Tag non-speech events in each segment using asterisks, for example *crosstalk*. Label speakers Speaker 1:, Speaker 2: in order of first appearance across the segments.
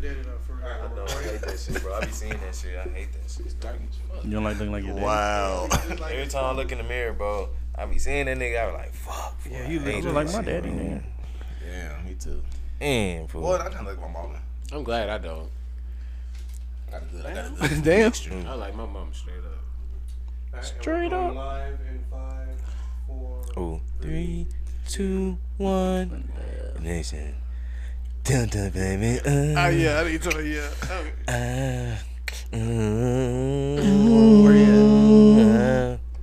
Speaker 1: did it up for
Speaker 2: I know, I hate that shit, bro. I be seeing that shit. I hate that shit. It's dark as fuck.
Speaker 3: You don't like looking like your dad?
Speaker 4: Wow.
Speaker 2: Every time I look in the mirror, bro, I be seeing that nigga. I be like, fuck.
Speaker 3: Yeah,
Speaker 2: bro,
Speaker 3: you
Speaker 2: I
Speaker 3: look
Speaker 2: hate
Speaker 3: just
Speaker 2: that
Speaker 3: like my
Speaker 2: shit,
Speaker 3: daddy,
Speaker 2: bro.
Speaker 3: man.
Speaker 4: Yeah, me too.
Speaker 2: Damn, fool.
Speaker 4: Well, I kind of like my mama.
Speaker 5: I'm glad I don't.
Speaker 4: I got a good, I got a good
Speaker 3: Damn.
Speaker 4: mixture.
Speaker 5: I like my mom straight up.
Speaker 3: Straight up.
Speaker 1: Live in five, four,
Speaker 2: Ooh. Three, two, one. Ignition. Dun dun baby. Uh,
Speaker 1: Oh yeah, I need to. Yeah. Oh,
Speaker 2: uh,
Speaker 1: you know what?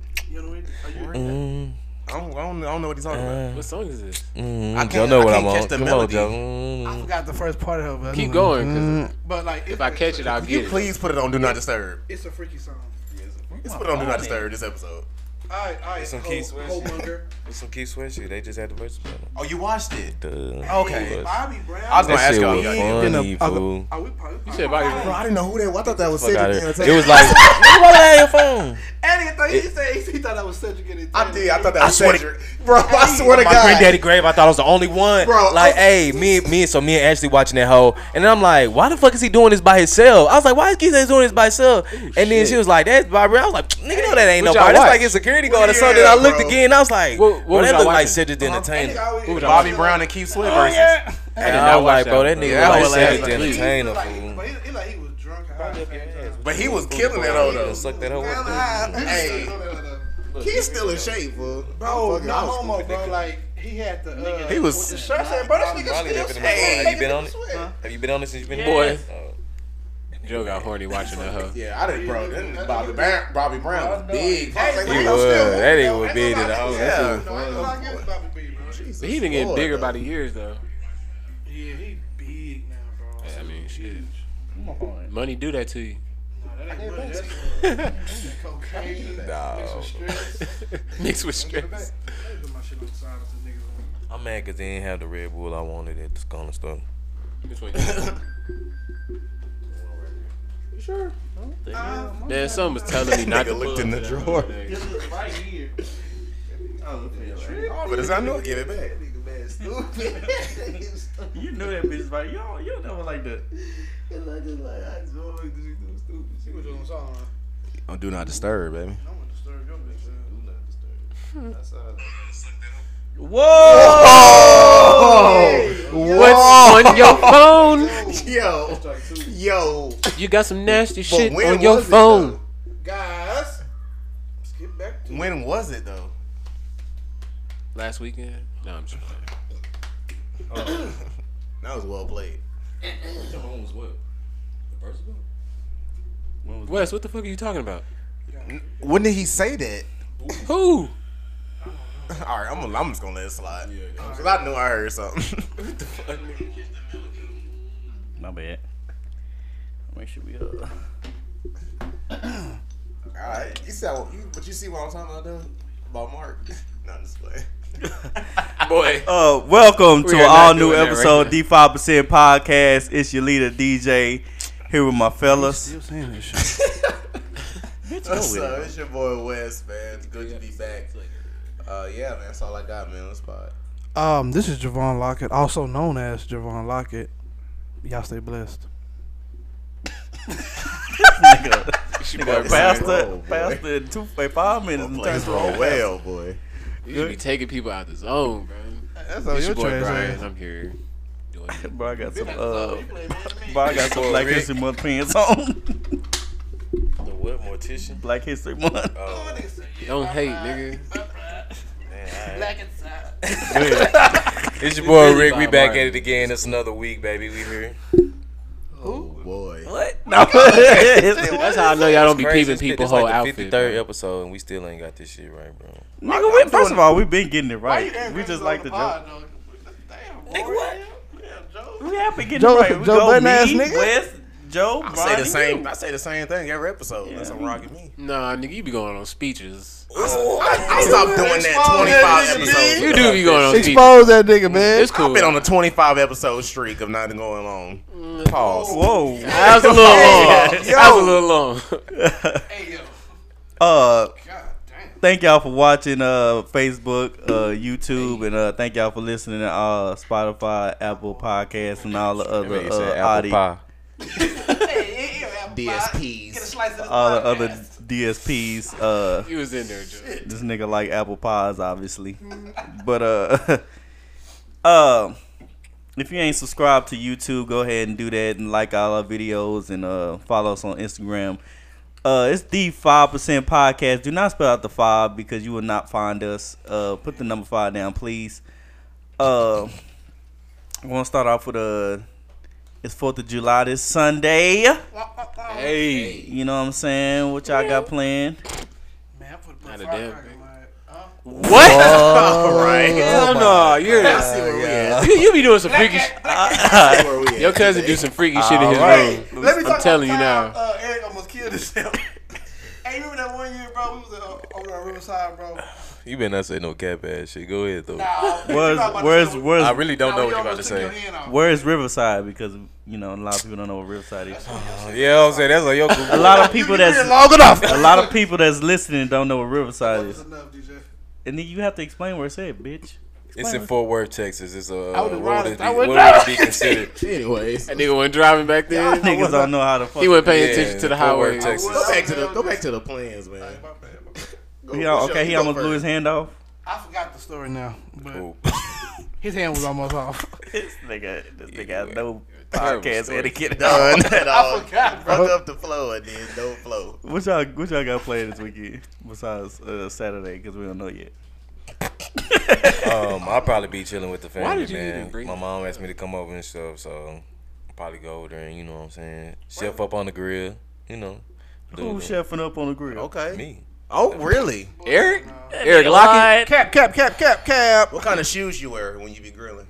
Speaker 1: Are you
Speaker 2: Mm,
Speaker 4: I don't, I don't, I don't know what he's talking about.
Speaker 5: What song is this?
Speaker 2: mm,
Speaker 4: I
Speaker 2: Joe
Speaker 4: can't-
Speaker 2: know
Speaker 4: I
Speaker 2: what
Speaker 4: can't
Speaker 2: I'm
Speaker 4: catch
Speaker 2: on.
Speaker 4: the
Speaker 2: Come
Speaker 4: melody.
Speaker 1: I
Speaker 2: on, Joe.
Speaker 1: forgot the first part of it.
Speaker 5: Keep going, cause
Speaker 4: Mm-hmm.
Speaker 1: But like,
Speaker 5: if I catch it, I'll
Speaker 4: Could you
Speaker 5: get it.
Speaker 4: please put it on Do Not Disturb?
Speaker 1: it's a freaky song.
Speaker 4: Let's put it on Do Not Disturb this episode.
Speaker 1: All right, all right.
Speaker 2: It's some
Speaker 1: ho-
Speaker 2: Keith Sweat shit.
Speaker 1: Homemonger.
Speaker 2: With some Keith Sweat shit. They just had the verse.
Speaker 4: Oh, you watched it?
Speaker 1: Hey,
Speaker 4: *laughs* Okay.
Speaker 1: Bobby Brown.
Speaker 4: I was gonna
Speaker 2: That
Speaker 4: ask
Speaker 2: shit
Speaker 4: y'all.
Speaker 2: was
Speaker 4: y'all didn't-
Speaker 2: funny,
Speaker 3: I-
Speaker 2: fool.
Speaker 1: Are we probably?
Speaker 5: You said Bobby
Speaker 4: Bro, I didn't know who that was. I thought that was
Speaker 2: Fuck outta
Speaker 4: Cedric.
Speaker 2: here.
Speaker 4: and
Speaker 2: It
Speaker 4: Taylor.
Speaker 2: was like, what had your phone?
Speaker 1: Eddie, I thought he said he thought that was Cedric and
Speaker 4: I did. I thought that
Speaker 2: I
Speaker 4: was
Speaker 2: swear to-
Speaker 4: Cedric. Bro, I swear to
Speaker 2: my
Speaker 4: God.
Speaker 2: granddaddy grave. I thought I was the only one.
Speaker 4: Bro,
Speaker 2: like,
Speaker 4: I-
Speaker 2: hey, me, me, so me and Ashley watching that whole, and then I'm like, why the fuck is he doing this by himself? I was like, why is Keith doing this by himself? and then
Speaker 5: shit.
Speaker 2: she was like, that's Bobby. I was like, nigga, no, that ain't
Speaker 5: What
Speaker 2: nobody.
Speaker 5: y'all
Speaker 2: That's
Speaker 5: watch?
Speaker 2: like a security guard or
Speaker 4: Yeah,
Speaker 2: something. I looked
Speaker 4: bro.
Speaker 2: again. I was like,
Speaker 5: What- what
Speaker 2: well,
Speaker 5: was
Speaker 2: that
Speaker 5: y'all
Speaker 2: looked like
Speaker 5: watching?
Speaker 2: Cedric the Entertainer.
Speaker 5: Ooh,
Speaker 4: Bobby Brown and Keith Sweat versus.
Speaker 5: I did
Speaker 2: And I
Speaker 5: not
Speaker 2: was
Speaker 5: watch
Speaker 2: like, bro, that
Speaker 5: that. one.
Speaker 2: nigga
Speaker 4: Yeah,
Speaker 2: like
Speaker 4: that was
Speaker 2: Cedric the
Speaker 4: last week.
Speaker 2: Entertainer.
Speaker 1: Like,
Speaker 2: fool.
Speaker 1: but he, he like he was drunk. high at the same time.
Speaker 4: But he was killing that hoe though.
Speaker 2: Suck that hoe
Speaker 1: Hell,
Speaker 2: up.
Speaker 1: I-
Speaker 4: Hey. He's still in shape, bro.
Speaker 1: Bro,
Speaker 4: Motherfucker,
Speaker 1: no
Speaker 4: I was
Speaker 1: homo,
Speaker 4: stupid.
Speaker 1: bro. Like he had the uh,
Speaker 4: He was-
Speaker 1: the shirt said, bro. This
Speaker 2: Bobby
Speaker 1: nigga
Speaker 2: Brown
Speaker 1: still
Speaker 2: living in the
Speaker 1: sweat.
Speaker 2: mall. Have you been on it?
Speaker 1: Sweat.
Speaker 2: Have you been on it since you've been
Speaker 5: Boy.
Speaker 2: Oh.
Speaker 5: Joe got horny watching that hoe.
Speaker 4: Yeah, I didn't, bro. Then Bobby, Bar- Bobby Brown was big.
Speaker 1: Hey,
Speaker 4: Like,
Speaker 1: he
Speaker 4: what
Speaker 2: He
Speaker 4: the hell
Speaker 2: was.
Speaker 4: still-
Speaker 2: That nigga was big in the
Speaker 1: No,
Speaker 2: hole.
Speaker 4: Yeah.
Speaker 2: That shit
Speaker 1: I ain't gonna give it Bobby B, bro.
Speaker 4: Jesus
Speaker 5: But he didn't get
Speaker 4: Lord,
Speaker 5: bigger
Speaker 4: bro.
Speaker 5: by the years though.
Speaker 1: Yeah, he big now, bro.
Speaker 5: I mean, shit. Money do that to you.
Speaker 1: Nah, that ain't money. That's *laughs* that's cocaine. Mixed
Speaker 2: was-
Speaker 1: with *laughs*
Speaker 2: Nah.
Speaker 1: stress.
Speaker 5: *laughs*
Speaker 1: That's
Speaker 5: Mixed with
Speaker 1: the
Speaker 5: stress.
Speaker 1: back. I put my shit on silence and niggas on.
Speaker 2: I'm mad because they didn't have the Red Bull I wanted at the corner store.
Speaker 5: Which one?
Speaker 2: *coughs*
Speaker 1: Uh, my
Speaker 5: Man, something was telling
Speaker 2: *laughs*
Speaker 5: me not to
Speaker 4: Nigga looked
Speaker 5: look.
Speaker 4: in the drawer.
Speaker 1: This is right here. Oh,
Speaker 4: Oh, but as I know, give it back.
Speaker 1: Nigga, man, *laughs* stupid.
Speaker 3: You know that bitch is like, yo, you never like that.
Speaker 1: And I just like, I just always do do stupid shit. What you on song?
Speaker 4: Don't do not disturb,
Speaker 5: *laughs*
Speaker 4: baby.
Speaker 1: I'm gonna disturb your bitch. Do not *laughs* disturb. That's all.
Speaker 3: Whoa!
Speaker 4: Oh,
Speaker 5: What's on your *laughs* phone?
Speaker 4: yo, yo.
Speaker 5: You got some nasty shit
Speaker 4: when
Speaker 5: on your
Speaker 4: was it,
Speaker 5: phone.
Speaker 1: Guys, let's get back to.
Speaker 4: though? When was it though?
Speaker 5: Last weekend? No, I'm just playing.
Speaker 4: That was well played.
Speaker 5: Wes, what the fuck are you talking about?
Speaker 4: When did he say that? *laughs*
Speaker 5: Who?
Speaker 4: All right, I'm, gonna, I'm just gonna let it slide. Cause I knew I heard something. *laughs*
Speaker 3: My bad. Make sure we uh.
Speaker 4: All right, you said, but you see what I'm talking about though? About Mark? *laughs* no, I'm just *laughs* playing.
Speaker 5: Boy.
Speaker 3: Uh, welcome
Speaker 5: We
Speaker 3: to
Speaker 5: are
Speaker 3: an
Speaker 5: not
Speaker 3: all new
Speaker 5: doing that right
Speaker 3: episode
Speaker 5: now.
Speaker 3: D Five Percent Podcast. It's your leader DJ here with my fellas.
Speaker 1: saying this shit.
Speaker 4: What's up? It's your boy Wes, man. It's good to be back. Uh, yeah, man. That's all I got, man. Let's spot.
Speaker 1: Um, this is Javon Lockett, also known as Javon Lockett. Y'all stay blessed.
Speaker 3: *laughs*
Speaker 5: boy,
Speaker 3: Faster,
Speaker 4: roll, boy.
Speaker 3: faster, than two, like five minutes. and turn
Speaker 4: Plays
Speaker 3: to
Speaker 4: roll well, boy.
Speaker 5: You should be taking people out the zone, bro.
Speaker 1: That's
Speaker 5: It's your boy Brian. I'm here. Doing it.
Speaker 3: Bro, I got some uh, bro, I got some Black
Speaker 2: Rick.
Speaker 3: History Month pants on. *laughs*
Speaker 2: The what mortician?
Speaker 3: Black History Month. *laughs*
Speaker 2: Oh,
Speaker 1: *laughs*
Speaker 5: Don't hate, *laughs* nigga.
Speaker 2: man, all right. It's your boy
Speaker 5: really
Speaker 2: Rick. We
Speaker 5: Bob
Speaker 2: back at
Speaker 5: Marley.
Speaker 2: it again. It's another week, baby. We here.
Speaker 4: Oh boy.
Speaker 3: What? *laughs* No. Nigga,
Speaker 5: That's how I know y'all don't be
Speaker 2: Crazy
Speaker 5: peeping
Speaker 2: as shit.
Speaker 5: people
Speaker 2: It's
Speaker 5: whole
Speaker 2: like the
Speaker 5: outfit.
Speaker 2: 53rd episode, and we still ain't got this shit right, bro.
Speaker 3: we, first of all, we've been getting it right. We just like to joke.
Speaker 1: Nigga, what?
Speaker 3: We have been getting
Speaker 1: Joe-
Speaker 3: it right. We
Speaker 1: Joe
Speaker 3: go
Speaker 1: Budden
Speaker 3: me,
Speaker 1: ass nigga?
Speaker 3: Wes, Joe,
Speaker 4: I say
Speaker 3: Brian,
Speaker 4: the same.
Speaker 3: you.
Speaker 4: I say the same thing every episode. That's what rocking me.
Speaker 5: Nah, nigga, you be going on speeches.
Speaker 4: I stopped doing that 25 episodes.
Speaker 5: *laughs* You do be going on speeches.
Speaker 1: Expose that nigga, man.
Speaker 5: It's cool.
Speaker 4: I've been on a 25 episode streak of not going long. Pause.
Speaker 3: Whoa.
Speaker 1: *laughs*
Speaker 5: That was a little long.
Speaker 4: Yo.
Speaker 5: That was a little long. *laughs*
Speaker 1: Hey, yo.
Speaker 3: Uh,
Speaker 1: God damn.
Speaker 3: thank y'all for watching uh Facebook, uh YouTube, and uh thank y'all for listening to uh Spotify, Apple Podcasts, and all the other uh, audio.
Speaker 4: DSPs.
Speaker 6: Get a slice of this
Speaker 3: All the other
Speaker 6: podcast.
Speaker 3: DSPs, uh,
Speaker 2: You was in there, Joe.
Speaker 3: this nigga like apple pies, obviously. but uh, *laughs* uh, if you ain't subscribed to YouTube, go ahead and do that and like all our videos and uh follow us on Instagram. Uh, it's the five percent podcast. Do not spell out the five because you will not find us. Uh, put the number five down, please. Uh, I want to start off with uh, it's Fourth of July this Sunday.
Speaker 2: Hey.
Speaker 3: You know what I'm saying? What y'all got planned?
Speaker 5: Man, I put a
Speaker 2: Not
Speaker 5: bunch
Speaker 2: a
Speaker 5: of
Speaker 2: damn
Speaker 5: firecracker
Speaker 2: thing.
Speaker 5: in my- huh? *laughs*
Speaker 2: What?
Speaker 3: All
Speaker 4: right.
Speaker 2: Hell no, you're
Speaker 4: I see where we
Speaker 7: *laughs*
Speaker 4: at.
Speaker 2: you, you be doing some freaky. Sh-
Speaker 7: Uh,
Speaker 4: I see where we at.
Speaker 2: your cousin do some freaky shit in his
Speaker 3: Alright.
Speaker 2: room.
Speaker 5: Let me
Speaker 2: I'm
Speaker 5: talk
Speaker 2: telling you now.
Speaker 5: about the time, Uh, Eric almost killed himself. hey, you remember that one year, bro? We was uh, over on Riverside, bro.
Speaker 7: You better not say no cap ass shit. Go ahead though.
Speaker 5: Nah,
Speaker 3: Where's where's where's
Speaker 7: I really don't know
Speaker 5: you
Speaker 7: what you're about to say.
Speaker 3: Where's Riverside? Because you know a lot of people don't know what Riverside is.
Speaker 7: Yeah, I'm saying that's
Speaker 2: *laughs*
Speaker 7: like yo.
Speaker 3: A lot of people that's
Speaker 5: long enough.
Speaker 4: *laughs*
Speaker 3: a lot of people that's listening don't know what Riverside
Speaker 5: That's
Speaker 3: is,
Speaker 5: enough, DJ.
Speaker 3: and then you have to explain where it's at, bitch.
Speaker 7: It's in Fort Worth, Texas. It's a uh,
Speaker 2: would've
Speaker 7: what would
Speaker 2: robbed-
Speaker 7: it be,
Speaker 2: I
Speaker 7: what
Speaker 2: would've
Speaker 7: would it
Speaker 2: *laughs*
Speaker 7: be considered?
Speaker 4: Anyways,
Speaker 2: That nigga wasn't driving back
Speaker 3: Y'all
Speaker 2: then.
Speaker 3: niggas don't know how to fuck.
Speaker 2: He wasn't paying
Speaker 7: Yeah,
Speaker 2: attention to the
Speaker 7: Fort Worth,
Speaker 2: highway.
Speaker 7: Texas.
Speaker 4: go back to the go back to the
Speaker 1: *laughs*
Speaker 4: plans, man.
Speaker 5: My bad, my bad.
Speaker 4: Go-
Speaker 3: He
Speaker 4: go
Speaker 3: al-
Speaker 4: show-
Speaker 3: okay, he
Speaker 4: go
Speaker 3: almost
Speaker 4: first.
Speaker 3: blew his hand off.
Speaker 5: I forgot the story now, but
Speaker 7: Cool.
Speaker 5: *laughs* his hand was almost off.
Speaker 3: This nigga, this nigga has no
Speaker 7: Terrible
Speaker 3: podcast
Speaker 7: story.
Speaker 3: etiquette.
Speaker 4: No, no, no.
Speaker 5: I forgot,
Speaker 4: *laughs*
Speaker 5: bro.
Speaker 4: Fuck up the flow and then no flow.
Speaker 3: What y'all, what y'all got playing this weekend besides uh, Saturday? Because we don't know yet.
Speaker 7: um, I'll probably be chilling with the family,
Speaker 2: did you
Speaker 7: man.
Speaker 2: even bring
Speaker 7: My
Speaker 2: it
Speaker 7: mom asked me to come over and stuff, so I'll probably go over there and you know what I'm saying. Chef up on the grill, you know. do a
Speaker 3: Who's
Speaker 7: little-
Speaker 3: chefing up on the grill?
Speaker 4: Okay.
Speaker 7: Me.
Speaker 4: Oh, really?
Speaker 2: Eric? Eric Lockett?
Speaker 3: Cap, cap, cap, cap, cap.
Speaker 4: What kind of shoes you wear when you be grilling?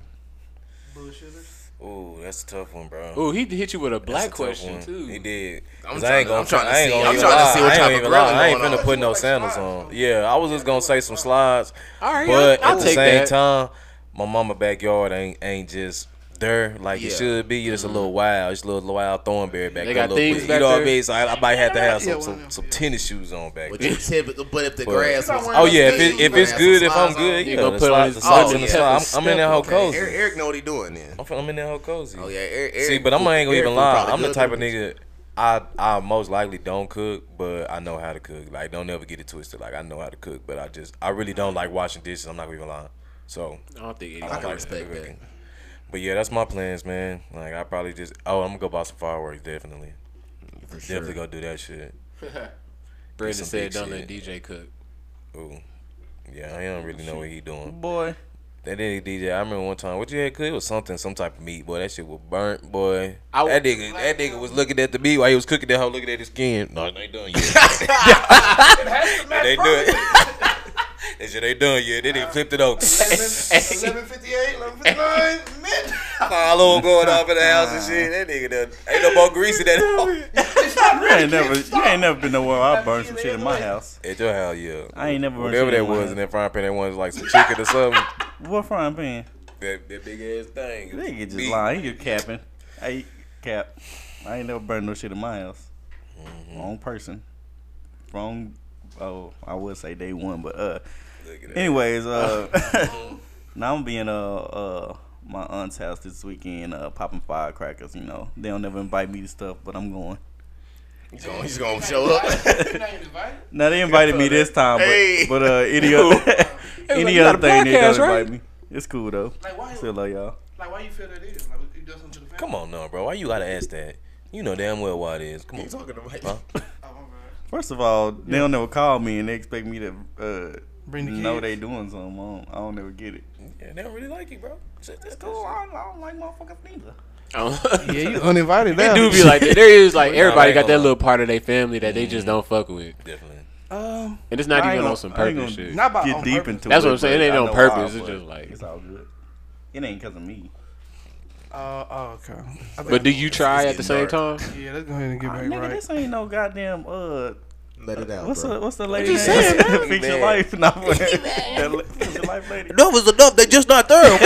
Speaker 5: Bullshitters.
Speaker 7: Ooh, that's a tough one, bro.
Speaker 2: Ooh, he hit you with a
Speaker 7: That's a
Speaker 2: black
Speaker 7: tough
Speaker 2: question
Speaker 7: one.
Speaker 2: too.
Speaker 7: He did.
Speaker 4: I'm
Speaker 7: 'Cause
Speaker 4: tryna-
Speaker 7: I ain't gonna,
Speaker 4: I'm tryna
Speaker 7: I ain't
Speaker 4: see-
Speaker 7: gonna
Speaker 4: I'm
Speaker 7: even
Speaker 4: tryna
Speaker 7: lie.
Speaker 4: see what
Speaker 7: I ain't
Speaker 4: type of
Speaker 7: even lie.
Speaker 4: grilling
Speaker 7: I ain't
Speaker 4: going
Speaker 7: finna
Speaker 4: on.
Speaker 7: put no sandals on. Yeah, I was just gonna say some slides,
Speaker 2: All right,
Speaker 7: but
Speaker 2: I'll,
Speaker 7: at
Speaker 2: I'll
Speaker 7: the
Speaker 2: take
Speaker 7: same
Speaker 2: that.
Speaker 7: time, my mama backyard ain't ain't just there like it
Speaker 4: Yeah.
Speaker 7: should be. It's a little wild. It's a little wild thornberry back
Speaker 2: They
Speaker 7: there.
Speaker 2: got
Speaker 7: a little
Speaker 2: things
Speaker 7: bit.
Speaker 2: back
Speaker 7: you know what
Speaker 2: there?
Speaker 7: I mean? So I, I might have to have
Speaker 5: Yeah,
Speaker 7: some
Speaker 5: one of
Speaker 7: some,
Speaker 5: them,
Speaker 7: some
Speaker 5: yeah.
Speaker 7: tennis shoes on back
Speaker 4: But
Speaker 7: there.
Speaker 4: you typical, but if the
Speaker 7: But-
Speaker 4: grass
Speaker 5: You're
Speaker 4: was
Speaker 5: not
Speaker 7: Oh
Speaker 5: wearing
Speaker 7: yeah, if
Speaker 5: those
Speaker 7: it,
Speaker 5: shoes,
Speaker 7: if it's
Speaker 4: grass
Speaker 7: good,
Speaker 4: with
Speaker 7: if I'm
Speaker 4: slides on.
Speaker 7: good,
Speaker 2: You
Speaker 7: yeah,
Speaker 2: gonna
Speaker 7: the
Speaker 2: put on
Speaker 7: slides,
Speaker 2: his
Speaker 7: the slides
Speaker 2: socks
Speaker 7: and the
Speaker 2: and
Speaker 7: slides.
Speaker 2: pepper
Speaker 7: I'm, I'm in that whole
Speaker 2: step on it.
Speaker 7: cozy.
Speaker 4: Eric, Eric know what he doing then.
Speaker 7: I'm, fin- I'm in that whole cozy.
Speaker 4: Oh yeah, Eric.
Speaker 7: See,
Speaker 4: Eric
Speaker 7: but I'm
Speaker 4: cook-
Speaker 7: I ain't gonna
Speaker 4: Eric
Speaker 7: even
Speaker 4: cook
Speaker 7: lie.
Speaker 4: probably
Speaker 7: I'm the
Speaker 4: good
Speaker 7: type of
Speaker 4: cooking.
Speaker 7: nigga. I I most likely don't cook, but I know how to cook. Like don't ever get it twisted. Like I know how to cook, but I just I really don't like washing dishes. I'm not gonna even lying. So
Speaker 2: I don't think
Speaker 7: I
Speaker 2: anyone
Speaker 7: don't
Speaker 4: can
Speaker 7: like
Speaker 4: respect that.
Speaker 7: cooking. But yeah, that's my plans, man. Like I probably just oh I'm gonna go buy some fireworks definitely. Definitely gonna do that
Speaker 4: *laughs*
Speaker 7: shit.
Speaker 2: Brandon
Speaker 7: some
Speaker 2: said,
Speaker 7: big
Speaker 2: "Don't let
Speaker 7: shit. *laughs*
Speaker 2: DJ cook."
Speaker 7: Ooh. Yeah, I don't really know what he doing.
Speaker 3: Boy,
Speaker 7: That nigga DJ, I remember one time, what you had cooked? It was something, some type of meat, boy. That shit was burnt, boy.
Speaker 2: I-
Speaker 7: that nigga, that nigga was looking at the meat while he was cooking that hoe, looking at his skin. No, it ain't
Speaker 3: *laughs*
Speaker 7: done yet. It ain't done. *laughs* That shit ain't done yet. They didn't flip it over.
Speaker 5: Eleven fifty-eight, eleven *laughs* fifty-nine, midnight.
Speaker 7: *laughs* Follow going off in the house and shit. That nigga done ain't no more grease in that hoe.
Speaker 3: you ain't never, you ain't never been nowhere I burned some shit in my house.
Speaker 7: At your house, yeah.
Speaker 3: I ain't never run
Speaker 7: Whatever
Speaker 3: shit
Speaker 7: that
Speaker 3: in my
Speaker 7: was
Speaker 3: house.
Speaker 7: in that frying pan, that one was like some chicken or something. *laughs*
Speaker 3: What frying pan?
Speaker 7: that, that big ass thing.
Speaker 3: Nigga just
Speaker 7: Meat.
Speaker 3: lying. He just capping. Hey, cap. I ain't never burned no shit in my house. Wrong person. Wrong. Oh, I would say day one, but uh.
Speaker 7: Look at that.
Speaker 3: Anyways, uh, *laughs* now I'm being uh uh my aunt's house this weekend, uh popping firecrackers. You know they don't never invite me to stuff, but I'm going.
Speaker 4: He's gonna, he's gonna show up.
Speaker 1: *laughs*
Speaker 4: *laughs*
Speaker 5: You're not even invited.
Speaker 3: Now they invited me this time, but
Speaker 4: Hey.
Speaker 3: but uh any other *laughs* any
Speaker 2: you got
Speaker 3: other
Speaker 2: a
Speaker 3: thing they don't
Speaker 2: podcast, right?
Speaker 3: invite me. It's cool though.
Speaker 5: Like why?
Speaker 3: Still love y'all.
Speaker 5: Like why you feel that is? Like you done something to the family.
Speaker 7: Come on, no, bro. Why you gotta ask that? You know damn well why it is. Come on.
Speaker 4: you talking about?
Speaker 5: Oh, my bad.
Speaker 3: First of all, they don't never call me and they expect me to uh
Speaker 5: Bring the
Speaker 3: know
Speaker 5: kids.
Speaker 3: they doing something. I don't, I don't ever get it.
Speaker 7: Yeah, they don't really like you, bro. Shit, that's
Speaker 3: Cool.
Speaker 7: cool.
Speaker 3: I don't, I don't like motherfuckers neither.
Speaker 2: Oh.
Speaker 5: Yeah, you uninvited.
Speaker 2: It do be like that. There is like
Speaker 7: Nah, I
Speaker 2: everybody
Speaker 7: ain't
Speaker 2: got that
Speaker 7: gonna lie.
Speaker 2: little part of their family that they just don't fuck with,
Speaker 7: Definitely.
Speaker 5: Um,
Speaker 2: and it's not
Speaker 3: I ain't
Speaker 2: even
Speaker 3: gonna-
Speaker 2: on some
Speaker 3: I ain't
Speaker 2: purpose
Speaker 3: gonna-
Speaker 2: shit.
Speaker 5: not about
Speaker 3: Get
Speaker 5: on
Speaker 3: deep
Speaker 5: purpose.
Speaker 3: into
Speaker 2: That's
Speaker 3: it.
Speaker 2: what I'm saying.
Speaker 3: but
Speaker 2: It ain't
Speaker 3: I
Speaker 2: on
Speaker 3: know
Speaker 2: purpose. It's
Speaker 3: but
Speaker 2: just like-
Speaker 3: it's all good. It ain't cause of me.
Speaker 5: Uh, oh, okay. I
Speaker 2: But
Speaker 5: think-
Speaker 2: do you try at
Speaker 4: It's
Speaker 2: the same time?
Speaker 4: getting
Speaker 5: Yeah, let's go ahead and get
Speaker 3: Ah,
Speaker 5: back
Speaker 3: nigga,
Speaker 5: right.
Speaker 3: this ain't no goddamn uh.
Speaker 4: Let it out,
Speaker 3: What's
Speaker 4: bro.
Speaker 3: the what's the lady?
Speaker 2: you
Speaker 3: name?
Speaker 2: saying,
Speaker 3: *laughs* Fix your
Speaker 7: Man.
Speaker 3: life, not that la- fix your life lady.
Speaker 7: Enough is enough. They just not there.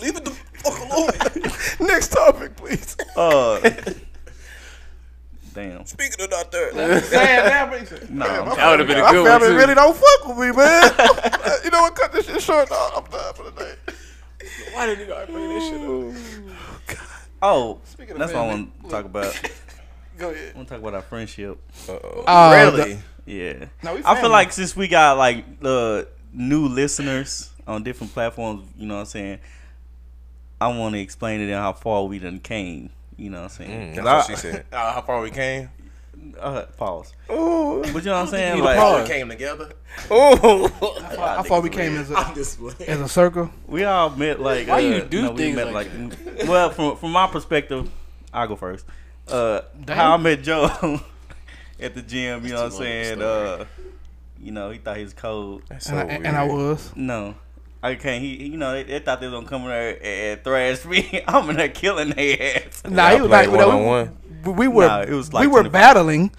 Speaker 7: Leave it the fuck alone.
Speaker 4: Next topic, please.
Speaker 3: Uh, damn.
Speaker 7: Speaking of not there,
Speaker 3: No,
Speaker 2: That would have been a good one too.
Speaker 4: don't fuck with me, man. *laughs* you know what? Cut this shit short. I'm done for the day.
Speaker 2: Why did you bring this shit up?
Speaker 3: Oh,
Speaker 5: Speaking of
Speaker 3: that's what I
Speaker 5: family,
Speaker 3: want to talk about. *laughs* I
Speaker 5: Go ahead.
Speaker 3: want to talk about our friendship.
Speaker 5: Uh,
Speaker 7: really?
Speaker 3: Yeah.
Speaker 5: No, we
Speaker 3: I
Speaker 5: family.
Speaker 3: feel like since we got like uh, new listeners on different platforms, you know what I'm saying? I want to explain to them how far we done came. You know what I'm saying?
Speaker 7: Mm,
Speaker 3: 'Cause
Speaker 7: that's what
Speaker 3: I-
Speaker 7: she
Speaker 5: *laughs*
Speaker 7: said. Uh, how far we came?
Speaker 3: Uh, pause.
Speaker 7: Ooh.
Speaker 3: But you know what I'm saying?
Speaker 5: need to
Speaker 3: Like,
Speaker 5: pause.
Speaker 4: We came together.
Speaker 7: Ooh.
Speaker 5: I thought we came as
Speaker 4: I'm
Speaker 5: a
Speaker 4: just
Speaker 5: as a circle.
Speaker 3: We all met like.
Speaker 2: Why
Speaker 3: uh,
Speaker 2: you do
Speaker 3: no, we
Speaker 2: things
Speaker 3: met,
Speaker 2: like
Speaker 3: *laughs* well, from from my perspective, I'll go first. Uh, how I met Joe *laughs* at the gym. You know
Speaker 2: too long of
Speaker 3: what I'm
Speaker 2: a
Speaker 3: saying?
Speaker 2: story.
Speaker 3: Uh, you know, he thought he was cold.
Speaker 7: So
Speaker 5: And, I, and I
Speaker 7: weird.
Speaker 5: was.
Speaker 3: No. I can't. He, he- you know, they, they thought they was gonna come in there and, and thrash me. *laughs* I'm in there killing their ass.
Speaker 5: Nah,
Speaker 7: I
Speaker 5: you like
Speaker 7: played
Speaker 5: no,
Speaker 7: one-on-one.
Speaker 5: We, we were
Speaker 3: Nah, it was like
Speaker 5: we were
Speaker 3: 25.
Speaker 5: battling.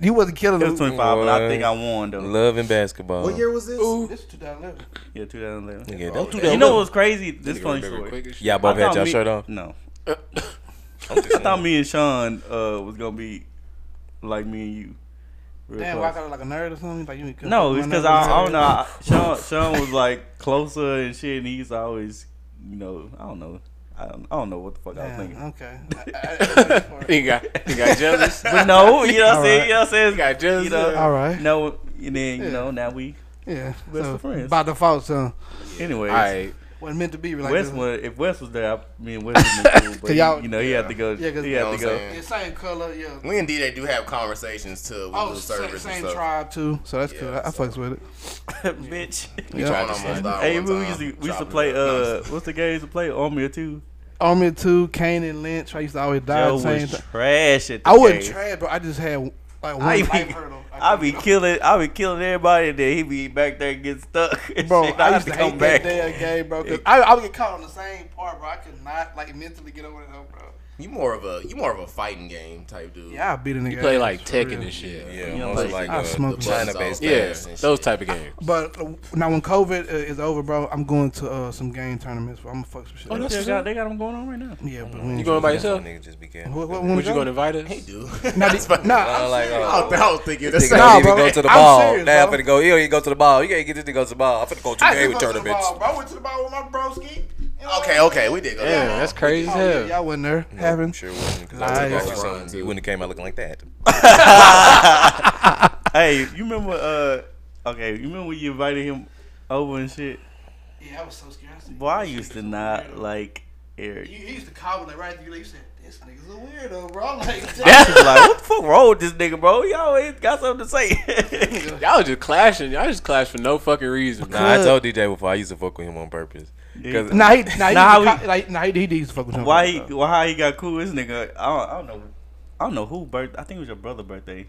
Speaker 5: You wasn't killing.
Speaker 3: It was 25, and I think I won though.
Speaker 7: Love and basketball.
Speaker 4: What year was this?
Speaker 5: This is 2011.
Speaker 3: Yeah, 2011.
Speaker 7: Yeah, don't do
Speaker 3: You
Speaker 7: that.
Speaker 3: know what's crazy? This funny
Speaker 2: Real
Speaker 3: story.
Speaker 2: quick as shit.
Speaker 7: Y'all both
Speaker 3: I
Speaker 7: had
Speaker 3: thought
Speaker 7: y'all
Speaker 3: me-
Speaker 7: shirt off.
Speaker 3: No,
Speaker 7: I'm just
Speaker 3: I thought
Speaker 7: saying.
Speaker 3: me and Sean uh, was gonna be like me and you. Real
Speaker 5: Damn, why I
Speaker 3: close.
Speaker 5: got like a nerd or something? Like you ain't
Speaker 3: No, it's
Speaker 5: my
Speaker 3: because
Speaker 5: nerd
Speaker 3: I,
Speaker 5: was
Speaker 3: I don't know.
Speaker 5: nerd.
Speaker 3: I- Sean, Sean was like closer and shit, and he's always, you know, I don't know. I don't, I don't know what the fuck I was
Speaker 5: Damn,
Speaker 3: thinking.
Speaker 5: okay. I- I- I-
Speaker 2: He got he got jealous.
Speaker 3: But no, you
Speaker 5: *laughs*
Speaker 3: know what I'm saying?
Speaker 5: Alright.
Speaker 3: You know what I'm saying?
Speaker 2: He got jealous.
Speaker 3: You know,
Speaker 5: All right.
Speaker 3: No, and then, you
Speaker 5: Yeah.
Speaker 3: know, now we.
Speaker 5: Yeah.
Speaker 3: Best of friends.
Speaker 5: By default, so
Speaker 3: Anyways.
Speaker 2: All right.
Speaker 5: wasn't meant to be like
Speaker 3: West
Speaker 5: this.
Speaker 3: was, if West was there, I, me and West would
Speaker 5: *laughs*
Speaker 3: have been cool, but
Speaker 5: Cause y'all-
Speaker 3: you know, he had to go.
Speaker 5: Yeah, 'cause-
Speaker 3: he
Speaker 5: You
Speaker 3: had to
Speaker 4: know what
Speaker 3: go.
Speaker 4: I'm
Speaker 5: Yeah, same color. Yeah.
Speaker 4: We and D-Day do have conversations too. We
Speaker 5: Oh,
Speaker 4: do
Speaker 5: same,
Speaker 4: service
Speaker 5: same
Speaker 4: and stuff.
Speaker 5: tribe too. So that's cool. I, I fucks with it.
Speaker 3: *laughs* Bitch.
Speaker 4: We
Speaker 5: Yeah.
Speaker 4: tried to almost die
Speaker 3: Hey,
Speaker 4: one
Speaker 3: we
Speaker 4: time.
Speaker 3: used to, we used to
Speaker 4: Dropping
Speaker 3: play,
Speaker 4: it. No,
Speaker 3: uh, what's the game we used to play? Army or two?
Speaker 5: Army too. Kane and Lynch. I used to always die
Speaker 3: Joe
Speaker 5: at the same
Speaker 3: was
Speaker 5: time.
Speaker 3: trash at the
Speaker 5: I wasn't
Speaker 3: game.
Speaker 5: trash, but I just had like one
Speaker 3: I be,
Speaker 5: life hurdle.
Speaker 3: I be
Speaker 5: couldn't-
Speaker 3: killing, I be killing everybody, and then he be back there getting stuck. *laughs* and
Speaker 5: Bro,
Speaker 3: shit.
Speaker 5: I used to,
Speaker 3: have
Speaker 5: hate that damn game, bro. Cause I, I would get caught on the same part, bro. I could not like mentally get over that, bro.
Speaker 4: You more of a you more of a fighting game type dude.
Speaker 5: Yeah, I beat in the
Speaker 2: You play like Tekken and shit. Yeah,
Speaker 7: *laughs* Yeah,
Speaker 3: You know,
Speaker 7: most
Speaker 3: like,
Speaker 7: like
Speaker 5: I
Speaker 7: uh,
Speaker 5: smoke
Speaker 7: China based.
Speaker 4: Yeah.
Speaker 7: things.
Speaker 2: those type of games.
Speaker 5: But uh, now when COVID uh, is over, bro, I'm going to uh, some game tournaments. Bro. I'm gonna fuck some shit.
Speaker 2: Oh,
Speaker 5: up.
Speaker 2: that's-
Speaker 3: They got, they got them going on right now.
Speaker 5: yeah, but we
Speaker 2: You
Speaker 5: ain't-
Speaker 2: going by
Speaker 7: That's why
Speaker 2: yourself?
Speaker 7: niggas just be
Speaker 5: What,
Speaker 7: careful.
Speaker 5: what,
Speaker 2: Would
Speaker 5: what
Speaker 2: you gonna invite us?
Speaker 4: Hey, *laughs* dude.
Speaker 5: Nah,
Speaker 4: That's funny.
Speaker 5: nah,
Speaker 7: I don't like,
Speaker 4: I,
Speaker 7: uh,
Speaker 4: don't, *laughs* I don't think it's
Speaker 7: This
Speaker 4: the
Speaker 7: nigga
Speaker 5: Nah,
Speaker 7: need
Speaker 5: bro.
Speaker 7: to go to the
Speaker 5: I'm
Speaker 7: ball.
Speaker 5: serious,
Speaker 7: now I'm
Speaker 5: bro.
Speaker 7: finna go. He don't even go to the ball. You can't get this nigga go to the ball. I'm finna go two
Speaker 5: I
Speaker 7: game
Speaker 5: did go to the
Speaker 7: tournaments.
Speaker 5: ball, bro. I went to the ball with my broski.
Speaker 4: Okay, okay, we did go.
Speaker 2: Yeah,
Speaker 4: down.
Speaker 2: that's crazy as
Speaker 5: Oh, yeah,
Speaker 2: hell.
Speaker 5: y'all wasn't there.
Speaker 7: No,
Speaker 5: Having
Speaker 7: Sure wouldn't. Cause I
Speaker 5: Nice.
Speaker 7: took off or
Speaker 4: Run,
Speaker 7: something.
Speaker 4: too.
Speaker 7: You wouldn't have came out looking like that.
Speaker 3: Hey, you remember? uh Okay, you remember when you invited him over and shit?
Speaker 5: Yeah, I was so scared. said,
Speaker 3: Boy, I
Speaker 5: "This
Speaker 3: used to
Speaker 5: nigga's a
Speaker 3: not
Speaker 5: weirdo."
Speaker 3: like Eric.
Speaker 5: You he used to call me like right through. You said, "This nigga's a weirdo, bro." *laughs* I'm like,
Speaker 3: That's just like what the fuck wrong with this nigga, bro? He always got something to say.
Speaker 2: *laughs* Y'all just clashing. Y'all just clash for no fucking reason. bro.
Speaker 7: Nah, I told DJ before I used to fuck with him on purpose. Cause
Speaker 5: Nah, he, nah, he,
Speaker 3: Nah,
Speaker 5: nah,
Speaker 3: we-
Speaker 5: like, nah, he, he used to fuck with him.
Speaker 3: why he? Why how he got cool? This nigga, I don't, I don't know. I don't know who birth. I think it was your brother' birthday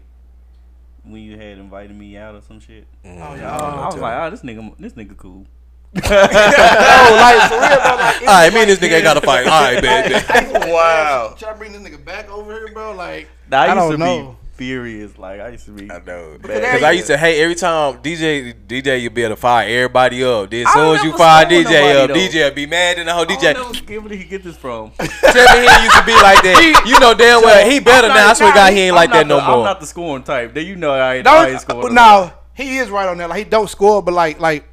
Speaker 3: when you had invited me out or some shit.
Speaker 5: Oh,
Speaker 7: Mm,
Speaker 5: yeah.
Speaker 3: I
Speaker 5: Oh,
Speaker 3: was like, oh, this nigga, this nigga cool.
Speaker 5: like, for real, bro. *laughs* Like,
Speaker 7: all right, me and this nigga ain't got to fight. All
Speaker 5: *laughs*
Speaker 7: right, bet, bet.
Speaker 4: Wow.
Speaker 5: Should I bring this nigga back over here, bro? Like,
Speaker 3: Nah, I,
Speaker 5: I
Speaker 3: used
Speaker 5: don't
Speaker 3: to
Speaker 5: know.
Speaker 3: be furious. Like I used to be.
Speaker 7: I
Speaker 3: there
Speaker 7: know. Because I
Speaker 3: you
Speaker 7: used to hate every time DJ DJ you be able to fire everybody up. Then as
Speaker 3: I
Speaker 7: soon
Speaker 3: don't
Speaker 7: as you
Speaker 3: never
Speaker 7: fire
Speaker 3: stole
Speaker 7: DJ
Speaker 3: nobody,
Speaker 7: up,
Speaker 3: though.
Speaker 7: DJ be mad in the whole
Speaker 3: I
Speaker 7: DJ. *laughs*
Speaker 3: don't know where did he get this from?
Speaker 7: Trevor Henry used to be like that. You know damn well he better
Speaker 3: I'm
Speaker 7: now. I
Speaker 3: not-
Speaker 7: swear to
Speaker 3: nah,
Speaker 7: God he ain't like
Speaker 3: I'm
Speaker 7: that
Speaker 3: not
Speaker 7: no
Speaker 3: the- I'm
Speaker 7: more.
Speaker 3: not the scoring type. Then you know I ain't, I ain't
Speaker 5: don't.
Speaker 3: scoring.
Speaker 5: now he is right on that. Like, he don't score, but like, like.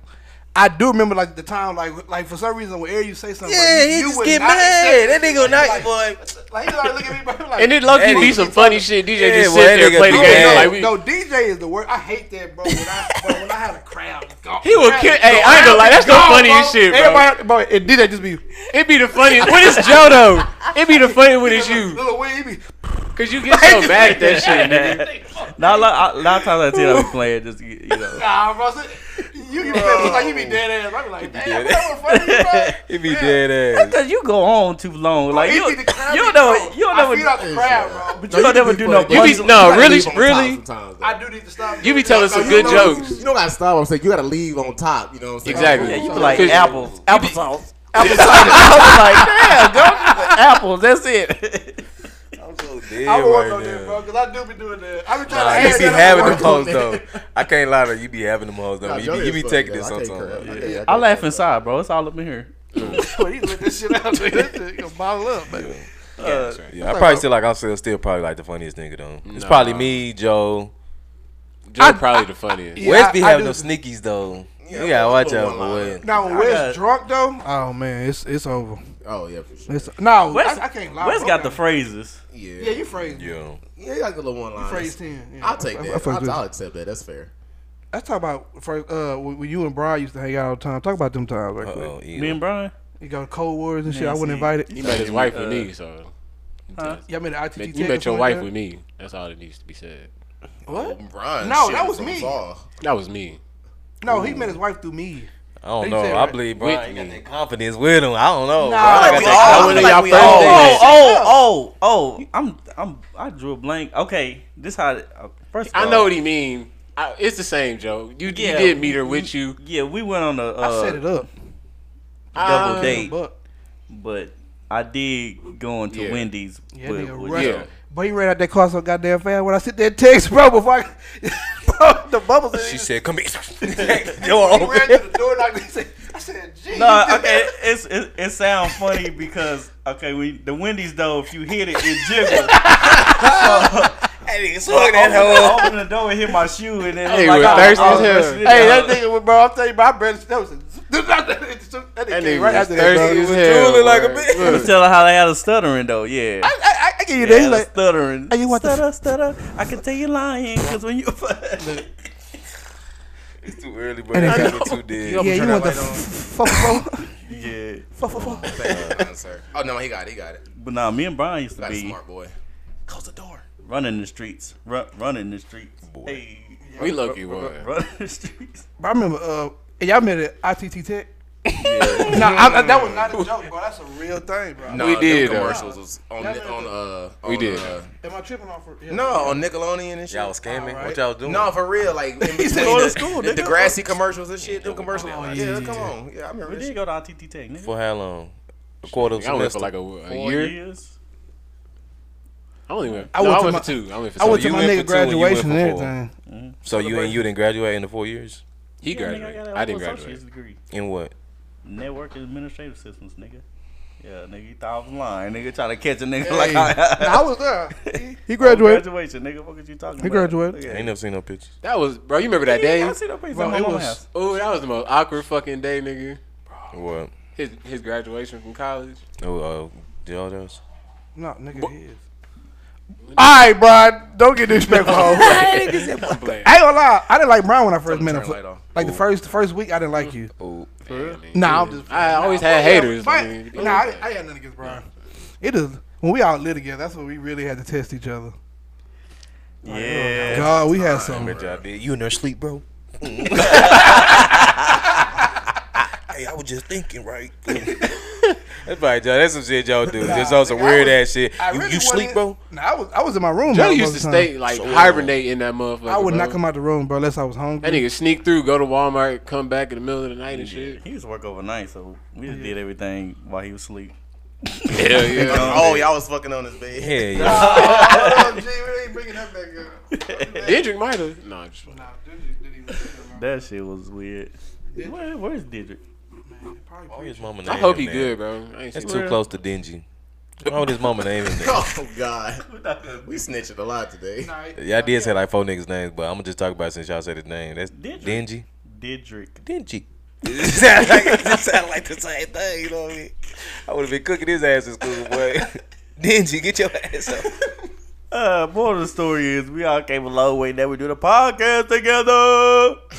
Speaker 5: I do remember like the time like like for some reason whenever you say something
Speaker 7: Yeah,
Speaker 5: like,
Speaker 7: he
Speaker 5: you
Speaker 7: just
Speaker 5: would
Speaker 7: get
Speaker 5: not
Speaker 7: mad. That
Speaker 5: accept it.
Speaker 7: nigga nice
Speaker 5: like,
Speaker 7: boy.
Speaker 5: like he like look at me bro *laughs* like
Speaker 2: And it low key
Speaker 7: That
Speaker 2: be
Speaker 7: is-
Speaker 2: some funny shit. DJ
Speaker 7: Yeah,
Speaker 2: just
Speaker 7: well,
Speaker 2: sit there
Speaker 7: that
Speaker 2: and play the
Speaker 7: nigga
Speaker 2: game.
Speaker 7: bad.
Speaker 2: Like we,
Speaker 5: no DJ is the word I hate that bro when I bro, when I had a
Speaker 2: *laughs*
Speaker 5: crowd go,
Speaker 2: He will kill- hey, I ain't gonna lie, that's the funniest shit, bro.
Speaker 5: Everybody, bro it DJ just be
Speaker 2: It'd be the funniest when it's Joe though. It'd be the funniest when it's
Speaker 5: little,
Speaker 2: you,
Speaker 5: little Wayne he be
Speaker 2: cause you get so mad at that shit,
Speaker 3: *laughs*
Speaker 2: nigga.
Speaker 3: Now a lot, a lot of times I tell I be playing just you know.
Speaker 5: Nah, bro. So, you be look like you be dead ass. I be like, damn, that was funny, bro.
Speaker 7: He be dead ass.
Speaker 3: Cause you go on too long, like
Speaker 5: It
Speaker 3: Oh, *laughs* you,
Speaker 5: be the crowd
Speaker 3: you
Speaker 5: be
Speaker 3: know,
Speaker 5: cold.
Speaker 3: you don't
Speaker 5: I
Speaker 3: never,
Speaker 5: feed out the crowd, bro.
Speaker 3: but you don't ever do *laughs* no.
Speaker 4: You
Speaker 2: You be no, really, really.
Speaker 4: Sometimes, though.
Speaker 5: I do need to stop.
Speaker 2: You be telling
Speaker 5: No,
Speaker 2: some
Speaker 5: you
Speaker 2: good
Speaker 5: know-
Speaker 2: jokes.
Speaker 4: Oh, You don't gotta stop. I'm saying you gotta leave on top. You know what I'm saying?
Speaker 2: Exactly.
Speaker 3: Yeah, you be *laughs*
Speaker 2: Oh,
Speaker 3: like
Speaker 2: cause-
Speaker 3: apples, applesauce, applesauce. I *laughs* was like, damn, go apples. That's it.
Speaker 7: I'm so dead
Speaker 5: I
Speaker 7: right
Speaker 5: want on that,
Speaker 7: now.
Speaker 5: bro, because I do be doing that. I be trying
Speaker 7: Nah,
Speaker 5: to
Speaker 7: you
Speaker 5: add
Speaker 7: be
Speaker 5: that
Speaker 7: having
Speaker 5: up. *laughs*
Speaker 7: them hoes
Speaker 4: on
Speaker 7: though.
Speaker 4: that.
Speaker 7: I can't lie to you. You be having them hoes though.
Speaker 4: Nah,
Speaker 7: You
Speaker 4: Joey
Speaker 7: be, you
Speaker 4: is
Speaker 7: be
Speaker 4: funny,
Speaker 7: taking
Speaker 4: though.
Speaker 7: this
Speaker 4: I
Speaker 7: on
Speaker 4: can't curse.
Speaker 7: something.
Speaker 4: can't-
Speaker 3: *laughs*
Speaker 4: can't
Speaker 3: I
Speaker 4: curse.
Speaker 3: laugh inside, bro. It's all up in here.
Speaker 5: Boy, you let this shit out. man. This shit gonna bottle up, man.
Speaker 3: Uh,
Speaker 7: Yeah, I probably still like I'm still still probably like the funniest nigga though. It's probably
Speaker 2: Nah.
Speaker 7: me, Joe.
Speaker 2: Joe probably the funniest.
Speaker 5: Yeah,
Speaker 7: West be
Speaker 5: I- I
Speaker 7: having
Speaker 5: do-
Speaker 7: them sneakies though.
Speaker 4: Yeah,
Speaker 7: Yeah, watch
Speaker 4: I'm a
Speaker 7: out
Speaker 4: little
Speaker 7: for West.
Speaker 5: Now when
Speaker 3: I
Speaker 5: Wes
Speaker 3: got-
Speaker 5: drunk though, oh man, it's it's over.
Speaker 4: Oh yeah, for sure.
Speaker 5: It's, no,
Speaker 3: Wes,
Speaker 5: I, I can't lie.
Speaker 3: Wes
Speaker 5: bro.
Speaker 3: got the phrases.
Speaker 4: Yeah,
Speaker 5: Yeah, you phrased. Yeah.
Speaker 7: Yeah.
Speaker 4: yeah, you like a little one line.
Speaker 5: Phrase ten. Yeah,
Speaker 4: I'll take
Speaker 5: I- I-
Speaker 4: that.
Speaker 5: I fucks
Speaker 4: I'll,
Speaker 5: with
Speaker 4: I'll
Speaker 5: you.
Speaker 4: accept that. That's fair.
Speaker 5: Let's talk about first, uh, when when you and Brian used to hang out all the time. Talk about them times right quick.
Speaker 7: Uh-oh,
Speaker 3: Me and Brian.
Speaker 5: You got Cold Wars and shit.
Speaker 3: Man,
Speaker 5: I wasn't
Speaker 3: see.
Speaker 2: He
Speaker 5: invited.
Speaker 2: met his wife with me, so.
Speaker 3: Huh?
Speaker 5: Y'all made an ITT
Speaker 2: Met- You met
Speaker 5: tech or
Speaker 2: your
Speaker 5: something
Speaker 2: wife
Speaker 5: like
Speaker 2: with me. That's all that needs to be said.
Speaker 5: that? What?
Speaker 4: Brian,
Speaker 5: No,
Speaker 4: shit,
Speaker 5: that was
Speaker 4: from
Speaker 5: me.
Speaker 4: Far.
Speaker 2: That was me.
Speaker 5: No, he met his wife through me.
Speaker 7: I don't
Speaker 5: He
Speaker 7: know.
Speaker 5: said,
Speaker 7: I
Speaker 5: right?
Speaker 7: believe
Speaker 2: With
Speaker 7: Brian got
Speaker 2: me.
Speaker 7: that confidence with him. I don't
Speaker 5: Nah,
Speaker 7: know. Brian
Speaker 5: I
Speaker 7: got
Speaker 5: feel
Speaker 7: that
Speaker 4: like
Speaker 7: confidence.
Speaker 4: we all- I feel like we
Speaker 3: Oh,
Speaker 4: all-
Speaker 7: Thursdays.
Speaker 3: oh, oh, oh! I'm, I'm, I drew a blank. Okay, this how. uh, First, of
Speaker 2: I
Speaker 3: all-
Speaker 2: know what he mean. I, it's the same, Joe. You,
Speaker 3: Yeah,
Speaker 2: you did meet her
Speaker 3: we-
Speaker 2: with you.
Speaker 3: Yeah, we went on a
Speaker 5: I
Speaker 3: uh,
Speaker 5: set it up.
Speaker 3: double
Speaker 2: Uh,
Speaker 3: date,
Speaker 5: But
Speaker 3: but I did go into
Speaker 2: Yeah.
Speaker 3: Wendy's.
Speaker 5: yeah,
Speaker 3: with-
Speaker 5: nigga,
Speaker 3: with
Speaker 5: right.
Speaker 3: y'all.
Speaker 2: yeah.
Speaker 5: But he ran out that car so goddamn fast. When I sit there and text, bro, before I, *laughs* bro, the bubbles. in
Speaker 7: She
Speaker 5: it. *laughs*
Speaker 7: said, "Come here." *laughs* Door
Speaker 5: He
Speaker 7: open.
Speaker 5: Oh, ran to the door, knocked. me, said- I said, "Gee."
Speaker 3: No,
Speaker 5: *laughs*
Speaker 3: okay, it's it, it sounds funny because okay, we the Wendy's though. If you hit it, it jiggles.
Speaker 7: That nigga swung that
Speaker 3: I
Speaker 7: hoe.
Speaker 3: open the door and hit my shoe, and then
Speaker 2: Hey,
Speaker 3: like, "Ah, oh,
Speaker 2: we're
Speaker 3: I-
Speaker 2: thirsty
Speaker 3: I was
Speaker 2: as hell.
Speaker 3: thirsty
Speaker 5: Hey,
Speaker 3: as
Speaker 5: that nigga, was- bro, I'm telling you, my brother, *laughs* that was a, that
Speaker 2: That
Speaker 5: nigga
Speaker 2: nigga
Speaker 5: came right
Speaker 2: was
Speaker 5: after that,
Speaker 2: thirsty
Speaker 5: bro.
Speaker 2: as
Speaker 7: was
Speaker 2: hell.
Speaker 7: drooling like a
Speaker 2: boy.
Speaker 7: bitch.
Speaker 3: I
Speaker 2: Look.
Speaker 3: was telling how they had a stuttering though. Yeah,
Speaker 5: I, I, I give you
Speaker 3: Yeah,
Speaker 5: that. He
Speaker 3: the
Speaker 5: like,
Speaker 3: stuttering.
Speaker 5: Hey, you want the-
Speaker 3: stutter, stutter? I can tell you lying because when you *laughs*
Speaker 7: It's too early, bro.
Speaker 5: And it
Speaker 7: That
Speaker 5: got-
Speaker 7: nigga too dead.
Speaker 5: yeah, you
Speaker 4: turn
Speaker 5: want the
Speaker 4: that
Speaker 5: f-
Speaker 4: light
Speaker 5: fuck, bro,
Speaker 3: yeah,
Speaker 5: fuck, fuck, fuck.
Speaker 4: Thank you, sir. Oh no, he got it. He got it.
Speaker 3: but nah, me and Brian used to
Speaker 4: Got a
Speaker 3: be
Speaker 4: smart boy. Close the door.
Speaker 3: running the streets, run, running the streets. Hey, *laughs*
Speaker 2: We lucky, boy.
Speaker 3: running the streets.
Speaker 5: Bro, I remember, uh, and y'all met at ITT Tech. *laughs* no, I, I, that was
Speaker 1: *laughs*
Speaker 5: not a joke, bro. That's a real thing, bro.
Speaker 4: No,
Speaker 2: We
Speaker 4: them
Speaker 2: did, though.
Speaker 4: commercials was on
Speaker 5: Y'all
Speaker 4: Ni- on uh
Speaker 2: We
Speaker 4: on,
Speaker 2: did.
Speaker 4: uh,
Speaker 5: Am I tripping off? For, yeah.
Speaker 4: no on Nickelodeon and shit.
Speaker 7: Y'all was scamming.
Speaker 5: Alright.
Speaker 7: What y'all doing?
Speaker 4: No, for real. Like in
Speaker 5: He
Speaker 4: between
Speaker 5: said go to
Speaker 4: the,
Speaker 5: school,
Speaker 4: the,
Speaker 5: nigga.
Speaker 4: grassy commercials and shit. Them commercials.
Speaker 2: Oh,
Speaker 4: yeah,
Speaker 5: yeah,
Speaker 4: come on. Yeah, I remember
Speaker 3: We
Speaker 4: this.
Speaker 3: did
Speaker 4: shit.
Speaker 3: go to RTT Tech. Nigga.
Speaker 7: For how long? A quarter of
Speaker 2: I went for
Speaker 7: semester.
Speaker 2: like a, a
Speaker 3: Four
Speaker 2: year.
Speaker 3: years.
Speaker 2: I only went.
Speaker 5: I
Speaker 2: I went,
Speaker 5: went
Speaker 2: no, I went
Speaker 5: to my-
Speaker 2: for two. I went for.
Speaker 5: I
Speaker 2: two.
Speaker 5: went to
Speaker 7: you
Speaker 5: my
Speaker 7: went
Speaker 5: nigga
Speaker 7: for two and you went
Speaker 5: graduation and
Speaker 7: for four.
Speaker 5: everything.
Speaker 7: so you and you didn't graduate in the four years?
Speaker 2: He
Speaker 3: Yeah, nigga, I
Speaker 2: graduated.
Speaker 3: got a
Speaker 2: I didn't
Speaker 3: whole
Speaker 2: graduate.
Speaker 3: associate's degree.
Speaker 7: In what?
Speaker 3: Network and administrative systems, nigga. Yeah, nigga, you thought I was lying, nigga, trying to catch a nigga
Speaker 5: Hey,
Speaker 3: like
Speaker 5: nah, I was there.
Speaker 2: Oh,
Speaker 5: He, he graduated.
Speaker 3: Graduation, nigga. What are you talking about?
Speaker 5: He graduated.
Speaker 3: Look
Speaker 7: I
Speaker 3: at
Speaker 7: ain't
Speaker 3: it.
Speaker 7: never seen no pictures.
Speaker 2: That was, bro. You remember that day?
Speaker 3: Yeah, I see the pictures
Speaker 5: Bro,
Speaker 3: at my
Speaker 5: it
Speaker 3: mama's
Speaker 5: was-
Speaker 3: house.
Speaker 2: Oh, that was the most awkward fucking day, nigga.
Speaker 7: What?
Speaker 2: His his graduation from
Speaker 5: *laughs*
Speaker 2: college.
Speaker 7: Oh, uh, did all those?
Speaker 5: No, nigga, he is. All right, Brian. Don't
Speaker 2: *laughs*
Speaker 5: get disrespectful. hoe. I ain't
Speaker 2: I'm playing.
Speaker 5: gonna lie. I didn't like Brian when I first met
Speaker 4: turn
Speaker 5: him.
Speaker 4: the light on.
Speaker 5: Like
Speaker 2: oh.
Speaker 5: the first, the first week, I didn't like you.
Speaker 7: Oh,
Speaker 2: I mean,
Speaker 5: Nah, I'm just.
Speaker 2: I always
Speaker 5: nah,
Speaker 2: had
Speaker 5: fuck him.
Speaker 2: haters,
Speaker 5: Fuck-
Speaker 2: I mean,
Speaker 5: Nah, I, I had nothing against Brian. It is when we all lived together. That's when we really had to test each other.
Speaker 3: Yeah.
Speaker 5: God, we had some.
Speaker 7: bet y'all did. You in there
Speaker 5: *laughs*
Speaker 7: sleep, bro? hey, I was just thinking,
Speaker 5: *laughs*
Speaker 7: right? that's probably y'all. That's some shit y'all do. Just on some
Speaker 5: nigga, I
Speaker 7: weird
Speaker 5: was-
Speaker 7: ass shit.
Speaker 5: I
Speaker 7: You,
Speaker 5: really
Speaker 7: you sleep,
Speaker 5: wasn't- *laughs*
Speaker 7: bro?
Speaker 5: Nah, I was. I was in my room.
Speaker 2: Joe
Speaker 5: most
Speaker 2: used to
Speaker 5: of the time.
Speaker 2: stay like
Speaker 7: So, uh,
Speaker 2: hibernate in that motherfucker.
Speaker 5: I would
Speaker 2: bro.
Speaker 5: not come out the room, bro, unless I was hungry.
Speaker 2: That nigga sneak through, go to Walmart, come back in the middle of the night and shit.
Speaker 3: He used to work overnight, so we just did everything while he was asleep.
Speaker 5: *laughs*
Speaker 2: Hell yeah.
Speaker 4: Oh, y'all was fucking on his bed.
Speaker 7: Hell yeah.
Speaker 5: oh, gee, we ain't bringing that *laughs* back up.
Speaker 2: Didrick might have. Nah, I'm just
Speaker 5: Nah, Diddy- Diddy was there, man.
Speaker 3: That shit was weird. Where, where's Didrik?
Speaker 5: Probably
Speaker 7: Why would his mama
Speaker 2: I
Speaker 7: name
Speaker 2: hope
Speaker 7: him
Speaker 2: he
Speaker 7: that?
Speaker 2: good, bro. I ain't
Speaker 7: That's
Speaker 2: seen
Speaker 7: too
Speaker 2: him.
Speaker 7: close to dingy. Why would his mama name *laughs* him that?
Speaker 4: Oh God, we snitching a lot today.
Speaker 5: pretty-
Speaker 7: Y'all did say like four niggas' names, but I'm gonna just talk about it since y'all said his name. That's
Speaker 3: Didrick.
Speaker 7: dingy.
Speaker 3: Didrik.
Speaker 7: Dingy. *laughs* it sound like, it sound like the same thing, you know what I mean? I would have been cooking his ass in school, boy. *laughs* dingy, get your ass up.
Speaker 3: Uh, more of the story is we all came a long way. Now we do the podcast together.
Speaker 7: *laughs*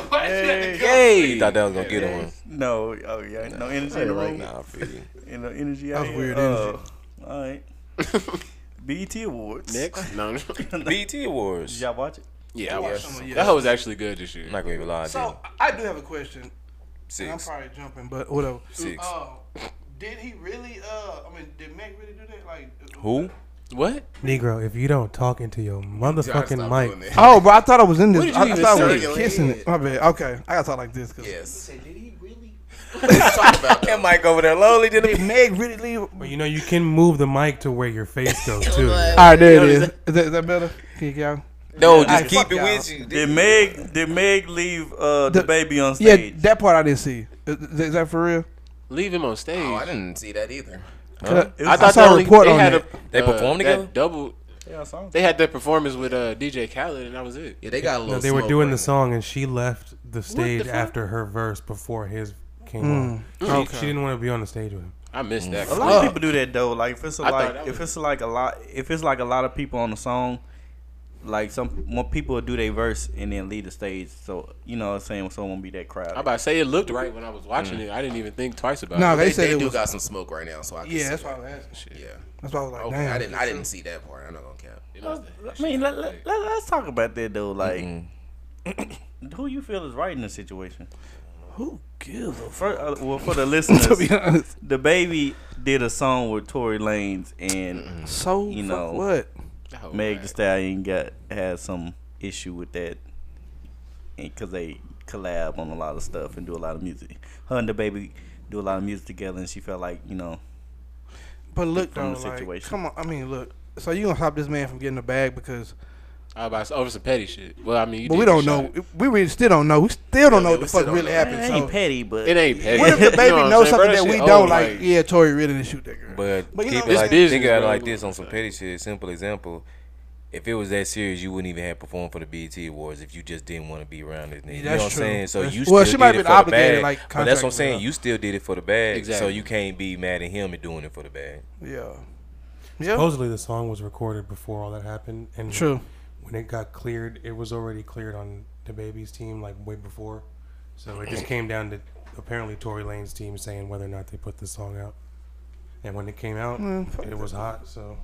Speaker 7: He thought that was gonna get him.
Speaker 3: No, oh yeah, no energy in the room.
Speaker 7: Nah, I feel you. *laughs*
Speaker 3: In the energy
Speaker 5: That
Speaker 3: out
Speaker 5: was
Speaker 3: here.
Speaker 5: weird
Speaker 3: Uh, all *laughs* right. BET
Speaker 2: *laughs*
Speaker 3: Awards.
Speaker 2: Next? No, no.
Speaker 7: BT Awards.
Speaker 3: Did y'all watch it?
Speaker 2: Yeah, I
Speaker 5: watched
Speaker 2: watched
Speaker 5: some of
Speaker 2: some.
Speaker 5: yours.
Speaker 2: That hoe was actually good this year.
Speaker 7: I'm not gonna even lie, I
Speaker 5: So
Speaker 7: didn't.
Speaker 5: I do have a question. And I'm
Speaker 7: Six.
Speaker 5: probably jumping, but whatever.
Speaker 7: Six.
Speaker 5: Uh, did he really? Uh, I mean, did Meg really do that? Like uh,
Speaker 7: Who?
Speaker 2: What?
Speaker 6: Negro, if you don't talk into your motherfucking mic,
Speaker 5: *laughs* Oh, bro, I thought I was in this.
Speaker 2: did you
Speaker 5: I, I
Speaker 2: even
Speaker 5: thought
Speaker 2: say?
Speaker 5: we was kissing it. My bad. Okay, I gotta talk like this. Cause
Speaker 4: Yes.
Speaker 5: Did he really?
Speaker 4: Let's talk about that.
Speaker 7: *laughs* That mic over there lonely did
Speaker 5: Did
Speaker 7: it.
Speaker 5: Meg really leave? All
Speaker 6: but you know you can move the mic to where your face goes too.
Speaker 5: right, there it is. Is that, is that better? Can you go?
Speaker 7: No,
Speaker 5: Alright,
Speaker 7: just keep
Speaker 5: fuck
Speaker 7: it
Speaker 5: y'all.
Speaker 7: with you.
Speaker 3: Did Meg did Meg leave uh the,
Speaker 5: The-
Speaker 3: baby on
Speaker 5: Yeah,
Speaker 3: stage?
Speaker 5: that part I didn't see. Is, is that for real?
Speaker 2: Leave him on stage.
Speaker 4: Oh, I didn't see that either.
Speaker 7: Huh?
Speaker 5: I,
Speaker 3: was-
Speaker 5: I saw a report on that.
Speaker 7: They performed
Speaker 2: uh, that
Speaker 7: together?
Speaker 2: Double.
Speaker 3: yeah, I saw him.
Speaker 2: They had that performance with uh, DJ Khaled, and that was it.
Speaker 4: Yeah, they got a little.
Speaker 6: No, they were
Speaker 4: smoke
Speaker 6: doing
Speaker 4: right
Speaker 6: the
Speaker 4: now.
Speaker 6: song and she left the stage
Speaker 2: fuck?
Speaker 5: Mm.
Speaker 6: after her verse before his came on. She, she didn't want to be on the stage with him.
Speaker 2: I missed that.
Speaker 3: A lot of people do that though. Like if it's a,
Speaker 2: I thought
Speaker 3: like
Speaker 2: that
Speaker 3: if
Speaker 2: was-
Speaker 3: it's like a lot if it's like a lot of people on the song, like some more people will do their verse and then leave the stage. So you know what I'm saying, so it won't be that crowd.
Speaker 2: I'm about to say it looked right when I was watching
Speaker 7: Mm.
Speaker 2: it. I didn't even think twice about
Speaker 5: No,
Speaker 2: it.
Speaker 5: they,
Speaker 4: They,
Speaker 5: said
Speaker 4: they
Speaker 5: it
Speaker 4: do
Speaker 5: was.
Speaker 4: got some smoke right now, so I can see
Speaker 5: yeah, that's
Speaker 4: that.
Speaker 5: why I was asking.
Speaker 4: Yeah.
Speaker 5: That's why I was like,
Speaker 4: Okay,
Speaker 5: damn.
Speaker 4: I didn't. I didn't see that part. I'm not gonna count.
Speaker 3: I mean, let, let, let, us talk about that though. Like, *coughs* who you feel is right in this situation?
Speaker 5: Who gives a
Speaker 3: For, uh, well, for the *laughs*
Speaker 5: *laughs* to be
Speaker 3: listeners,
Speaker 5: honest,
Speaker 3: the baby did a song with Tory Lanez and
Speaker 5: so
Speaker 3: You
Speaker 5: you
Speaker 3: know.
Speaker 5: know what?
Speaker 2: Oh,
Speaker 3: Meg
Speaker 2: man.
Speaker 3: The Stallion got had some issue with that, because they collab on a lot of stuff and do a lot of music. Her and the baby do a lot of music together, and she felt like you know,
Speaker 5: But look,
Speaker 3: From
Speaker 5: though,
Speaker 3: the
Speaker 5: like,
Speaker 3: situation.
Speaker 5: come on. I mean, look. So you gonna stop this man from getting a bag because,
Speaker 2: I was about to say, over some petty shit. Well, I mean, you
Speaker 5: but
Speaker 2: did
Speaker 5: we don't
Speaker 2: get
Speaker 5: know.
Speaker 2: shot.
Speaker 5: We really still don't know. We still
Speaker 4: Yeah,
Speaker 5: don't know what
Speaker 4: we
Speaker 5: the
Speaker 4: still
Speaker 5: fuck
Speaker 4: don't
Speaker 5: really
Speaker 4: know.
Speaker 5: happened.
Speaker 3: it
Speaker 5: So
Speaker 3: ain't petty, but
Speaker 2: It ain't petty.
Speaker 5: what
Speaker 2: *laughs*
Speaker 5: if
Speaker 2: You
Speaker 5: the baby
Speaker 2: what I'm
Speaker 5: knows
Speaker 2: saying? Bro,
Speaker 5: something that
Speaker 2: shit oh
Speaker 5: we
Speaker 2: old,
Speaker 5: don't? Like, yeah, Tory really didn't shoot that girl.
Speaker 7: But,
Speaker 5: But you
Speaker 7: keep
Speaker 5: know
Speaker 7: it
Speaker 5: what
Speaker 7: like,
Speaker 5: I'm saying?
Speaker 7: think about it like
Speaker 2: business,
Speaker 7: this on some petty shit. Simple example. If it was that serious, you wouldn't even have performed for the BET Awards if you just didn't want to be around this nigga. you know
Speaker 5: that's
Speaker 7: what I'm saying?
Speaker 5: true.
Speaker 7: So
Speaker 5: That's-
Speaker 7: you
Speaker 5: well,
Speaker 7: still
Speaker 5: she might have been
Speaker 7: did it for the
Speaker 5: obligated,
Speaker 7: bag.
Speaker 5: like,
Speaker 7: but that's what I'm
Speaker 5: contractually,
Speaker 7: saying.
Speaker 5: yeah.
Speaker 7: You still did it for the bag. So
Speaker 2: Exactly.
Speaker 7: you can't be mad at him and doing it for the bag.
Speaker 5: Yeah. Yeah.
Speaker 6: Supposedly the song was recorded before all that happened, and
Speaker 5: True.
Speaker 6: when it got cleared, it was already cleared on the baby's team like way before. So it just came down to apparently Tory Lane's team saying whether or not they put this song out. And when it came out,
Speaker 5: Mm, fuck
Speaker 6: it was hot. So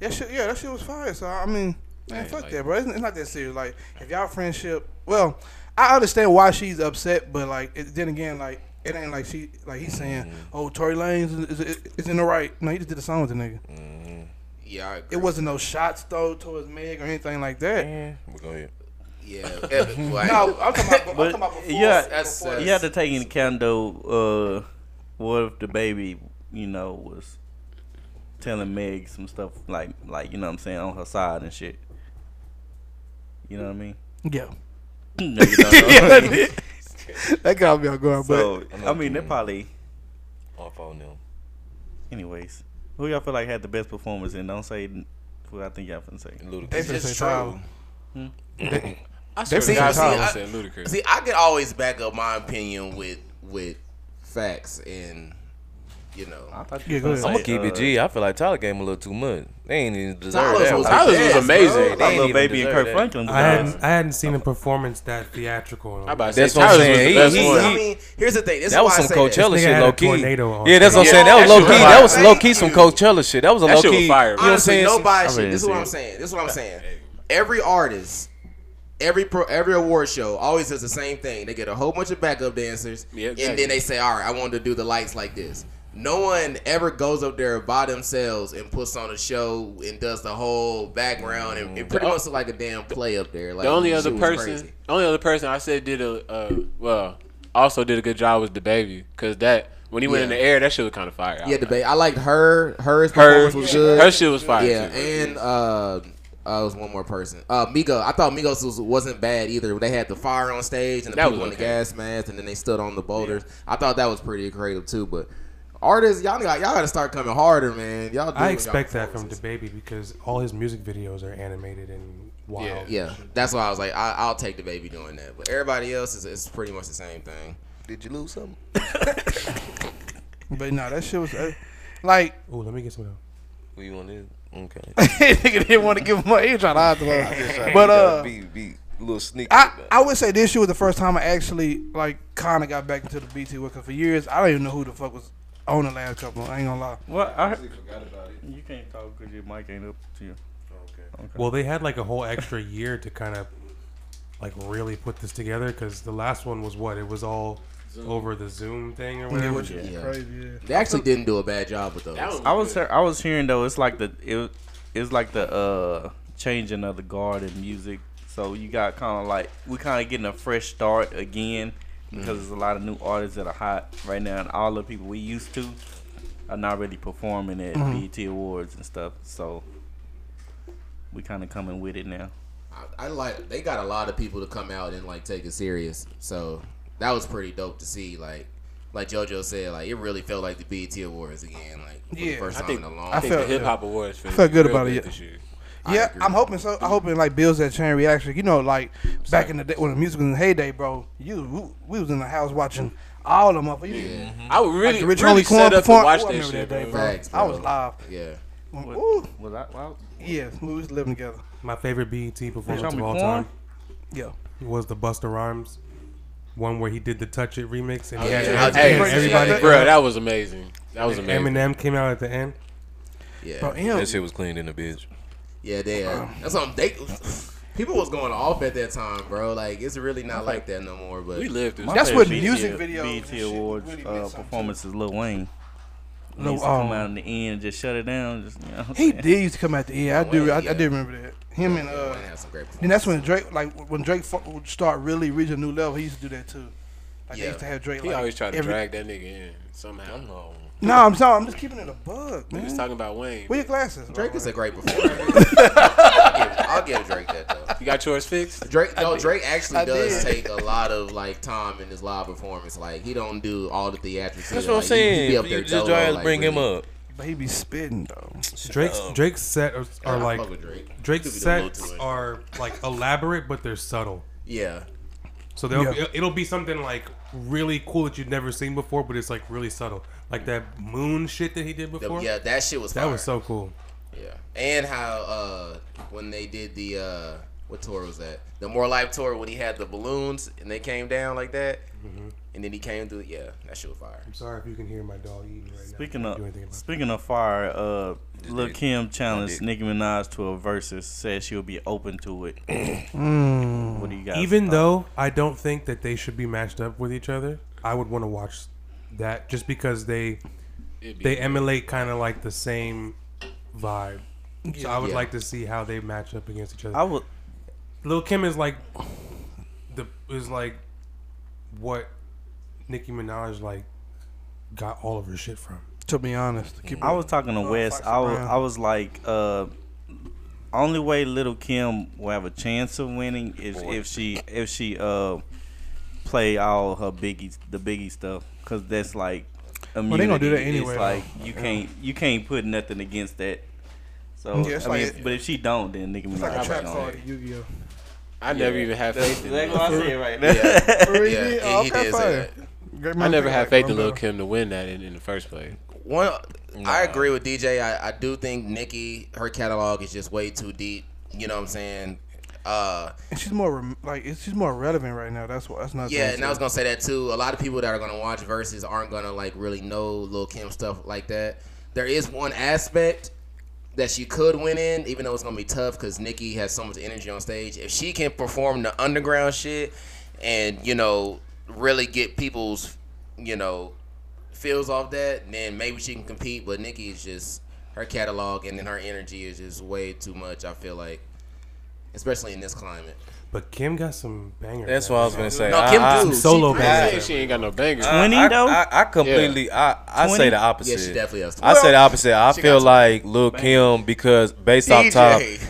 Speaker 5: That shit, yeah, that shit was fire. So I mean, man, fuck that, bro. It's, it's not that serious. Like, if y'all friendship, well, I understand why she's upset, but like, it, then again, like, it ain't like she, like he's saying, oh, Tory Lanez is, is, is in the right. No, he just did a song with the nigga.
Speaker 4: Yeah, I agree.
Speaker 5: It wasn't no shots though towards Meg or anything like that.
Speaker 7: We're going
Speaker 5: *laughs*
Speaker 4: Yeah, *laughs* yeah, but- well, I-
Speaker 5: No, I'm talking *laughs* about, I'm
Speaker 3: But,
Speaker 5: talking about before.
Speaker 3: yeah,
Speaker 4: that's-
Speaker 5: before
Speaker 4: that's-
Speaker 5: that.
Speaker 3: you have to take into account though. Uh, what if the baby, you know, was telling Meg some stuff like, like you know, what I'm saying on her side and shit. You know what I mean?
Speaker 5: yeah. *laughs*
Speaker 3: No, you *laughs*
Speaker 6: *laughs*
Speaker 3: don't know.
Speaker 5: That got me all going,
Speaker 3: so
Speaker 7: I know
Speaker 3: I
Speaker 7: what you
Speaker 3: mean, they
Speaker 7: mean.
Speaker 3: probably.
Speaker 7: off on them.
Speaker 3: Anyways, who y'all feel like had the best performance? And don't say who I think y'all finna say.
Speaker 5: but
Speaker 7: Ludacris.
Speaker 4: It's
Speaker 5: they
Speaker 4: just
Speaker 5: just trial.
Speaker 2: I swear
Speaker 5: seen
Speaker 2: to God,
Speaker 5: the
Speaker 2: someone
Speaker 4: top.
Speaker 2: said ludicrous.
Speaker 4: See, I can always back up my opinion with with facts and you know.
Speaker 3: thought
Speaker 5: Yeah, go
Speaker 3: finna
Speaker 5: ahead.
Speaker 7: I'm
Speaker 3: say,
Speaker 7: gonna keep it
Speaker 3: uh,
Speaker 7: G. I feel like Tyler gave him a little too much. They ain't even deserve
Speaker 4: Tyler's
Speaker 7: that.
Speaker 4: was-
Speaker 7: one.
Speaker 2: Tyler's
Speaker 4: Yes,
Speaker 2: was amazing.
Speaker 4: bro.
Speaker 7: They ain't
Speaker 3: Little
Speaker 7: even
Speaker 3: Baby and
Speaker 7: deserve
Speaker 3: Kurt
Speaker 7: that.
Speaker 3: Franklin.
Speaker 6: I hadn't I hadn't seen a performance that theatrical.
Speaker 2: I'm about to say
Speaker 7: That's
Speaker 2: That's
Speaker 7: what I'm
Speaker 2: Tyler's
Speaker 7: saying. He-
Speaker 2: was the
Speaker 7: he-
Speaker 2: best
Speaker 4: I
Speaker 2: one.
Speaker 4: mean, here's the thing. This
Speaker 7: That
Speaker 4: is
Speaker 7: was
Speaker 4: why
Speaker 7: some
Speaker 4: I say that.
Speaker 7: Coachella
Speaker 6: This nigga
Speaker 7: shit,
Speaker 6: had a
Speaker 7: low key.
Speaker 6: tornado on.
Speaker 7: Yeah, that's what I'm
Speaker 4: Yeah,
Speaker 7: saying. That was
Speaker 4: that
Speaker 7: low
Speaker 4: shit
Speaker 7: key.
Speaker 4: was
Speaker 7: That was
Speaker 4: fire.
Speaker 7: low key. Some
Speaker 4: Thank you.
Speaker 7: Coachella shit. That was a
Speaker 2: That
Speaker 7: low
Speaker 2: shit was
Speaker 7: key.
Speaker 2: fire,
Speaker 7: You know
Speaker 2: bro.
Speaker 7: what I'm
Speaker 4: Honestly,
Speaker 7: saying?
Speaker 4: no bias
Speaker 3: I
Speaker 4: shit. This is
Speaker 3: really
Speaker 4: what I'm
Speaker 3: see
Speaker 4: saying. This is what I'm saying. Every artist, every pro, every award show always does the same thing. They get a whole bunch of backup dancers,
Speaker 2: Yeah,
Speaker 4: and
Speaker 2: exactly.
Speaker 4: then they say, "All right, I want to do the lights like this." No one ever goes up there by themselves and puts on a show and does the whole background and it pretty much look like a damn play up there. Like
Speaker 2: The only
Speaker 4: shit
Speaker 2: other
Speaker 4: was
Speaker 2: person,
Speaker 4: crazy.
Speaker 2: the only other person I said did a uh, well, also did a good job was the baby because that when he went in
Speaker 4: Yeah.
Speaker 2: the air, that shit was kind of fire.
Speaker 4: Yeah, the ba- I liked her. Hers
Speaker 2: Her,
Speaker 4: performance was good.
Speaker 2: her shit was fire.
Speaker 4: Yeah,
Speaker 2: too.
Speaker 4: and uh, uh, it was one more person. Uh, Migo. I thought Migos was, wasn't bad either. They had the fire on stage and the
Speaker 2: That
Speaker 4: people
Speaker 2: was
Speaker 4: on the
Speaker 2: okay.
Speaker 4: gas mask, and then they stood on the boulders. I thought that was pretty creative too. But artists, y'all got y'all got to start coming harder, man. Y'all. do
Speaker 6: I
Speaker 4: y'all
Speaker 6: expect that from the
Speaker 4: performances.
Speaker 6: baby because all his music videos are animated and wild.
Speaker 2: Yeah.
Speaker 4: Yeah, that's why I was like, I, I'll take the baby doing that. But everybody else is it's pretty much the same thing.
Speaker 7: Did you lose something?
Speaker 5: But no, that shit was uh, like *laughs*
Speaker 6: Ooh, let me get some. of them.
Speaker 7: Who you want to? Okay.
Speaker 5: nigga didn't want to give him money. He was trying to *laughs* hide the money. But uh,
Speaker 7: be, be a little sneaky.
Speaker 5: I,
Speaker 7: about it.
Speaker 5: I would say this year was the first time I actually like kind of got back into the BT work. 'cause for years I don't even know who the fuck was on the last couple. I ain't gonna lie.
Speaker 3: Well, I heard, you can't talk because your mic ain't up to you.
Speaker 6: Well, they had like a whole extra year to kind of like really put this together because the last one was what it was all over the Zoom thing or
Speaker 5: Yeah,
Speaker 6: whatever.
Speaker 5: which is
Speaker 4: Yeah.
Speaker 5: crazy. Yeah.
Speaker 4: They actually didn't do a bad job with those.
Speaker 2: That was-
Speaker 3: I was hear- I was hearing though it's like the it it's like the uh changing of the guard in music. So you got kind of like we kind of getting a fresh start again because there's a lot of new artists that are hot right now, and all the people we used to are not really performing at
Speaker 5: Mm-hmm.
Speaker 3: BET Awards and stuff. So we kind of coming with it now.
Speaker 4: I, I like they got a lot of people to come out and like take it serious. So that was pretty dope to see. Like like JoJo said, like it really felt like the BET Awards again. Like for the
Speaker 5: Yeah,
Speaker 4: first
Speaker 2: I
Speaker 4: time
Speaker 2: think-
Speaker 4: in a long
Speaker 2: I
Speaker 5: I
Speaker 2: think
Speaker 5: felt-
Speaker 2: the hip hop awards. I
Speaker 5: felt good about it, yeah.
Speaker 2: This year.
Speaker 5: Yeah,
Speaker 4: agree.
Speaker 5: I'm hoping so. I'm hoping like Bill's that chain reaction. You know, like back in the day when the music was in the heyday, bro. You we- we was in the house watching all of them up. You-
Speaker 2: I would really,
Speaker 5: Like Rich
Speaker 2: really
Speaker 5: Homie Quan
Speaker 2: set up to
Speaker 5: perform-
Speaker 2: watch
Speaker 5: Ooh,
Speaker 2: that
Speaker 5: I remember
Speaker 2: shit,
Speaker 5: that day,
Speaker 2: bro.
Speaker 5: bro.
Speaker 4: Facts,
Speaker 5: I was
Speaker 4: bro.
Speaker 5: live.
Speaker 4: Yeah.
Speaker 5: Ooh,
Speaker 3: Was I? Well,
Speaker 5: yeah, we was living together.
Speaker 6: My favorite BET performance
Speaker 3: Homie
Speaker 6: of all
Speaker 3: Quan?
Speaker 6: time
Speaker 5: Yeah.
Speaker 6: was the Buster Rhymes one where he did the Touch It remix and he had
Speaker 4: Oh, yeah.
Speaker 2: Hey,
Speaker 6: everybody- everybody.
Speaker 2: Bro, that was amazing. That was amazing.
Speaker 6: Eminem came out at the end.
Speaker 4: Yeah.
Speaker 5: Bro, Um, M,
Speaker 7: That shit was cleaned in the bitch.
Speaker 4: Yeah, they. Uh, that's something they. People was going off at that time, bro. Like it's really not like that no more. But
Speaker 2: we lived this.
Speaker 5: That's
Speaker 2: shit.
Speaker 5: what music videos and
Speaker 3: BT
Speaker 5: shit
Speaker 3: E Awards
Speaker 5: really meant
Speaker 3: uh,
Speaker 5: something.
Speaker 3: performance is Lil Wayne. He
Speaker 5: Lil-
Speaker 3: used to come
Speaker 5: oh.
Speaker 3: out in the end, and just shut it down. Just, you know what I'm
Speaker 5: he
Speaker 3: saying?
Speaker 5: did used to come out the end. I do.
Speaker 4: way,
Speaker 5: I,
Speaker 4: yeah.
Speaker 5: I do remember that. Him and uh,
Speaker 4: Wayne had some great.
Speaker 5: then that's when Drake, like when Drake fu- would start really reaching a new level. He used to do that too. Like
Speaker 4: Yeah.
Speaker 5: they used to have Drake.
Speaker 2: He
Speaker 5: like,
Speaker 2: always tried to
Speaker 5: every-
Speaker 2: drag that nigga in somehow.
Speaker 5: No, I'm sorry. I'm just keeping it a bug,
Speaker 2: He was
Speaker 5: man.
Speaker 2: talking about Wayne.
Speaker 5: Where your glasses?
Speaker 4: Drake
Speaker 5: bro?
Speaker 4: is a great performer. *laughs* I'll, give, I'll give Drake that though.
Speaker 2: You got yours fixed?
Speaker 4: Drake, no, Drake actually
Speaker 5: I
Speaker 4: does
Speaker 5: did.
Speaker 4: take a lot of like time in his live performance. Like he don't do all the theatrics.
Speaker 7: That's
Speaker 4: either.
Speaker 7: what I'm
Speaker 4: Like, he- he
Speaker 7: saying.
Speaker 4: be
Speaker 7: You
Speaker 4: up there
Speaker 7: just
Speaker 4: dolo,
Speaker 7: try to
Speaker 4: like,
Speaker 7: bring him
Speaker 4: really.
Speaker 7: up.
Speaker 5: But he be spitting though.
Speaker 6: Drake's Drake's set are, are
Speaker 4: I
Speaker 6: like
Speaker 4: fuck with Drake.
Speaker 6: Drake's
Speaker 4: Could be the little
Speaker 6: sets
Speaker 4: too much.
Speaker 6: are like elaborate, but they're subtle.
Speaker 4: Yeah,
Speaker 6: So they'll
Speaker 5: Yeah.
Speaker 6: it'll be something like really cool that you've never seen before, but it's like really subtle, like that moon shit that he did
Speaker 4: The-
Speaker 6: before.
Speaker 4: yeah, that shit was.
Speaker 6: that
Speaker 4: fire.
Speaker 6: was so cool.
Speaker 4: Yeah, and how uh when they did the uh what tour was that? The More Life tour when he had the balloons and they came down like that,
Speaker 6: Mm-hmm.
Speaker 4: and then he came through. Yeah, that shit was fire.
Speaker 6: I'm sorry if you can hear my dog eating right
Speaker 3: Speaking
Speaker 6: now. I can't do
Speaker 3: of
Speaker 6: anything about
Speaker 3: speaking of fire, uh, Lil
Speaker 7: dick.
Speaker 3: Kim challenged
Speaker 7: dick.
Speaker 3: Nicki Minaj to a versus. Said she'll be open to
Speaker 5: *clears throat*
Speaker 3: it. What do you guys?
Speaker 6: it. Even
Speaker 3: thought?
Speaker 6: though I don't think that they should be matched up with each other, I would want to watch that just because they
Speaker 2: It'd be-
Speaker 6: they emulate kind of like the same vibe. So I would
Speaker 4: Yeah.
Speaker 6: like to see how they match up against each other.
Speaker 3: I would,
Speaker 6: Lil Kim is like the is like what Nicki Minaj like got all of her shit from.
Speaker 5: To be honest, keep
Speaker 3: I was talking to Wes.
Speaker 5: Oh, Foxy
Speaker 3: I was,
Speaker 5: Brown.
Speaker 3: I was like, uh, only way Little Kim will have a chance of winning is if she if she uh play all her biggie the biggie stuff because that's like immunity.
Speaker 5: they gonna do that
Speaker 3: It's
Speaker 5: anyway,
Speaker 3: like
Speaker 5: though.
Speaker 3: you can't you can't put nothing against that. So
Speaker 5: Yeah, it's
Speaker 3: I mean,
Speaker 5: like-
Speaker 3: but if she don't, then Nicki
Speaker 5: It's like
Speaker 3: Minaj
Speaker 5: a
Speaker 3: is
Speaker 5: trap
Speaker 3: gonna.
Speaker 5: card at *laughs* Yu-Gi-Oh.
Speaker 2: I never even had faith in
Speaker 3: That's
Speaker 2: Lil
Speaker 3: what I
Speaker 2: Kim.
Speaker 3: said right now.
Speaker 4: Yeah,
Speaker 5: Really?
Speaker 4: yeah, he- he did say that.
Speaker 5: Oh, Great
Speaker 2: I
Speaker 5: mind
Speaker 2: never
Speaker 5: pick,
Speaker 2: had
Speaker 5: like,
Speaker 2: faith in
Speaker 5: bro.
Speaker 2: Lil Kim to win that in, in the first place.
Speaker 4: One, I agree with DJ. I, I do think Nicki her catalog is just way too deep. You know what I'm saying? Uh,
Speaker 5: And she's more rem- like it's- she's more relevant right now. That's what. That's not.
Speaker 4: Yeah, and I was gonna say that too. A lot of people that are gonna watch verses aren't gonna like really know Lil Kim stuff like that. There is one aspect that she could win in, even though it's gonna be tough because Nikki has so much energy on stage. If she can perform the underground shit and you know really get people's you know feels off that, then maybe she can compete. But Nikki is just her catalog and then her energy is just way too much. I feel like, especially in this climate.
Speaker 6: But Kim got some bangers.
Speaker 7: That's
Speaker 6: man.
Speaker 7: what I was gonna say.
Speaker 4: No,
Speaker 7: I-
Speaker 4: Kim
Speaker 7: I-
Speaker 4: do.
Speaker 6: Solo
Speaker 2: I
Speaker 6: bangers.
Speaker 2: said she ain't got no banger.
Speaker 3: Uh, 20
Speaker 7: I,
Speaker 3: though?
Speaker 7: I, I completely, I, I
Speaker 3: 20?
Speaker 7: say the opposite.
Speaker 4: Yeah, she definitely has.
Speaker 7: I say the opposite. I
Speaker 4: she
Speaker 7: feel
Speaker 4: got
Speaker 7: like Lil Kim because based off top
Speaker 4: DJ.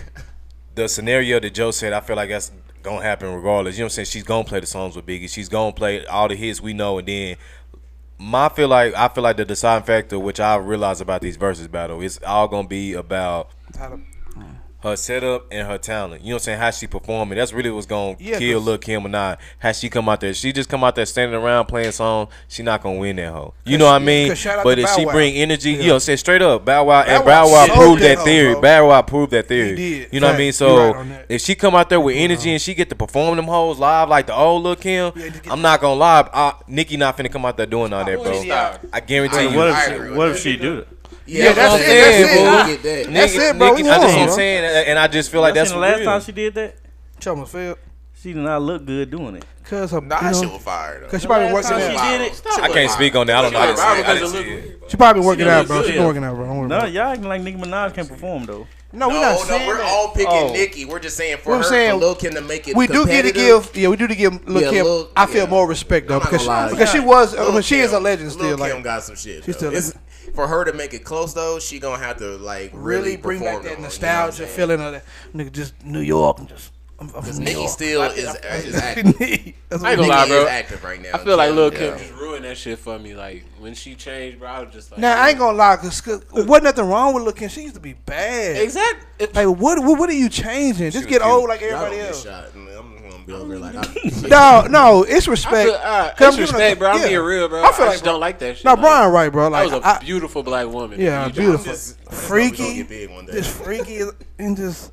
Speaker 7: the scenario that Joe said, I feel like that's gonna happen regardless. You know what I'm saying? She's gonna play the songs with Biggie. She's gonna play all the hits we know, and then my feel like I feel like the deciding factor, which I realize about these verses battle, it's all gonna be about her setup and her talent. You know what I'm saying? How she performing. That's really what's gonna
Speaker 5: Yeah,
Speaker 7: kill
Speaker 5: 'cause-
Speaker 7: Lil Kim or not. How she come out there. She just come out there standing around playing song. She not gonna win that hoe. You know what I mean?
Speaker 5: 'cause shout out
Speaker 7: But
Speaker 5: to
Speaker 7: if
Speaker 5: Bow
Speaker 7: she
Speaker 5: Wow.
Speaker 7: bring energy, you know, say straight up, Bow Wow and
Speaker 5: Bow Wow
Speaker 7: Bow Wow
Speaker 5: showed
Speaker 7: proved
Speaker 5: that
Speaker 7: that
Speaker 5: hoe,
Speaker 7: theory.
Speaker 5: bro.
Speaker 7: Bow Wow proved that theory.
Speaker 5: did.
Speaker 7: You know what I
Speaker 5: Fact.
Speaker 7: mean?
Speaker 5: You
Speaker 7: So
Speaker 5: right on that.
Speaker 7: if she come out there with energy and she get to perform them hoes live like the old Lil Kim,
Speaker 5: Yeah, just get-
Speaker 7: I'm not gonna lie, I, Nicki not finna come out there doing all that, bro.
Speaker 2: Star.
Speaker 7: I guarantee
Speaker 4: I-
Speaker 7: you.
Speaker 3: What
Speaker 4: I
Speaker 3: if
Speaker 4: agree
Speaker 3: she,
Speaker 4: with
Speaker 3: what
Speaker 4: that.
Speaker 3: if she do that?
Speaker 4: Yeah,
Speaker 5: Yeah,
Speaker 4: that's,
Speaker 5: that's
Speaker 4: it.
Speaker 7: it,
Speaker 4: That's it.
Speaker 7: bro.
Speaker 4: We get that.
Speaker 5: That's
Speaker 7: Nicki-
Speaker 5: it, bro.
Speaker 7: Nicki-
Speaker 5: We
Speaker 7: I just
Speaker 5: won,
Speaker 7: what I'm
Speaker 5: bro.
Speaker 7: saying, and and I just feel like
Speaker 3: That's
Speaker 7: that's
Speaker 3: the
Speaker 7: what
Speaker 3: last
Speaker 7: real.
Speaker 3: time she did that.
Speaker 5: Chalmers failed
Speaker 3: She did not look good doing it.
Speaker 5: because her.
Speaker 4: Nah,
Speaker 5: you know,
Speaker 4: she was fired.
Speaker 5: Cause she probably working
Speaker 3: time
Speaker 5: out.
Speaker 3: she did it.
Speaker 7: I can't speak on that. I don't know. I didn't see it. I didn't
Speaker 2: Because it
Speaker 7: see
Speaker 2: look-
Speaker 7: it.
Speaker 5: She probably been working
Speaker 3: did
Speaker 5: out,
Speaker 3: it
Speaker 5: bro. She
Speaker 3: good.
Speaker 5: been working out, bro. Don't worry
Speaker 3: No,
Speaker 5: about it.
Speaker 3: y'all acting like Nicki Minaj can perform though.
Speaker 5: No, we're
Speaker 4: No,
Speaker 5: not
Speaker 4: no,
Speaker 5: saying
Speaker 4: we're
Speaker 5: that.
Speaker 4: all picking
Speaker 3: Oh.
Speaker 4: Nikki. We're just saying for
Speaker 5: We're
Speaker 4: her,
Speaker 5: saying
Speaker 4: for Lil Kim to make it.
Speaker 5: we do get to
Speaker 4: competitive,
Speaker 5: give, yeah, we do to give Lil
Speaker 4: Yeah,
Speaker 5: Kim
Speaker 4: Lil-
Speaker 5: I feel
Speaker 4: yeah.
Speaker 5: more respect though
Speaker 4: I'm not
Speaker 5: because she,
Speaker 4: gonna lie.
Speaker 5: because she was,
Speaker 4: Lil'
Speaker 5: uh, she is a
Speaker 4: Kim-
Speaker 5: legend
Speaker 4: Lil'
Speaker 5: still. Like
Speaker 4: Kim got some shit.
Speaker 5: She's
Speaker 4: though.
Speaker 5: still-
Speaker 4: It's- for her to make it close though, she gonna have to like really,
Speaker 5: really bring
Speaker 4: perform
Speaker 5: back
Speaker 4: though, you
Speaker 5: that
Speaker 4: know
Speaker 5: nostalgia
Speaker 4: what I'm saying?
Speaker 5: feeling of that nigga just New York and just I'm, I'm from New
Speaker 4: Nikki
Speaker 5: *laughs* York.
Speaker 4: still is, is active.
Speaker 5: That's
Speaker 2: I ain't
Speaker 5: what-
Speaker 2: gonna lie,
Speaker 4: Nikki is
Speaker 2: bro.
Speaker 4: active right now.
Speaker 2: I feel like Lil Kim
Speaker 4: Yeah.
Speaker 2: just ruined that shit for me. Like when she changed, bro, I was just like,
Speaker 5: now I ain't gonna lie, cause, 'cause wasn't nothing wrong with looking. She used to be bad.
Speaker 2: exactly.
Speaker 5: Like what? What, what are you changing? Just get
Speaker 7: was cute.
Speaker 5: old Oh, like
Speaker 4: Y'all don't
Speaker 5: everybody
Speaker 4: get
Speaker 5: else. Oh,
Speaker 4: shot. I'm- I'm- gonna be over here like, I'm,
Speaker 5: No, no, it's
Speaker 2: I
Speaker 5: respect.
Speaker 2: feel, uh,
Speaker 5: 'Cause
Speaker 2: it's
Speaker 5: I'm giving
Speaker 2: respect,
Speaker 5: a-
Speaker 2: bro. I'm
Speaker 5: yeah.
Speaker 2: being real, bro.
Speaker 5: I
Speaker 2: I,
Speaker 5: feel like
Speaker 2: just don't like that shit.
Speaker 5: No,
Speaker 2: like,
Speaker 5: Brian, right, bro. Like,
Speaker 2: that was a
Speaker 5: I-
Speaker 2: beautiful black woman.
Speaker 5: yeah,
Speaker 2: You just-
Speaker 5: beautiful,
Speaker 4: gonna
Speaker 5: freaky,
Speaker 4: get big one day.
Speaker 5: just freaky, and just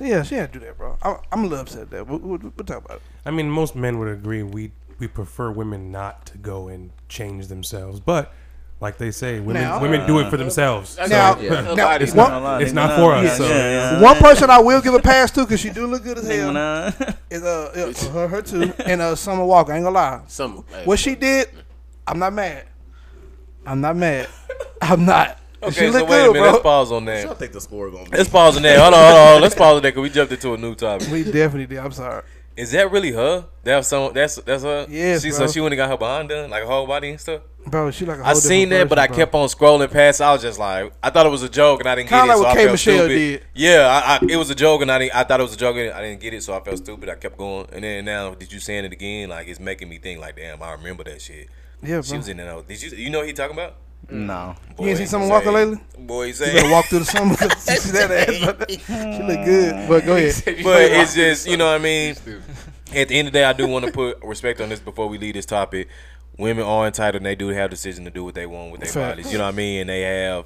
Speaker 5: yeah, she had to do that, bro. I, I'm a little upset at that. We'll, we'll, we'll talk about it.
Speaker 6: I mean, most men would agree we we prefer women not to go and change themselves, but like they say, women
Speaker 5: Now- uh,
Speaker 6: women do it for themselves.
Speaker 2: That's
Speaker 5: Now-
Speaker 2: what-
Speaker 4: yeah.
Speaker 5: Now,
Speaker 2: Nobody's-
Speaker 5: it's one-
Speaker 3: Not a lot.
Speaker 6: It's not for us, so-
Speaker 5: One person I will give a pass to because she do look good as
Speaker 3: Nigga,
Speaker 5: hell
Speaker 3: nah.
Speaker 5: is uh yeah, for her, her too, and uh Summer Walker. I ain't gonna lie.
Speaker 2: Some.
Speaker 5: What she did, I'm not mad. I'm not mad. I'm not. she
Speaker 7: Okay, so
Speaker 5: look
Speaker 7: wait a
Speaker 5: good,
Speaker 7: minute. Let's
Speaker 5: bro.
Speaker 7: pause on
Speaker 4: I
Speaker 7: that.
Speaker 4: don't think the score gonna be.
Speaker 7: Let's pause on that. Hold on, hold on. hold on. Let's pause on that because we jumped into a new topic.
Speaker 5: We definitely did. I'm sorry.
Speaker 7: Is that really her? That's some. That's that's her.
Speaker 5: Yes,
Speaker 7: She
Speaker 5: bro.
Speaker 7: so she went and got her behind done, like her whole body and stuff.
Speaker 5: Bro, she like a
Speaker 7: I
Speaker 5: whole
Speaker 7: seen that,
Speaker 5: different
Speaker 7: but
Speaker 5: person,
Speaker 7: I
Speaker 5: bro.
Speaker 7: kept on scrolling past. I was just like, I thought it was a joke, and I didn't
Speaker 5: Kinda
Speaker 7: get it.
Speaker 5: like what
Speaker 7: so I
Speaker 5: K.
Speaker 7: felt
Speaker 5: Michelle
Speaker 7: stupid.
Speaker 5: did.
Speaker 7: Yeah, I, I, it was a joke, and I didn't. I thought it was a joke, and I didn't get it, so I felt stupid. I kept going, and then now, did you saying it again? Like it's making me think. Like damn, I remember that shit.
Speaker 5: Yeah,
Speaker 7: She
Speaker 5: bro.
Speaker 7: was in there. Did you you know what he talking about?
Speaker 3: No.
Speaker 5: You ain't
Speaker 7: Boy,
Speaker 5: seen someone
Speaker 7: he's
Speaker 5: walking
Speaker 7: a-
Speaker 5: lately?
Speaker 7: Boy, he's
Speaker 5: You
Speaker 7: a-
Speaker 5: better walk through the summer. *laughs* she
Speaker 7: *laughs*
Speaker 5: that ass. she look good. But go ahead.
Speaker 7: but it's just you know what I mean. At the end of the day, I do want to put respect on this before we leave this topic. Women are entitled; and they do have decision to do what they want with their
Speaker 5: Facts.
Speaker 7: bodies. You know what I mean? And they have,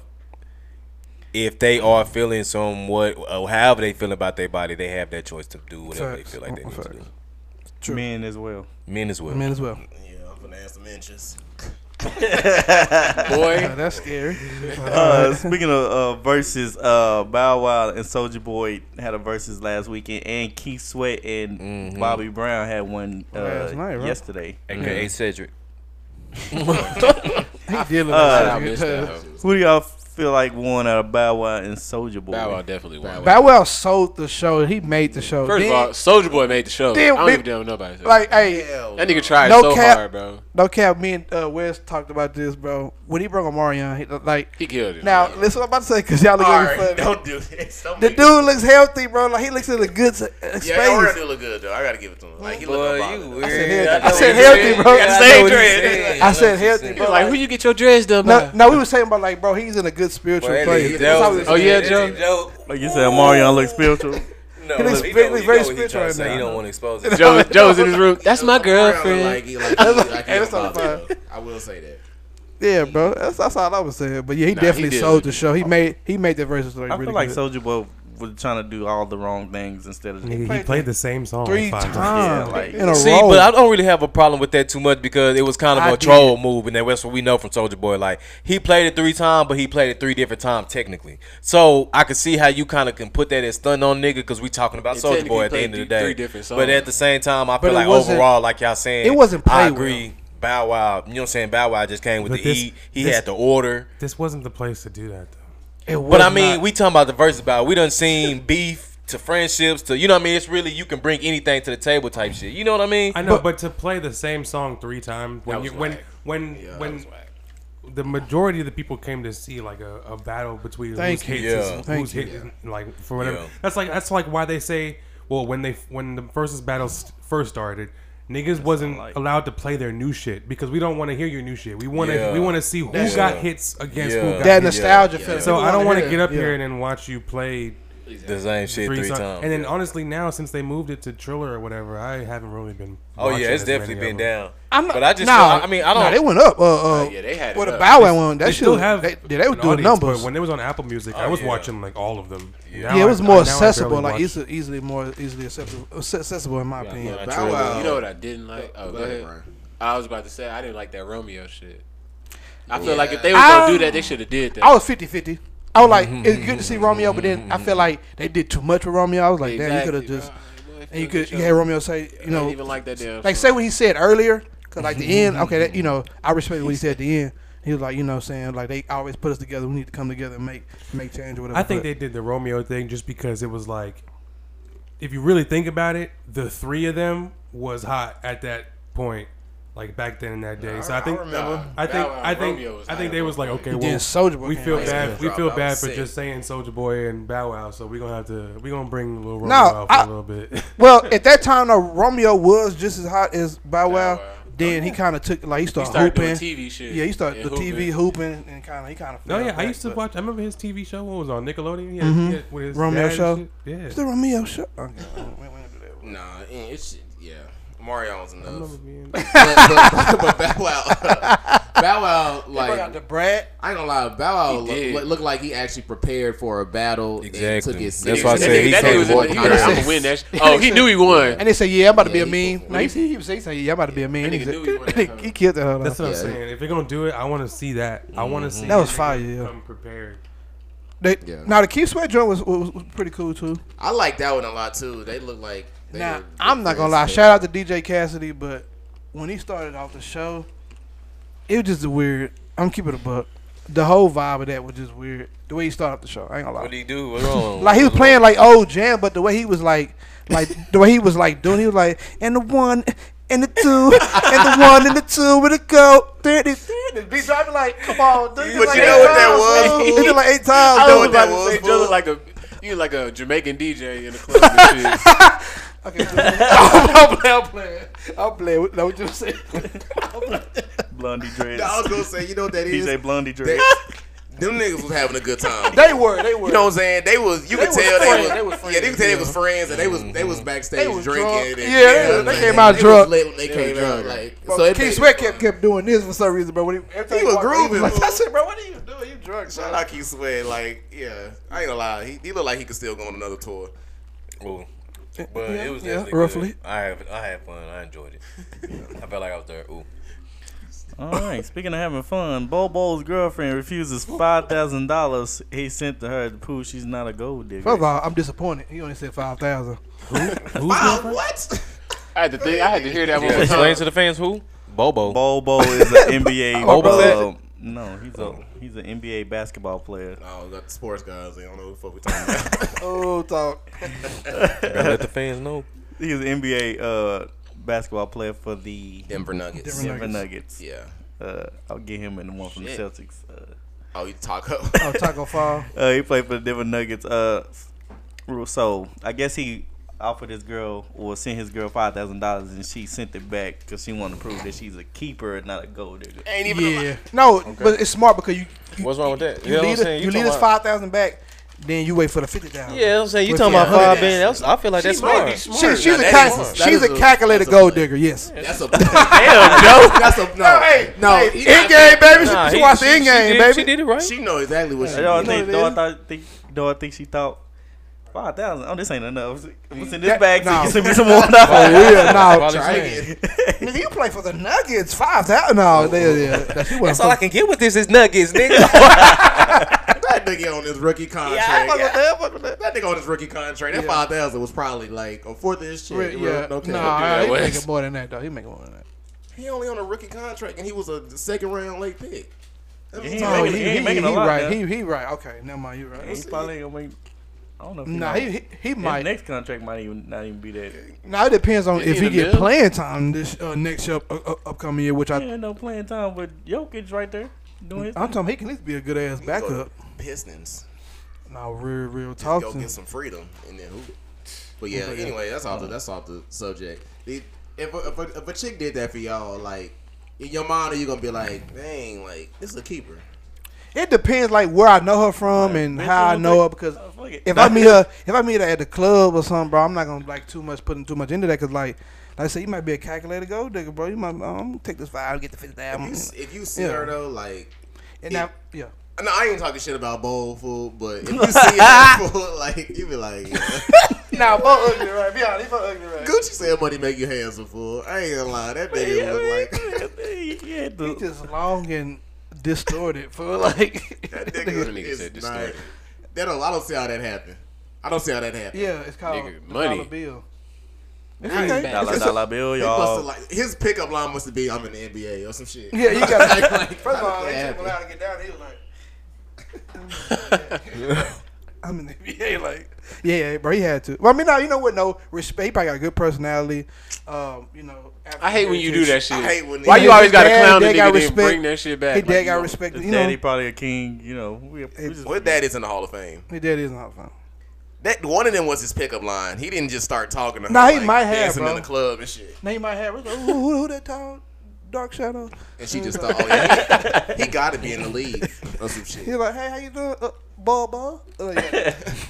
Speaker 7: if they are feeling somewhat, or however they feel about their body, they have that choice to do whatever
Speaker 5: Facts.
Speaker 7: they feel like they need to do.
Speaker 5: Facts.
Speaker 3: Men as well.
Speaker 7: Men as well.
Speaker 5: Man as well.
Speaker 4: Yeah, I'm gonna ask some inches.
Speaker 5: Yeah, *laughs*
Speaker 2: boy.
Speaker 5: that's
Speaker 7: *laughs*
Speaker 5: scary.
Speaker 3: *laughs* Uh, speaking of uh, verses, uh, Bow Wow and Soulja Boy had a verses last weekend, and Keith Sweat and Bobby Brown had one uh,
Speaker 5: Last night, right?
Speaker 3: yesterday.
Speaker 7: AKA Cedric.
Speaker 5: he did look
Speaker 2: I
Speaker 5: like
Speaker 2: missed that.
Speaker 5: that.
Speaker 2: hoe.
Speaker 3: Who do y'all feel like won out of Bow Wow and Soulja Boy?
Speaker 2: Bow Wow definitely won.
Speaker 5: Bow Wow sold the show. He made the show.
Speaker 2: First of
Speaker 5: Then,
Speaker 2: all, Soldier Boy made the show.
Speaker 5: Then
Speaker 2: I don't
Speaker 5: we-
Speaker 2: give a damn what nobody. said.
Speaker 5: like, hey,
Speaker 2: that nigga tried
Speaker 5: no
Speaker 2: so
Speaker 5: cap.
Speaker 2: hard, bro.
Speaker 5: no cap. Me and uh, Wes talked about this, bro. When he brought Omarion, he looked like.
Speaker 2: He killed it.
Speaker 5: Now, listen what I'm about to say, because y'all look
Speaker 4: All
Speaker 5: at me
Speaker 4: right,
Speaker 5: funny.
Speaker 4: don't do this. Don't
Speaker 5: The
Speaker 4: make it-
Speaker 5: dude looks healthy, bro. Like, he looks in a good s- uh, space.
Speaker 4: Yeah, Aura do look good though. I gotta give it to him. Like he look unbothered.
Speaker 5: I said healthy, bro.
Speaker 4: I
Speaker 5: I,
Speaker 4: said dread.
Speaker 5: said healthy,
Speaker 2: he was
Speaker 5: bro.
Speaker 2: like, "Who you get your dress done by?"
Speaker 5: No, no, we were saying about like, bro, he's in a good spiritual place. That's how we was
Speaker 2: Oh,
Speaker 5: saying.
Speaker 2: yeah, Joe?
Speaker 3: Like you said, Mario looks spiritual.
Speaker 7: No,
Speaker 5: He looks
Speaker 7: look, he
Speaker 5: very-
Speaker 7: know- he
Speaker 5: very
Speaker 7: know what he
Speaker 5: spiritual
Speaker 7: trying to
Speaker 5: right
Speaker 7: say.
Speaker 5: now.
Speaker 7: He don't want to expose it.
Speaker 2: Joe, Joe was in his room. That's
Speaker 4: *laughs*
Speaker 2: my
Speaker 4: Aura,
Speaker 2: girlfriend.
Speaker 4: Like, he, like, he, like, he
Speaker 5: Hey, that's
Speaker 4: unbothered, though.
Speaker 5: not
Speaker 4: I will say that.
Speaker 5: Yeah, bro. That's, that's all I was saying. But yeah, he
Speaker 2: Nah,
Speaker 5: definitely
Speaker 2: he did.
Speaker 5: sold the show. He made he made the verses like
Speaker 3: I
Speaker 5: really
Speaker 3: feel like
Speaker 5: good.
Speaker 3: Soulja Boy was trying to do all the wrong things instead of.
Speaker 6: Nigga, he,
Speaker 5: played
Speaker 6: played, the same song
Speaker 5: three
Speaker 6: five
Speaker 5: times
Speaker 3: Yeah, like-
Speaker 5: in a
Speaker 7: See,
Speaker 5: row.
Speaker 7: but I don't really have a problem with that too much because it was kind of
Speaker 5: I
Speaker 7: a
Speaker 5: did.
Speaker 7: troll move, and that- that's what we know from Soldier Boy. Like he played it three times, but he played it three different times technically. So I can see how you kind of can put that as stun on nigga because we talking about
Speaker 2: He
Speaker 7: Soldier Boy at the
Speaker 2: technically
Speaker 7: end of the
Speaker 2: played
Speaker 7: day.
Speaker 2: three different songs.
Speaker 7: But at the same time, I
Speaker 5: it
Speaker 7: feel like
Speaker 5: wasn't-
Speaker 7: overall, like y'all saying,
Speaker 5: it wasn't played
Speaker 7: I agree. Bow Wow, you know what I'm saying? Bow Wow just came with
Speaker 6: But
Speaker 7: the
Speaker 6: this-
Speaker 7: E. He
Speaker 6: this-
Speaker 7: had the order.
Speaker 6: This wasn't the place to do that though.
Speaker 5: It was
Speaker 7: But I mean,
Speaker 5: not-
Speaker 7: we talking about the verse about we done seen beef to friendships to you know what I mean. It's really you can bring anything to the table type shit. You know what I mean?
Speaker 6: I know, but, to play the same song three times when
Speaker 2: was
Speaker 6: you when
Speaker 2: whack.
Speaker 6: when
Speaker 4: Yeah, that
Speaker 6: when
Speaker 4: was whack.
Speaker 6: the majority of the people came to see like a, a battle between
Speaker 5: Thank
Speaker 6: who's
Speaker 5: you.
Speaker 6: hits
Speaker 7: Yeah.
Speaker 6: is,
Speaker 5: Thank
Speaker 6: who's
Speaker 5: you.
Speaker 6: hit is- like for whatever.
Speaker 7: Yeah.
Speaker 6: That's like that's like why they say well when they when the versus battles first started. Niggas wasn't
Speaker 3: like.
Speaker 6: allowed to play their new shit because we don't want to hear your new shit. We want to
Speaker 7: Yeah.
Speaker 6: we want to see who
Speaker 7: That's-
Speaker 6: got
Speaker 7: Yeah.
Speaker 6: hits against
Speaker 7: Yeah.
Speaker 6: who got
Speaker 5: that
Speaker 6: hits.
Speaker 5: nostalgia feeling.
Speaker 6: So
Speaker 5: People
Speaker 6: I don't want to
Speaker 5: hear
Speaker 6: get
Speaker 5: that.
Speaker 6: up
Speaker 5: Yeah.
Speaker 6: here and then watch you play
Speaker 7: The same shit
Speaker 6: three
Speaker 7: three,
Speaker 6: songs.
Speaker 7: times.
Speaker 6: And then honestly, now since they moved it to Triller or whatever, I haven't really been.
Speaker 7: Oh yeah,
Speaker 6: watching
Speaker 7: it's
Speaker 6: as many
Speaker 7: definitely
Speaker 6: of
Speaker 7: been
Speaker 6: them.
Speaker 7: down.
Speaker 5: I'm not,
Speaker 7: but I just,
Speaker 5: nah,
Speaker 7: I mean, I
Speaker 5: Nah,
Speaker 7: don't.
Speaker 5: they went up. Uh, uh,
Speaker 2: yeah, they had it
Speaker 5: Well, the
Speaker 2: up.
Speaker 5: Bow Wow one. That
Speaker 6: They
Speaker 5: shit
Speaker 6: still
Speaker 5: was-
Speaker 6: have.
Speaker 5: They, yeah, they were doing
Speaker 6: an audience,
Speaker 5: numbers.
Speaker 6: but when it was on Apple Music, I was
Speaker 7: Oh, yeah.
Speaker 6: watching like all of them. Now
Speaker 5: yeah, it
Speaker 6: I-
Speaker 5: was
Speaker 6: I-
Speaker 5: more
Speaker 6: now I barely
Speaker 5: accessible. Like
Speaker 6: watch.
Speaker 5: easily, easily more easily accessible, accessible in my opinion.
Speaker 7: yeah.
Speaker 4: Bow
Speaker 7: True.
Speaker 4: Wow.
Speaker 2: You know what I didn't like? Oh,
Speaker 4: Go
Speaker 2: go
Speaker 4: ahead,
Speaker 2: ahead.
Speaker 4: Brian.
Speaker 2: I was about to say I didn't like that Romeo shit. I feel like if
Speaker 4: Yeah.
Speaker 2: they was gonna do that, they should have did that.
Speaker 5: I was 50-50. I was like, it's good to see Romeo, but then I feel like they did too much with Romeo. I was like, damn, you could have just and you could you had Romeo say, you
Speaker 2: I didn't
Speaker 5: know,
Speaker 2: even like that damn.
Speaker 5: like
Speaker 2: song.
Speaker 5: say what he said earlier, cause like the end, okay, that, you know, I respect what he said at the end. He was like, you know, what I'm saying like they always put us together. We need to come together and make make change or whatever.
Speaker 6: I
Speaker 5: but-
Speaker 6: think they did the Romeo thing just because it was like, if you really think about it, the three of them was hot at that point, like back then in that day. so I think. I
Speaker 4: remember.
Speaker 6: think
Speaker 2: Bow Wow
Speaker 6: I think
Speaker 2: Romeo was
Speaker 6: I think
Speaker 2: hot
Speaker 6: they
Speaker 2: at
Speaker 6: was
Speaker 2: one
Speaker 6: like okay,
Speaker 5: then
Speaker 6: well,
Speaker 5: Soulja Boy
Speaker 6: we
Speaker 5: came
Speaker 6: feel
Speaker 5: out.
Speaker 6: bad. We
Speaker 4: Drop
Speaker 6: feel
Speaker 4: out
Speaker 6: bad for
Speaker 4: sick.
Speaker 6: just saying Soldier Boy and Bow Wow. So we gonna have to we gonna bring little Romeo out for
Speaker 5: I-
Speaker 6: a
Speaker 5: *laughs*
Speaker 6: little bit.
Speaker 5: Well, at that time, though, Romeo was just as hot as Bow Wow.
Speaker 2: Wow.
Speaker 5: Then he kind of took like he started,
Speaker 2: started doing
Speaker 5: hooping.
Speaker 2: TV shit
Speaker 5: Yeah, he started
Speaker 2: and
Speaker 5: the TV hooping and kind of he kind of.
Speaker 6: No, yeah, I used to watch. I remember his TV show. What was it on Nickelodeon? Yeah, with his
Speaker 5: Mm-hmm. Romeo
Speaker 6: dad and
Speaker 5: show?
Speaker 6: shit. Yeah,
Speaker 5: It's the Romeo show. Okay, we- we ain't gonna do that.
Speaker 4: Nah, eh, it's yeah, Mario was
Speaker 6: I
Speaker 4: enough.
Speaker 6: remember being.
Speaker 4: but, but, *laughs* but Bow Wow, Bow Wow,
Speaker 5: Brought out
Speaker 4: like
Speaker 5: the Brad.
Speaker 4: I ain't gonna lie, Bow Wow look,
Speaker 2: did.
Speaker 4: look- looked like he actually prepared for a battle and
Speaker 7: Exactly.
Speaker 4: took it
Speaker 7: That's
Speaker 4: serious.
Speaker 7: why I
Speaker 2: That
Speaker 7: said
Speaker 2: nigga,
Speaker 7: he
Speaker 2: that
Speaker 7: took
Speaker 2: nigga was in
Speaker 7: one
Speaker 2: the, he was like, I'm
Speaker 7: contest.
Speaker 2: gonna win that. Shit. Oh, he knew he won.
Speaker 5: And they say, yeah, I'm about to
Speaker 4: Yeah,
Speaker 5: be a
Speaker 4: he-
Speaker 5: meme. Now you see, he say, he say, yeah, I'm about to be a meme.
Speaker 2: That
Speaker 5: He,
Speaker 2: nigga
Speaker 5: said,
Speaker 2: knew he wasn't
Speaker 5: *laughs* he,
Speaker 2: coming.
Speaker 5: killed that. Hold on.
Speaker 6: That's what I'm
Speaker 4: Yeah.
Speaker 6: saying. If they're gonna do it, I want to see that. I want to see
Speaker 5: That was
Speaker 6: niggas
Speaker 5: fire, yeah.
Speaker 6: Come prepared.
Speaker 5: They,
Speaker 4: Yeah.
Speaker 5: Now the Keith Sweat joint was, was, was pretty cool too.
Speaker 4: I like that one a lot too. They look like they
Speaker 5: Now
Speaker 4: were-
Speaker 5: I'm not gonna lie, shout out to DJ Cassidy, but when he started off the show, it was just weird. I'm keeping it a buck. The whole vibe of that was just weird. The way he started off the show, I ain't gonna lie.
Speaker 7: What do you do? What's wrong?
Speaker 5: Like he was playing like old jam, but the way he was like, like the way he was like doing, he was like, and the one, and the two, and the one, and the two, with a go. There it is. There it is. Be driving like, come on, dude.
Speaker 4: But you know what that was,
Speaker 5: He
Speaker 4: fool?
Speaker 5: did it like eight times.
Speaker 2: I
Speaker 5: dude.
Speaker 2: was about to say,
Speaker 4: was,
Speaker 2: Joe looked like a you like a Jamaican DJ in the club. and
Speaker 4: *laughs*
Speaker 2: shit.
Speaker 5: I'm playing. I'm playing. I'm playing. with- No, what you said.
Speaker 3: Blondie dreads.
Speaker 4: I was gonna say, you know what that is?
Speaker 3: DJ Blondie
Speaker 4: They-
Speaker 3: dreads.
Speaker 4: them niggas was having a good *laughs* time.
Speaker 5: They were. They were.
Speaker 4: You know what I'm saying? They was you could
Speaker 5: was
Speaker 4: tell
Speaker 5: friends,
Speaker 4: they
Speaker 5: they
Speaker 4: was,
Speaker 5: was
Speaker 4: yeah, they could
Speaker 5: friends,
Speaker 4: tell they
Speaker 5: yeah.
Speaker 4: was friends and they was they was backstage
Speaker 5: They was
Speaker 4: drinking.
Speaker 5: drunk.
Speaker 4: And,
Speaker 5: Yeah, they- they came out
Speaker 4: was
Speaker 5: drunk.
Speaker 4: lit when they came out like so. It
Speaker 5: Keith
Speaker 4: made-
Speaker 5: Sweat kept kept doing this for some reason, bro. When he, every time
Speaker 4: He was
Speaker 5: walked in,
Speaker 4: grooving,
Speaker 5: like, *laughs*
Speaker 4: fool.
Speaker 5: *laughs* I said, bro, what are you doing? You drunk?
Speaker 4: Shout out Keith Sweat, like yeah, I ain't gonna lie, he, he looked like he could still go on another tour.
Speaker 7: Ooh. But
Speaker 5: Yeah,
Speaker 7: it was
Speaker 5: yeah,
Speaker 7: definitely
Speaker 5: roughly.
Speaker 7: good. I have I had fun. I enjoyed *laughs* it. I felt like I was there. Ooh.
Speaker 3: All right. Speaking of having fun, Bobo's girlfriend refuses five thousand dollars he sent to her to prove she's not a gold digger.
Speaker 5: First of all, I'm disappointed. He only said five thousand. Uh,
Speaker 4: Wow, Uh, what?
Speaker 2: I had to think. I had to hear that one more
Speaker 7: Explain
Speaker 2: time.
Speaker 7: to the fans who Bobo.
Speaker 3: Bobo is an NBA.
Speaker 7: Bobo
Speaker 3: uh, no, he's a he's an NBA basketball player.
Speaker 4: Oh, we got the sports guys. They don't know who the fuck we talking about.
Speaker 5: Oh, talk.
Speaker 7: Gotta let the fans know.
Speaker 3: He's an NBA uh, basketball player for the
Speaker 4: *laughs* Denver Nuggets.
Speaker 5: Denver
Speaker 3: Denver Nuggets.
Speaker 4: Yeah.
Speaker 3: Uh, I'll get him in the one from the
Speaker 4: Shit.
Speaker 3: Celtics. Uh,
Speaker 4: Oh, you
Speaker 2: *laughs*
Speaker 4: talk up.
Speaker 5: Oh, *laughs* Taco Fall.
Speaker 3: Uh, he played for the Denver Nuggets. Uh, so I guess he offered his girl or sent his girl five thousand dollars, and she sent it back because she wanted to prove that she's a keeper and not a gold digger.
Speaker 4: ain't even. a
Speaker 5: Yeah. No, but it's smart because you you,
Speaker 7: What's wrong with that?
Speaker 5: you
Speaker 7: know what I'm
Speaker 5: lead,
Speaker 7: saying?
Speaker 5: us, you lead
Speaker 7: talking
Speaker 5: us five thousand back, then you wait for the fifty thousand.
Speaker 7: Yeah, I'm saying you
Speaker 5: With
Speaker 7: talking about
Speaker 5: the hundred
Speaker 7: five billion. That's, I feel like that's smart.
Speaker 5: She, she's a
Speaker 4: That
Speaker 5: cal-
Speaker 4: is- that
Speaker 5: she's
Speaker 4: is
Speaker 5: a
Speaker 4: a-
Speaker 5: calculated
Speaker 4: that's a
Speaker 5: gold
Speaker 4: play.
Speaker 5: digger. Yes.
Speaker 2: *laughs*
Speaker 4: That's a *laughs* damn joke. That's a no.
Speaker 5: hey,
Speaker 4: no.
Speaker 5: hey,
Speaker 4: he
Speaker 5: in
Speaker 4: not-
Speaker 5: game, baby. She-
Speaker 7: Nah,
Speaker 5: she
Speaker 7: he-
Speaker 5: watched the
Speaker 7: she-
Speaker 5: in
Speaker 7: she
Speaker 5: game,
Speaker 7: did-
Speaker 5: baby.
Speaker 7: She did it right.
Speaker 4: She know exactly what she.
Speaker 3: Do I
Speaker 4: Did.
Speaker 3: think?
Speaker 5: it
Speaker 3: Do I
Speaker 5: is?
Speaker 3: thought? Think, do I think she thought five thousand? Oh, this ain't enough. I'm gonna send this
Speaker 5: That-
Speaker 3: back so
Speaker 5: no.
Speaker 3: you send me some
Speaker 5: *laughs*
Speaker 3: more.
Speaker 5: Oh, yeah, no.
Speaker 7: Probably
Speaker 4: Try
Speaker 7: saying. Oh,
Speaker 4: again.
Speaker 5: Nigga, you play for the Nuggets, five thousand. No, yeah, yeah. That she
Speaker 7: That's
Speaker 5: wasn't
Speaker 7: all I
Speaker 5: from-
Speaker 7: can get with this is nuggets, nigga.
Speaker 4: That nigga on his rookie contract.
Speaker 5: I fuck with that, I fuck with that.
Speaker 4: That nigga on his rookie contract. That five thousand was probably like a fourth of his shit.
Speaker 5: Re-
Speaker 4: you know?
Speaker 5: Yeah,
Speaker 4: No cap.
Speaker 5: nah,
Speaker 2: that,
Speaker 5: he
Speaker 2: Wes.
Speaker 5: making more than that though. He making more than that.
Speaker 4: He only on a rookie contract, and he was a second round late pick. That was
Speaker 3: Yeah, he
Speaker 4: time.
Speaker 5: Oh,
Speaker 3: making-
Speaker 5: he,
Speaker 3: he ain't
Speaker 5: he-
Speaker 3: making a
Speaker 5: he
Speaker 3: lot,
Speaker 5: right.
Speaker 3: though.
Speaker 5: He he right. Okay, never mind. You right.
Speaker 3: He's probably gonna make. I don't know. If he
Speaker 5: Nah,
Speaker 3: might-
Speaker 5: he he, he
Speaker 3: his
Speaker 5: might.
Speaker 3: next contract might even not even be that.
Speaker 5: Now it depends on if
Speaker 2: in
Speaker 5: he
Speaker 2: the
Speaker 5: get
Speaker 2: middle.
Speaker 5: playing time this uh, next up, uh, uh, upcoming year, which I
Speaker 3: Yeah, no playing time with Jokic right there doing his.
Speaker 5: I'm talking he can at least be a good ass
Speaker 4: Go to
Speaker 5: backup.
Speaker 4: Pistons.
Speaker 5: No, real real talk.
Speaker 4: Go
Speaker 5: to-
Speaker 4: get some freedom, and then who? But yeah, anyway, that's off the that's off the subject. The- If a, if, a, if a chick did that for y'all, like in your mind, are you gonna be like, dang, like this is a keeper?
Speaker 5: It depends like where I know her from and
Speaker 3: bitch,
Speaker 5: how I
Speaker 3: you
Speaker 5: know her
Speaker 3: look
Speaker 5: because
Speaker 3: Oh, fuck it.
Speaker 5: if I meet her if I meet her at the club or something, bro, I'm not gonna like too much putting too much into that because like. Like I said, you might be a calculated gold digger, bro. You might, um, I'm gonna take this five, get the fifty
Speaker 4: If you,
Speaker 5: thousand.
Speaker 4: s- if you see
Speaker 5: Yeah.
Speaker 4: her though, like
Speaker 5: And now, yeah,
Speaker 4: No, I ain't talking shit about bowl fool, but if you see
Speaker 5: *laughs*
Speaker 4: it fool, like you be like,
Speaker 5: now, fuck ugly, right? Be honest, fuck ugly, right?
Speaker 4: Gucci said money make you handsome fool. I ain't gonna lie, that nigga
Speaker 3: Yeah,
Speaker 4: look like
Speaker 3: yeah,
Speaker 5: *laughs* He
Speaker 3: the-
Speaker 5: just long and distorted *laughs* for like.
Speaker 4: that nigga,
Speaker 2: nigga
Speaker 4: is
Speaker 2: said
Speaker 4: not-
Speaker 2: distorted.
Speaker 4: That don't, I don't see how that happened. I don't see how that happened.
Speaker 5: yeah, it's called
Speaker 2: Nigga,
Speaker 5: it's
Speaker 2: money.
Speaker 5: Called a bill. It's
Speaker 4: Money
Speaker 5: okay.
Speaker 2: back.
Speaker 3: *laughs*
Speaker 5: *laughs*
Speaker 3: dollar
Speaker 5: It's-
Speaker 3: dollar bill,
Speaker 4: He must have
Speaker 3: y'all.
Speaker 4: like his pickup line must have been I'm in the NBA or some shit.
Speaker 5: *laughs* Yeah, you gotta.
Speaker 2: *laughs*
Speaker 4: Like, like,
Speaker 5: first of all,
Speaker 4: how
Speaker 5: they
Speaker 4: did that happen?
Speaker 5: took him out to get down. He was like, *laughs* I'm in the NBA, like, yeah, yeah, bro, he had to. Well, I mean, now you know what? No respect. He probably got a good personality. Um, you know,
Speaker 2: I hate when you do that shit.
Speaker 4: I hate when
Speaker 2: Why
Speaker 4: niggas-
Speaker 2: you
Speaker 4: *laughs*
Speaker 2: always got to
Speaker 5: Dad-
Speaker 2: clown the
Speaker 5: dad got
Speaker 2: nigga then
Speaker 5: respect.
Speaker 2: bring that shit back?
Speaker 5: His dad
Speaker 2: Like,
Speaker 5: got
Speaker 2: you
Speaker 5: respect.
Speaker 3: His
Speaker 5: You know,
Speaker 3: daddy probably a king, you know. We, we just,
Speaker 4: Well, that is in the Hall of Fame.
Speaker 5: his daddy is not fun.
Speaker 4: That one of them was his pickup line. He didn't just start talking to her.
Speaker 5: Nah, he
Speaker 4: like,
Speaker 5: might have,
Speaker 4: dancing
Speaker 5: bro.
Speaker 4: in the club and shit.
Speaker 5: Now you might have who, who, who that tall, dark shadow.
Speaker 4: And she just thought, oh yeah, he, got to be in the league or some shit.
Speaker 5: *laughs* He's like, hey, how you doing? Uh, Bubba. Like,
Speaker 2: *laughs*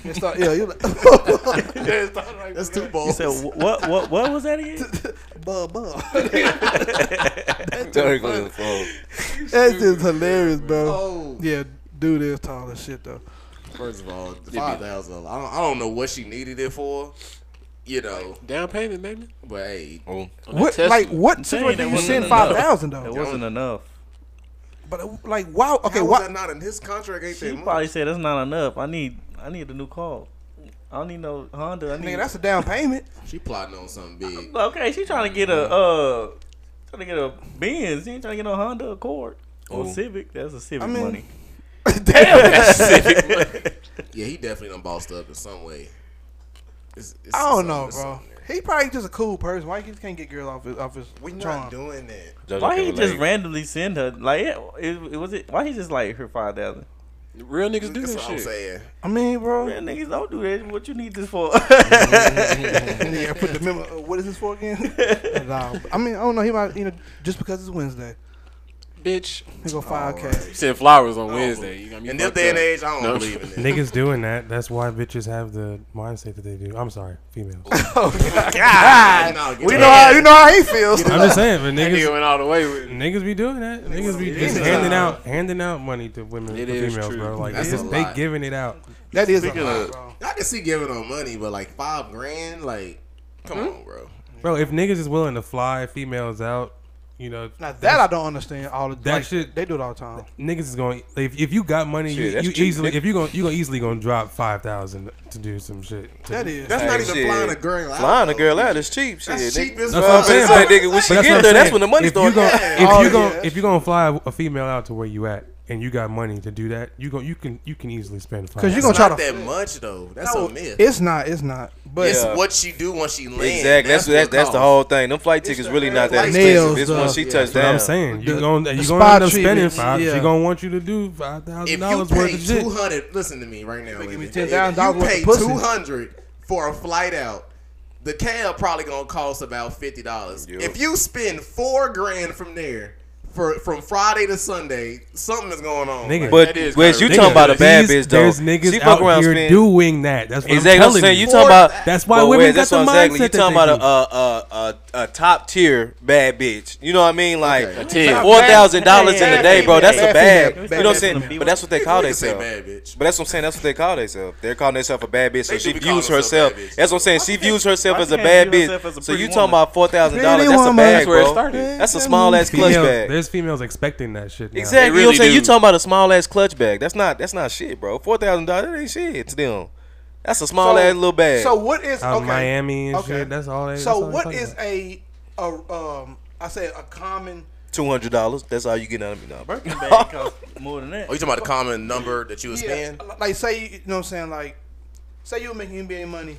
Speaker 5: it start, yeah, you like, *laughs* Bubba. Yeah, it started like
Speaker 4: That's two
Speaker 3: You
Speaker 4: balls.
Speaker 3: said wh- what? What? What was that
Speaker 5: *laughs*
Speaker 3: again?
Speaker 4: *laughs*
Speaker 5: Bubba.
Speaker 7: Derek on the phone.
Speaker 5: That's just hilarious, bro.
Speaker 4: oh,
Speaker 5: Yeah, dude is tall as shit though.
Speaker 4: first of all, five thousand. I don't, I don't know what she needed it for. You know,
Speaker 2: Down payment, maybe.
Speaker 4: but hey,
Speaker 7: Oh,
Speaker 2: On that
Speaker 5: What
Speaker 2: Tesla.
Speaker 5: like what
Speaker 3: saying
Speaker 5: situation
Speaker 3: that
Speaker 5: do you
Speaker 3: wasn't
Speaker 5: send
Speaker 3: enough.
Speaker 5: five thousand though?
Speaker 3: That wasn't enough.
Speaker 5: But uh, like wow, okay,
Speaker 4: how was
Speaker 5: why
Speaker 4: that not in his contract? Ain't
Speaker 3: She
Speaker 4: that
Speaker 3: probably said that's not enough. I need. I need a new car. I don't need no Honda. I need.
Speaker 5: Nigga, that's a down payment.
Speaker 4: She plotting on something
Speaker 3: *laughs*
Speaker 4: big.
Speaker 3: okay, she trying to get a uh,
Speaker 5: Mm-hmm.
Speaker 3: trying to get a Benz. She ain't trying to get no Honda Accord or
Speaker 7: Ooh.
Speaker 3: Civic. That's a Civic
Speaker 5: mean-
Speaker 3: money.
Speaker 5: Damn. *laughs*
Speaker 4: Yeah, he definitely done bossed up in some way. It's, it's
Speaker 5: I don't
Speaker 4: something-
Speaker 5: know,
Speaker 4: it's
Speaker 5: bro.
Speaker 4: something there.
Speaker 5: He probably just a cool person. Why he just can't get girl off his off his
Speaker 4: We not
Speaker 5: charm?
Speaker 4: doing that.
Speaker 7: JoJo
Speaker 3: Why
Speaker 7: can
Speaker 3: he just
Speaker 7: relate.
Speaker 3: randomly send her like it, it, it was it? Why he just like her five thousand?
Speaker 2: Real niggas do
Speaker 4: That's
Speaker 2: that
Speaker 4: what I'm
Speaker 2: shit.
Speaker 4: saying.
Speaker 5: I
Speaker 4: *laughs*
Speaker 5: mean, bro.
Speaker 3: Man, niggas don't do that. What you need this
Speaker 5: *laughs*
Speaker 3: for?
Speaker 5: And *laughs* yeah, put the memo. uh, What is this for
Speaker 4: *laughs*
Speaker 5: again? nah, I mean, I don't know. He might, you know, just because it's Wednesday,
Speaker 2: Bitch, you
Speaker 5: he go five k.
Speaker 2: said flowers on Wednesday. You got me
Speaker 4: In this
Speaker 2: fucked up.
Speaker 4: day and age, I don't
Speaker 2: No.
Speaker 4: believe
Speaker 5: *laughs*
Speaker 4: in that.
Speaker 6: Niggas doing that. That's why bitches have the mindset that they do. I'm sorry, females.
Speaker 4: Nah, get
Speaker 5: You
Speaker 4: out.
Speaker 5: Ah, know how you know how he feels.
Speaker 6: I'm just saying,
Speaker 2: That
Speaker 6: but
Speaker 2: nigga
Speaker 6: niggas,
Speaker 2: went all the way with it.
Speaker 6: niggas be doing that. Niggas be
Speaker 4: It
Speaker 6: just
Speaker 4: is
Speaker 6: handing
Speaker 4: a lot.
Speaker 6: out, handing out money to women,
Speaker 2: It
Speaker 6: to
Speaker 2: is
Speaker 6: females,
Speaker 2: true.
Speaker 6: bro. Like
Speaker 4: That's
Speaker 6: it's
Speaker 4: a
Speaker 6: just, they
Speaker 4: lot.
Speaker 6: giving it out.
Speaker 5: that is a
Speaker 3: Speaking
Speaker 5: lot,
Speaker 3: of-
Speaker 5: bro.
Speaker 4: I can see giving them money, but like five grand, like, come on, bro.
Speaker 6: Bro, if niggas is willing to fly females out, you know,
Speaker 5: Now that I don't understand all the
Speaker 6: That
Speaker 5: like,
Speaker 6: shit-
Speaker 5: they do it all the time.
Speaker 6: niggas is going. If, if you got money,
Speaker 7: Shit, that's
Speaker 6: you,
Speaker 7: cheap,
Speaker 6: you easily
Speaker 7: nigga.
Speaker 6: if you going you gonna easily gonna drop five thousand to do some shit. To-
Speaker 5: That is.
Speaker 4: That's not
Speaker 7: Hey,
Speaker 4: even
Speaker 7: shit.
Speaker 4: flying a girl out.
Speaker 7: Flying a
Speaker 4: though.
Speaker 7: girl out is cheap. Shit,
Speaker 4: That's cheap
Speaker 7: nigga.
Speaker 4: as fuck.
Speaker 6: That's what I'm saying,
Speaker 4: It's like,
Speaker 6: but-
Speaker 7: nigga, we
Speaker 6: But
Speaker 7: should
Speaker 6: that's what
Speaker 7: get
Speaker 6: I'm
Speaker 7: there. That's
Speaker 6: saying.
Speaker 7: when the money
Speaker 6: if
Speaker 7: starts.
Speaker 6: You gonna, if
Speaker 5: Oh,
Speaker 6: you
Speaker 5: yeah,
Speaker 6: gonna
Speaker 5: that's
Speaker 6: if you gonna fly a female out to where you at, and you got money to do that, you going you can you can easily spend five.
Speaker 5: 'Cause you
Speaker 4: It's
Speaker 5: gonna try
Speaker 4: not
Speaker 5: to-
Speaker 4: that much though. That's
Speaker 5: No,
Speaker 4: a myth. It's,
Speaker 5: it's not. It's not. But
Speaker 7: Yeah.
Speaker 4: what she do when she lands.
Speaker 7: Exactly. That's that's,
Speaker 4: what
Speaker 7: that's the
Speaker 4: counts.
Speaker 7: whole thing. Them flight tickets really not that
Speaker 4: Nails,
Speaker 7: expensive. It's
Speaker 5: uh,
Speaker 7: when she
Speaker 5: yeah.
Speaker 7: touched
Speaker 6: That's what
Speaker 7: down.
Speaker 6: I'm saying. You
Speaker 5: The-
Speaker 6: gonna
Speaker 5: the
Speaker 6: you gonna end
Speaker 5: spa
Speaker 6: up spending
Speaker 5: treatments,
Speaker 6: five.
Speaker 5: yeah.
Speaker 6: She gonna want you to do five thousand dollars
Speaker 4: If you
Speaker 6: worth
Speaker 4: pay
Speaker 6: of
Speaker 4: two
Speaker 6: shit.
Speaker 4: hundred, listen to me right now.
Speaker 5: Give me
Speaker 4: nigga.
Speaker 5: $10,000
Speaker 4: If
Speaker 5: worth
Speaker 4: You
Speaker 5: of pussy.
Speaker 4: pay two hundred for a flight out. The cab probably gonna cost about fifty dollars.
Speaker 7: Yeah.
Speaker 4: If you spend four grand from there, for from Friday to Sunday, something is going on.
Speaker 6: Nigga.
Speaker 7: But
Speaker 2: That is
Speaker 7: Wes, you
Speaker 2: kinda
Speaker 7: talking about a bad
Speaker 6: These-
Speaker 7: bitch though?
Speaker 6: There's niggas
Speaker 7: she fuck
Speaker 6: out
Speaker 7: around
Speaker 6: here
Speaker 7: spending.
Speaker 6: doing that. That's what
Speaker 7: Exactly.
Speaker 6: I'm
Speaker 7: I'm
Speaker 6: telling
Speaker 7: saying you
Speaker 6: you.
Speaker 7: talking about.
Speaker 6: That's why
Speaker 7: but
Speaker 6: women
Speaker 7: Wes,
Speaker 6: got
Speaker 7: that's
Speaker 6: the
Speaker 7: what I'm saying.
Speaker 6: mindset
Speaker 7: You
Speaker 6: that
Speaker 7: talking
Speaker 6: they
Speaker 7: about
Speaker 6: do.
Speaker 7: a, a, a, a, a top tier bad bitch? You know what I mean? Like
Speaker 4: Okay. A
Speaker 2: ten.
Speaker 7: four thousand dollars in
Speaker 3: Hey,
Speaker 7: a day, bro.
Speaker 3: hey,
Speaker 7: That's
Speaker 5: hey,
Speaker 7: a bad.
Speaker 5: hey,
Speaker 7: You
Speaker 5: hey,
Speaker 7: know what I'm
Speaker 5: hey,
Speaker 7: saying?
Speaker 3: hey,
Speaker 7: But that's what they
Speaker 4: Nigga,
Speaker 7: call
Speaker 4: nigga say
Speaker 7: themselves.
Speaker 4: bad bitch.
Speaker 7: But that's what I'm saying. That's what they call themselves. They're calling themselves a bad bitch. So
Speaker 4: They
Speaker 7: she
Speaker 4: do be calling
Speaker 7: views
Speaker 4: themselves
Speaker 7: herself.
Speaker 4: bad bitches.
Speaker 7: That's what I'm saying. She views herself
Speaker 3: why
Speaker 7: as
Speaker 3: she
Speaker 7: a
Speaker 3: can't
Speaker 7: bad
Speaker 3: view herself as
Speaker 7: bitch.
Speaker 3: a
Speaker 7: So
Speaker 3: pretty
Speaker 7: you talking
Speaker 3: woman?
Speaker 7: about four thousand dollars?
Speaker 5: Pretty
Speaker 7: That's a
Speaker 5: woman.
Speaker 7: bag,
Speaker 5: That's where it
Speaker 7: bro.
Speaker 5: started.
Speaker 7: That's a small ass clutch
Speaker 6: Females-
Speaker 7: bag.
Speaker 6: There's females expecting that shit. Now.
Speaker 2: They
Speaker 7: Exactly. you know what I'm
Speaker 2: really
Speaker 7: saying?
Speaker 2: do.
Speaker 7: You talking about a small ass clutch bag. That's not that's not shit, bro. Four thousand dollars, that ain't shit to them. That's a small ass little bag.
Speaker 5: So what is
Speaker 6: Out of
Speaker 5: okay?
Speaker 6: Miami and
Speaker 5: okay.
Speaker 6: shit. That's all. They, that's
Speaker 5: So
Speaker 6: all they
Speaker 5: what
Speaker 6: talking
Speaker 5: is
Speaker 6: about.
Speaker 5: a a um? I say a common.
Speaker 7: two hundred dollars. That's all you get out of me now, bro.
Speaker 3: Birkin bag
Speaker 7: *laughs*
Speaker 3: costs more than that.
Speaker 4: Oh, you talking about the common number that you would
Speaker 5: Yeah,
Speaker 4: spend?
Speaker 5: like say you know what I'm saying. Like say you were making NBA money.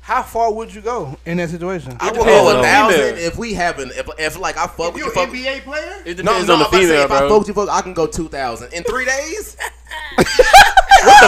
Speaker 5: How far would you go in that situation?
Speaker 4: I would
Speaker 7: depends
Speaker 4: go
Speaker 7: on
Speaker 4: a
Speaker 7: the
Speaker 4: thousand
Speaker 2: female.
Speaker 4: if we haven't. If, if like I fuck with you, fuck,
Speaker 5: NBA player?
Speaker 2: It
Speaker 4: no,
Speaker 2: depends
Speaker 4: no,
Speaker 2: on the
Speaker 4: if I say
Speaker 2: female,
Speaker 4: if I
Speaker 2: bro.
Speaker 4: fuck with you, fuck, I can go two thousand in three days.
Speaker 2: the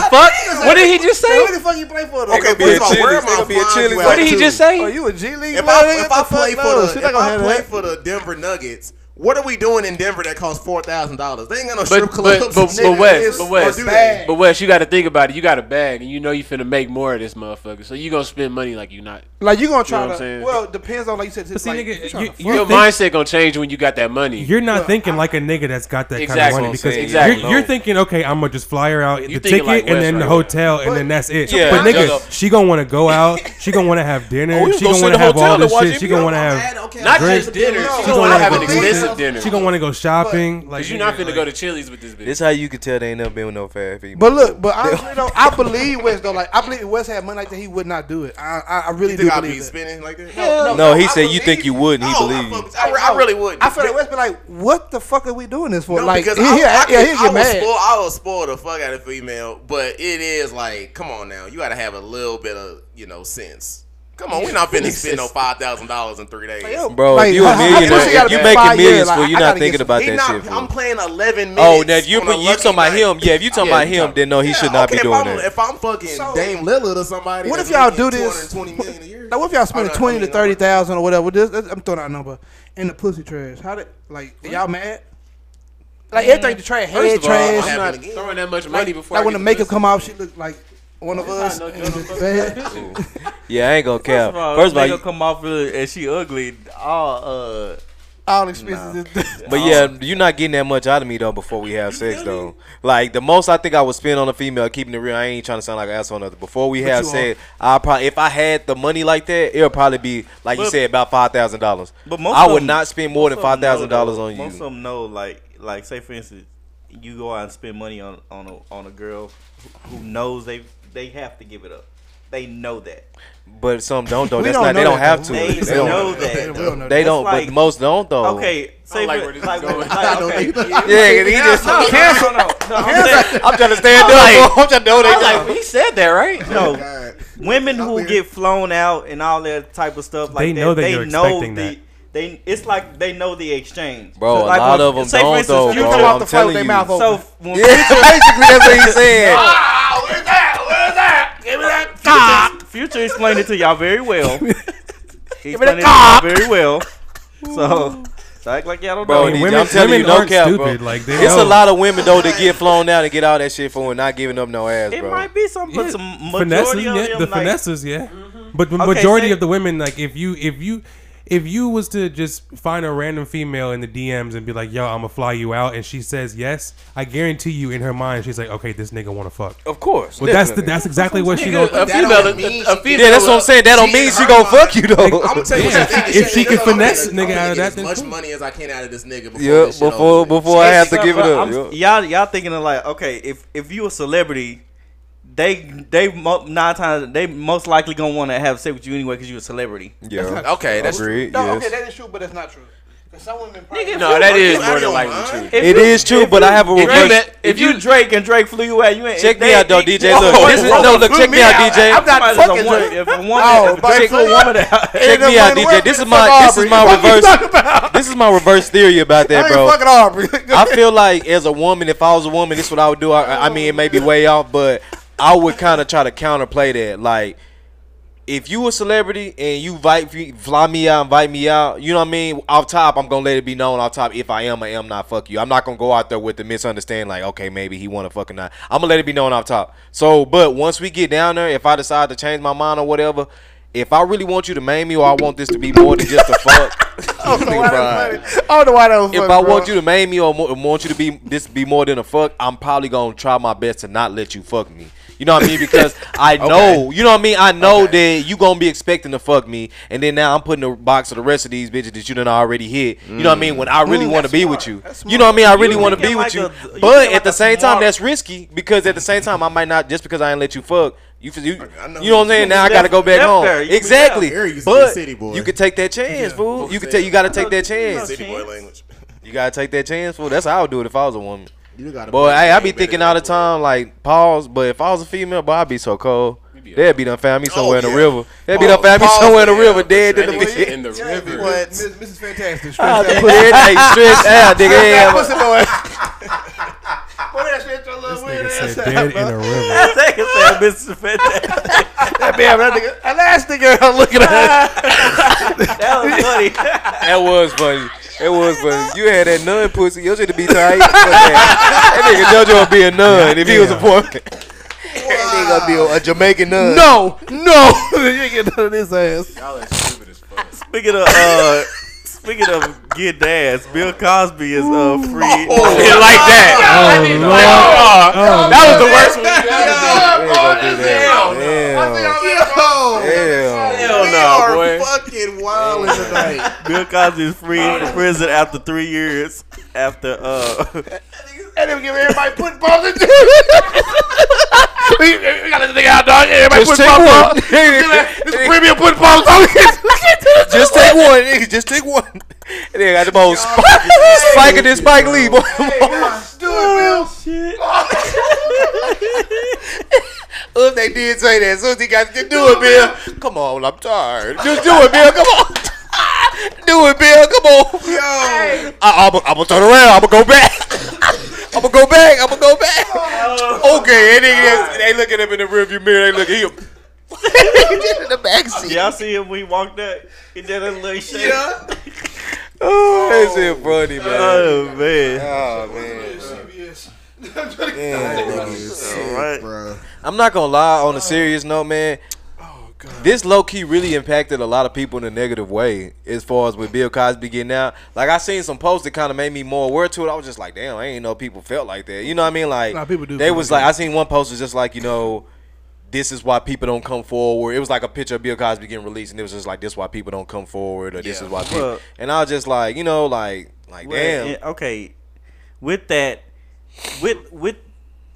Speaker 2: fuck? What did he just say?
Speaker 5: Who the fuck you play for? Though?
Speaker 4: Okay,
Speaker 7: be
Speaker 4: first
Speaker 7: a
Speaker 4: of all, where am I
Speaker 7: Chili's, nigga, be a
Speaker 4: flying
Speaker 7: Chili's.
Speaker 4: you
Speaker 2: What
Speaker 4: out
Speaker 2: did he
Speaker 4: to?
Speaker 2: just
Speaker 5: Oh,
Speaker 2: say?
Speaker 5: you a G League?
Speaker 4: If
Speaker 5: player?
Speaker 4: I, if I
Speaker 5: What the
Speaker 4: play
Speaker 5: fuck?
Speaker 4: for
Speaker 5: No,
Speaker 4: the
Speaker 5: she
Speaker 4: if
Speaker 5: not gonna
Speaker 4: I
Speaker 5: have
Speaker 4: play
Speaker 5: that.
Speaker 4: for the Denver Nuggets, what are we doing in Denver that costs four thousand dollars? They ain't got no strip
Speaker 2: But but
Speaker 4: clubs.
Speaker 2: but, but Wes, but Wes,
Speaker 5: do that.
Speaker 2: but Wes, you got to think about it. You got a bag, and you know you finna make more of this motherfucker. So you gonna spend money like you not.
Speaker 5: Like you gonna
Speaker 2: You
Speaker 5: try
Speaker 2: know what I'm
Speaker 5: to?
Speaker 2: saying?
Speaker 5: Well, it depends on like you said. *laughs* Like,
Speaker 6: see, nigga,
Speaker 5: you tryna
Speaker 6: you-
Speaker 5: fuck.
Speaker 6: you-
Speaker 2: Your
Speaker 6: think-
Speaker 2: mindset gonna change when you got that money.
Speaker 6: You're not thinking like a nigga that's got that kind
Speaker 2: Exactly.
Speaker 6: of money because
Speaker 2: Exactly.
Speaker 6: you're, you're thinking, okay, I'm gonna just fly her out,
Speaker 2: You
Speaker 6: the
Speaker 2: thinking
Speaker 6: ticket,
Speaker 2: like
Speaker 6: and
Speaker 2: Wes
Speaker 6: then the
Speaker 2: right
Speaker 6: hotel, and then that's it.
Speaker 7: Yeah,
Speaker 6: but
Speaker 7: yeah,
Speaker 6: nigga,
Speaker 7: yeah.
Speaker 6: she gonna want to go out. She gonna want to have dinner.
Speaker 7: Oh, we was
Speaker 6: she
Speaker 7: gonna
Speaker 6: gonna
Speaker 7: sit
Speaker 6: want
Speaker 7: in the
Speaker 6: to have all
Speaker 7: hotel
Speaker 6: this
Speaker 7: to watch
Speaker 6: shit. She
Speaker 7: NBA.
Speaker 6: gonna want to have.
Speaker 2: Not
Speaker 6: Drink.
Speaker 2: just dinner.
Speaker 5: No,
Speaker 2: She's
Speaker 5: no,
Speaker 2: gonna want
Speaker 5: I
Speaker 2: to have an
Speaker 5: believe
Speaker 2: expensive
Speaker 5: that.
Speaker 2: dinner.
Speaker 6: She gonna want to go shopping. Like
Speaker 2: Cause you're not
Speaker 6: nigga,
Speaker 2: finna go to Chili's with this bitch.
Speaker 7: This how you can tell they ain't never been with no fat female.
Speaker 5: But look, but *laughs* honestly though, I believe West though. Like I believe if West had money like that, he would not do it. I I, I really
Speaker 4: you
Speaker 5: do
Speaker 4: think I'd
Speaker 5: believe
Speaker 4: be
Speaker 5: that.
Speaker 4: spinning like that?
Speaker 5: Hell
Speaker 7: no, he
Speaker 5: I
Speaker 7: said you
Speaker 5: believe
Speaker 7: think you would, and he
Speaker 4: No, I
Speaker 7: believed
Speaker 4: fuck
Speaker 7: you.
Speaker 4: with- I, re- I really would.
Speaker 5: I feel like West be like, what the fuck are we doing this for?
Speaker 4: No,
Speaker 5: like,
Speaker 4: because
Speaker 5: he,
Speaker 4: I,
Speaker 5: he,
Speaker 4: I,
Speaker 5: yeah, he
Speaker 4: I,
Speaker 5: get
Speaker 4: will
Speaker 5: mad.
Speaker 4: spoil, I will spoil the fuck out of female, but it is like, come on now, you got to have a little bit of you know sense. Come on, we're not finna spend no five thousand dollars in three days.
Speaker 5: Like, yo,
Speaker 7: Bro, if you a
Speaker 5: how- how
Speaker 7: millionaire,
Speaker 5: much
Speaker 7: if
Speaker 5: gotta
Speaker 7: you
Speaker 5: be
Speaker 7: making
Speaker 5: five
Speaker 7: millions,
Speaker 5: years?
Speaker 7: fool,
Speaker 5: Like,
Speaker 7: you
Speaker 5: I
Speaker 7: not
Speaker 5: gotta
Speaker 7: thinking
Speaker 5: get
Speaker 7: about
Speaker 5: some-
Speaker 7: that
Speaker 4: He not,
Speaker 7: shit,
Speaker 4: I'm
Speaker 7: fool.
Speaker 4: playing eleven minutes.
Speaker 7: Oh, now you
Speaker 4: on a
Speaker 7: but you
Speaker 4: lucky
Speaker 7: talking about
Speaker 4: night.
Speaker 7: him? Yeah, if you talking
Speaker 4: Yeah,
Speaker 7: about
Speaker 4: you
Speaker 7: him,
Speaker 4: talking-
Speaker 7: then no, he
Speaker 4: Yeah,
Speaker 7: should not
Speaker 4: okay,
Speaker 7: be
Speaker 4: if
Speaker 7: doing
Speaker 4: I'm-
Speaker 7: that.
Speaker 4: If I'm fucking
Speaker 5: So-
Speaker 4: Dame Lillard or somebody,
Speaker 5: What if
Speaker 4: that's
Speaker 5: y'all
Speaker 4: making
Speaker 5: do this?
Speaker 4: 220 million a year.
Speaker 5: Like, what if y'all spending
Speaker 4: Oh, no,
Speaker 5: twenty
Speaker 4: I
Speaker 5: to
Speaker 4: mean,
Speaker 5: thirty thousand or whatever? This, this- I'm throwing out a number in the pussy trash. How did like y'all mad? Like everything the trash,
Speaker 2: First
Speaker 5: head
Speaker 2: of all,
Speaker 5: trash.
Speaker 2: I'm
Speaker 5: like-
Speaker 2: not throwing that
Speaker 4: Oh,
Speaker 2: much money before.
Speaker 5: Like when
Speaker 2: I
Speaker 5: the
Speaker 2: get
Speaker 5: makeup
Speaker 2: to
Speaker 5: come off, she looked like one of us.
Speaker 2: no
Speaker 5: *laughs* Bad.
Speaker 7: Yeah, I ain't gonna
Speaker 3: First
Speaker 7: care.
Speaker 3: of all,
Speaker 7: First of all,
Speaker 3: nigga
Speaker 7: you-
Speaker 3: come off really, and she ugly. All uh,
Speaker 5: All expenses. is
Speaker 7: But yeah, you're not getting that much out of me though before we have sex though. Like the most I think I would spend on a female, keeping it real. I ain't trying to sound like an asshole or nothing. Before we have
Speaker 5: you are.
Speaker 7: sex, I probably if I had the money like that, it'll probably be like you
Speaker 3: But-
Speaker 7: said about five thousand dollars.
Speaker 3: But most
Speaker 7: I
Speaker 3: of
Speaker 7: would
Speaker 3: them-
Speaker 7: not spend more than
Speaker 3: most
Speaker 7: five
Speaker 3: of them
Speaker 7: thousand
Speaker 3: know,
Speaker 7: dollars
Speaker 3: though.
Speaker 7: on you.
Speaker 3: Most of them know, like, like say for instance, you go out and spend money on on a, on a girl who who knows they they have to give it up. They know that.
Speaker 7: but some don't though.
Speaker 5: We
Speaker 7: That's
Speaker 5: don't
Speaker 7: not. They
Speaker 5: know
Speaker 7: don't
Speaker 5: that,
Speaker 7: have to.
Speaker 5: though.
Speaker 3: They,
Speaker 7: They
Speaker 3: know
Speaker 7: don't.
Speaker 5: Yeah,
Speaker 3: that.
Speaker 5: *laughs* we don't know
Speaker 7: They
Speaker 5: that.
Speaker 7: don't. But
Speaker 3: like-
Speaker 7: most don't though.
Speaker 3: Okay, say
Speaker 2: like
Speaker 3: for-
Speaker 2: where this is
Speaker 3: like,
Speaker 2: going. *laughs*
Speaker 3: like, okay.
Speaker 7: Yeah,
Speaker 3: *laughs*
Speaker 7: he just
Speaker 3: No, no, no,
Speaker 5: Cancel.
Speaker 3: no, no, no, I'm saying-
Speaker 7: *laughs* I'm trying to stand up. *laughs* I'm trying to know
Speaker 3: I'm
Speaker 7: they
Speaker 3: like, he said that right? No,
Speaker 4: God.
Speaker 3: women who
Speaker 4: weird.
Speaker 3: get flown out and all that type of stuff like
Speaker 6: They
Speaker 3: that,
Speaker 6: know that
Speaker 3: they
Speaker 6: you're
Speaker 3: know
Speaker 6: expecting
Speaker 3: the
Speaker 6: that.
Speaker 3: they it's like they know the exchange.
Speaker 7: Bro,
Speaker 3: So,
Speaker 7: a
Speaker 3: like,
Speaker 7: lot
Speaker 3: when-
Speaker 7: of them
Speaker 3: say for
Speaker 7: don't
Speaker 3: instance,
Speaker 7: though,
Speaker 3: you
Speaker 7: bro.
Speaker 3: come
Speaker 5: out
Speaker 7: I'm
Speaker 5: the flight with
Speaker 7: telling
Speaker 5: their
Speaker 7: you.
Speaker 5: mouth open.
Speaker 3: So f- when
Speaker 7: Yeah, basically that's what he said.
Speaker 3: Future, Future explained it to y'all very
Speaker 7: *laughs*
Speaker 3: well. He explained it to y'all very well. So, so act like y'all don't
Speaker 7: Bro,
Speaker 3: know.
Speaker 7: these-
Speaker 6: women-
Speaker 7: I'm telling you,
Speaker 6: women
Speaker 7: no
Speaker 6: aren't
Speaker 7: cap, bro.
Speaker 6: stupid, like, they
Speaker 7: it's a
Speaker 6: know.
Speaker 7: lot of women though that get flown out and get all that shit for and not giving up no ass,
Speaker 3: it
Speaker 7: bro.
Speaker 3: might be some, but
Speaker 6: Yeah.
Speaker 3: some
Speaker 6: Finesse,
Speaker 3: majority of
Speaker 6: yeah,
Speaker 3: them,
Speaker 6: the
Speaker 3: like, Mm-hmm.
Speaker 6: finesses, yeah. But the
Speaker 3: Okay,
Speaker 6: majority
Speaker 3: say-
Speaker 6: of the women, like if you if you if you was to just find a random female in the DMs and be like, "Yo, I'm gonna fly you out," and she says yes, I guarantee you, in her mind, she's like, "Okay, this nigga want to fuck."
Speaker 3: Oh,
Speaker 7: of course.
Speaker 6: Well, that's the, that's exactly what she
Speaker 2: you.
Speaker 6: gonna.
Speaker 2: A
Speaker 4: That
Speaker 2: female,
Speaker 4: don't mean
Speaker 2: a
Speaker 4: she-
Speaker 2: female.
Speaker 7: yeah, that's what I'm saying. That don't
Speaker 4: She
Speaker 7: mean
Speaker 4: in
Speaker 7: she
Speaker 4: her
Speaker 7: gonna
Speaker 4: mind-
Speaker 7: fuck you though.
Speaker 4: I'm gonna tell you
Speaker 6: Yeah,
Speaker 4: what. I think
Speaker 6: if
Speaker 4: this
Speaker 6: she
Speaker 4: shit-
Speaker 6: can
Speaker 4: I'm gonna
Speaker 6: finesse
Speaker 4: get-
Speaker 6: nigga
Speaker 4: I'm gonna
Speaker 6: out of
Speaker 4: get
Speaker 6: that,
Speaker 4: as
Speaker 6: then
Speaker 4: much
Speaker 6: cool.
Speaker 4: money as I can out of this nigga. Before
Speaker 7: Yeah,
Speaker 4: this shit
Speaker 7: before
Speaker 4: over with.
Speaker 7: before I have to
Speaker 3: Bruh,
Speaker 7: give it
Speaker 3: bruh,
Speaker 7: up.
Speaker 3: I'm-
Speaker 7: yo.
Speaker 3: Y'all y'all thinking of like, okay, if if you a celebrity, they they mo- nine times they most likely gonna want to have sex with you anyway because you a celebrity.
Speaker 7: Yeah.
Speaker 4: Okay, that's
Speaker 7: Agreed.
Speaker 5: No, okay,
Speaker 7: Yes.
Speaker 5: that is true, but that's not true. 'Cause some women probably-
Speaker 2: No, that is
Speaker 4: out
Speaker 2: more
Speaker 4: your
Speaker 2: than likely
Speaker 4: mind?
Speaker 2: true.
Speaker 3: If
Speaker 7: It
Speaker 3: you-
Speaker 7: is true,
Speaker 3: if
Speaker 7: but
Speaker 3: you-
Speaker 7: I have a
Speaker 3: if you-
Speaker 7: reverse.
Speaker 3: If you Drake and Drake flew you out, you ain't Oh,
Speaker 7: Check
Speaker 3: they-
Speaker 7: me out though,
Speaker 3: they- *laughs*
Speaker 7: DJ. Look, this is, no, look, check me out, DJ.
Speaker 3: I'm not fucking
Speaker 7: Check
Speaker 3: Drake. If a woman, if
Speaker 7: Oh,
Speaker 3: Drake
Speaker 7: but-
Speaker 3: flew a woman out,
Speaker 5: Ain't
Speaker 7: me out,
Speaker 5: nobody
Speaker 7: DJ.
Speaker 5: working
Speaker 7: This is
Speaker 5: for
Speaker 7: my this is
Speaker 5: Aubrey.
Speaker 7: my
Speaker 5: What you talking
Speaker 7: reverse.
Speaker 5: about?
Speaker 7: This is my reverse theory about that,
Speaker 5: I
Speaker 7: bro.
Speaker 5: ain't fucking Aubrey. *laughs*
Speaker 7: I feel like as a woman, if I was a woman, this is what I would do. I, I mean, it may be way off, but I would kind of try to counterplay that. Like, if you a celebrity and you invite you fly me out, invite me out, you know what I mean? Off top, I'm gonna let it be known off top if I am or am not fuck you. I'm not gonna go out there with the misunderstanding like, okay, maybe he wanna fuck or not. I'm gonna let it be known off top. So, but once we get down there, if I decide to change my mind or whatever, if I really want you to maim me or I want this to be more
Speaker 5: *laughs*
Speaker 7: than just a fuck, *laughs*
Speaker 5: I don't know why that was funny. I don't know why that was funny.
Speaker 7: if I
Speaker 5: bro.
Speaker 7: want you to maim me or mo- want you to be this be more than a fuck, I'm probably gonna try my best to not let you fuck me. You know what I mean?
Speaker 3: *laughs*
Speaker 7: Because I know, you know what I mean. I know that you gonna be expecting to fuck me, and then now I'm putting a box of the rest of these bitches that you done already hit. You know what I mean? When I really
Speaker 3: Mm.
Speaker 7: want to be with you, you know what I mean? I really want to be
Speaker 3: thinking
Speaker 7: with you,
Speaker 3: like a- you
Speaker 7: but
Speaker 3: thinking
Speaker 7: at the
Speaker 3: like a
Speaker 7: same time,
Speaker 3: smart-
Speaker 7: that's risky because at the same time, I might not just because I ain't let you fuck. You, you, you
Speaker 4: I know.
Speaker 7: know what I'm saying? Now I
Speaker 3: left-
Speaker 7: gotta go back
Speaker 3: left
Speaker 7: home.
Speaker 3: there. You can be
Speaker 7: Exactly,
Speaker 4: out. Here you see
Speaker 7: but
Speaker 4: City Boy.
Speaker 7: you could take that chance, fool. You could take. You gotta take that chance.
Speaker 4: City boy language.
Speaker 7: You gotta take that chance, fool. That's how I would do it if I was a woman.
Speaker 4: You gotta
Speaker 7: Boy,
Speaker 4: play
Speaker 7: hey,
Speaker 4: the
Speaker 7: I
Speaker 4: game
Speaker 7: be
Speaker 4: better
Speaker 7: thinking
Speaker 4: than
Speaker 7: all the
Speaker 4: that, boy.
Speaker 7: time, like, pause. But if I was a female, boy, I'd be so cold. They'd be done found me somewhere in the
Speaker 4: yeah.
Speaker 7: river. They'd be done found me
Speaker 4: Pause,
Speaker 7: somewhere in the
Speaker 4: yeah.
Speaker 7: river, dead in the
Speaker 2: That nigga
Speaker 7: bitch.
Speaker 2: in the
Speaker 5: Tell me
Speaker 2: river.
Speaker 5: What? Miss- Mrs. Fantastic.
Speaker 7: I
Speaker 5: Stress
Speaker 7: had to
Speaker 5: that
Speaker 7: put everything stretched out, nigga. Yeah,
Speaker 5: pussy
Speaker 7: but-
Speaker 5: boy. Boy, that shit your little weird
Speaker 6: Nigga
Speaker 5: ass
Speaker 6: said
Speaker 5: out,
Speaker 6: dead
Speaker 5: bro.
Speaker 6: in a river.
Speaker 3: *laughs* that nigga said, "Mr. *laughs* Fantastic."
Speaker 5: That damn, that nigga. That last nigga, look at that.
Speaker 3: That was funny.
Speaker 7: That was funny. It was funny. You had that nun pussy. Your shit to be tight. Fuck that. That nigga JoJo would be a nun if he was a boy. That nigga gonna be a- a Jamaican nun.
Speaker 5: No, no. you ain't get none of this ass.
Speaker 2: Y'all are stupid as fuck.
Speaker 3: Speaking of, uh, speaking of get dads, Bill Cosby is uh free.
Speaker 7: like that.
Speaker 2: That was the worst one.
Speaker 7: They ain't gonna do
Speaker 2: *laughs*
Speaker 7: that. Damn. Damn.
Speaker 3: Hell
Speaker 4: we
Speaker 3: no,
Speaker 4: are
Speaker 3: boy.
Speaker 4: fucking wild tonight.
Speaker 3: Bill Cosby is free in prison after three years. After uh, *laughs*
Speaker 5: And then give everybody put balls in. we, we got this nigga out, dog. Everybody
Speaker 7: Just
Speaker 5: put
Speaker 7: take
Speaker 5: balls
Speaker 2: *laughs*
Speaker 7: one.
Speaker 5: on. This premium put balls on.
Speaker 7: *laughs* Just take *laughs* one, nigga. Just take one. And then got the whole spike, spiking this Spike Lee, boy.
Speaker 5: Do it, Bill.
Speaker 7: If they did say that, as soon as he got to do it, Bill. Come on, I'm tired. Just do it, Bill. Come on. *laughs* Do it, Bill. Come on. Yo. I, I'm gonna turn around. I'm gonna go back. *laughs* I'm gonna go back. I'm gonna go back. Okay, and they, they looking up in the rearview mirror. They look at him. in the backseat.
Speaker 3: y'all see him when he walked up, he did a little shake.
Speaker 4: Yeah.
Speaker 7: That's it, funny, man.
Speaker 3: Oh man.
Speaker 7: Oh man.
Speaker 4: *laughs*
Speaker 7: Damn, niggas.
Speaker 3: All right.
Speaker 4: bro.
Speaker 7: I'm not gonna lie. On a serious note, man,
Speaker 5: Oh god.
Speaker 7: this low key really impacted a lot of people in a negative way. As far as with Bill Cosby getting out, like I seen some posts that kind of made me more aware to it. I was just like, damn, I ain't know people felt like that. You know what I mean? Like,
Speaker 5: Nah, people do
Speaker 7: They
Speaker 5: feel
Speaker 7: was
Speaker 5: like
Speaker 7: like, I seen one post was just like, you know. This is why people don't come forward. It was like a picture of Bill Cosby getting released, and it was just like, "This is why people don't come forward," or "This
Speaker 4: Yeah.
Speaker 7: is why people."
Speaker 3: Well-
Speaker 7: and I was just like, you know, like, like,
Speaker 3: Well,
Speaker 7: damn.
Speaker 3: yeah, okay. With that, with with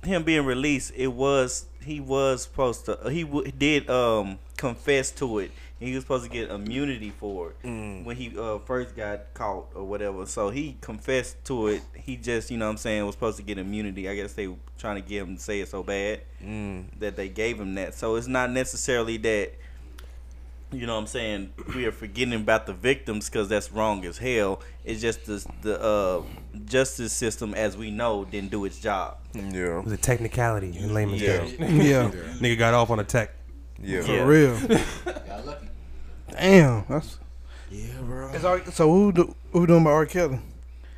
Speaker 3: him being released, it was he was supposed to he w- did um confess to it. He was supposed to get immunity for it
Speaker 7: Mm.
Speaker 3: when he uh, first got caught or whatever. So he confessed to it. He just, you know what I'm saying, was supposed to get immunity. I guess they were trying to get him to say it so bad
Speaker 7: Mm.
Speaker 3: that they gave him that. So it's not necessarily that you know what I'm saying, we are forgetting about the victims because that's wrong as hell. It's just the, the uh, justice system as we know didn't do its job.
Speaker 7: yeah.
Speaker 6: was a technicality in layman's
Speaker 3: Yeah.
Speaker 6: terms.
Speaker 5: Yeah.
Speaker 6: Nigga got off on a tech.
Speaker 7: Yeah.
Speaker 5: For real. *laughs*
Speaker 4: Y'all lucky.
Speaker 5: Damn. That's.
Speaker 4: Yeah, bro.
Speaker 5: It's all, so who do, who doing by R. Kelly?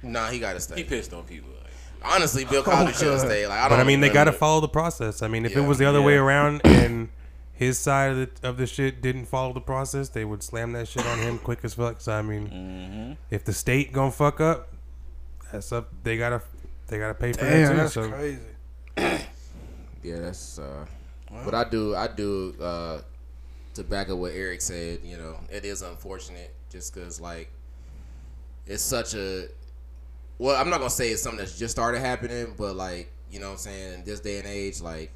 Speaker 4: Nah, he gotta stay.
Speaker 2: He pissed on people. Like,
Speaker 4: Honestly, Bill Cosby should
Speaker 5: God.
Speaker 4: stay. Like, I don't.
Speaker 6: But I mean, they got to
Speaker 4: know.
Speaker 6: follow the process. I mean, if it
Speaker 4: Oh, Yeah.
Speaker 6: was the other way
Speaker 3: Yeah.
Speaker 6: around and his side of the, of the shit didn't follow the process, they would slam that shit on him quick as fuck. So I mean, if the state gonna fuck up, that's up. They gotta they gotta pay for that
Speaker 5: Damn,
Speaker 6: too.
Speaker 5: that's
Speaker 6: So
Speaker 5: crazy.
Speaker 4: Yeah, that's. Uh, But I do, I do. Uh, to back up what Eric said, you know, it is unfortunate just because like it's such a. Well, I'm not gonna say it's something that's just started happening, but like you know, what I'm saying in this day and age, like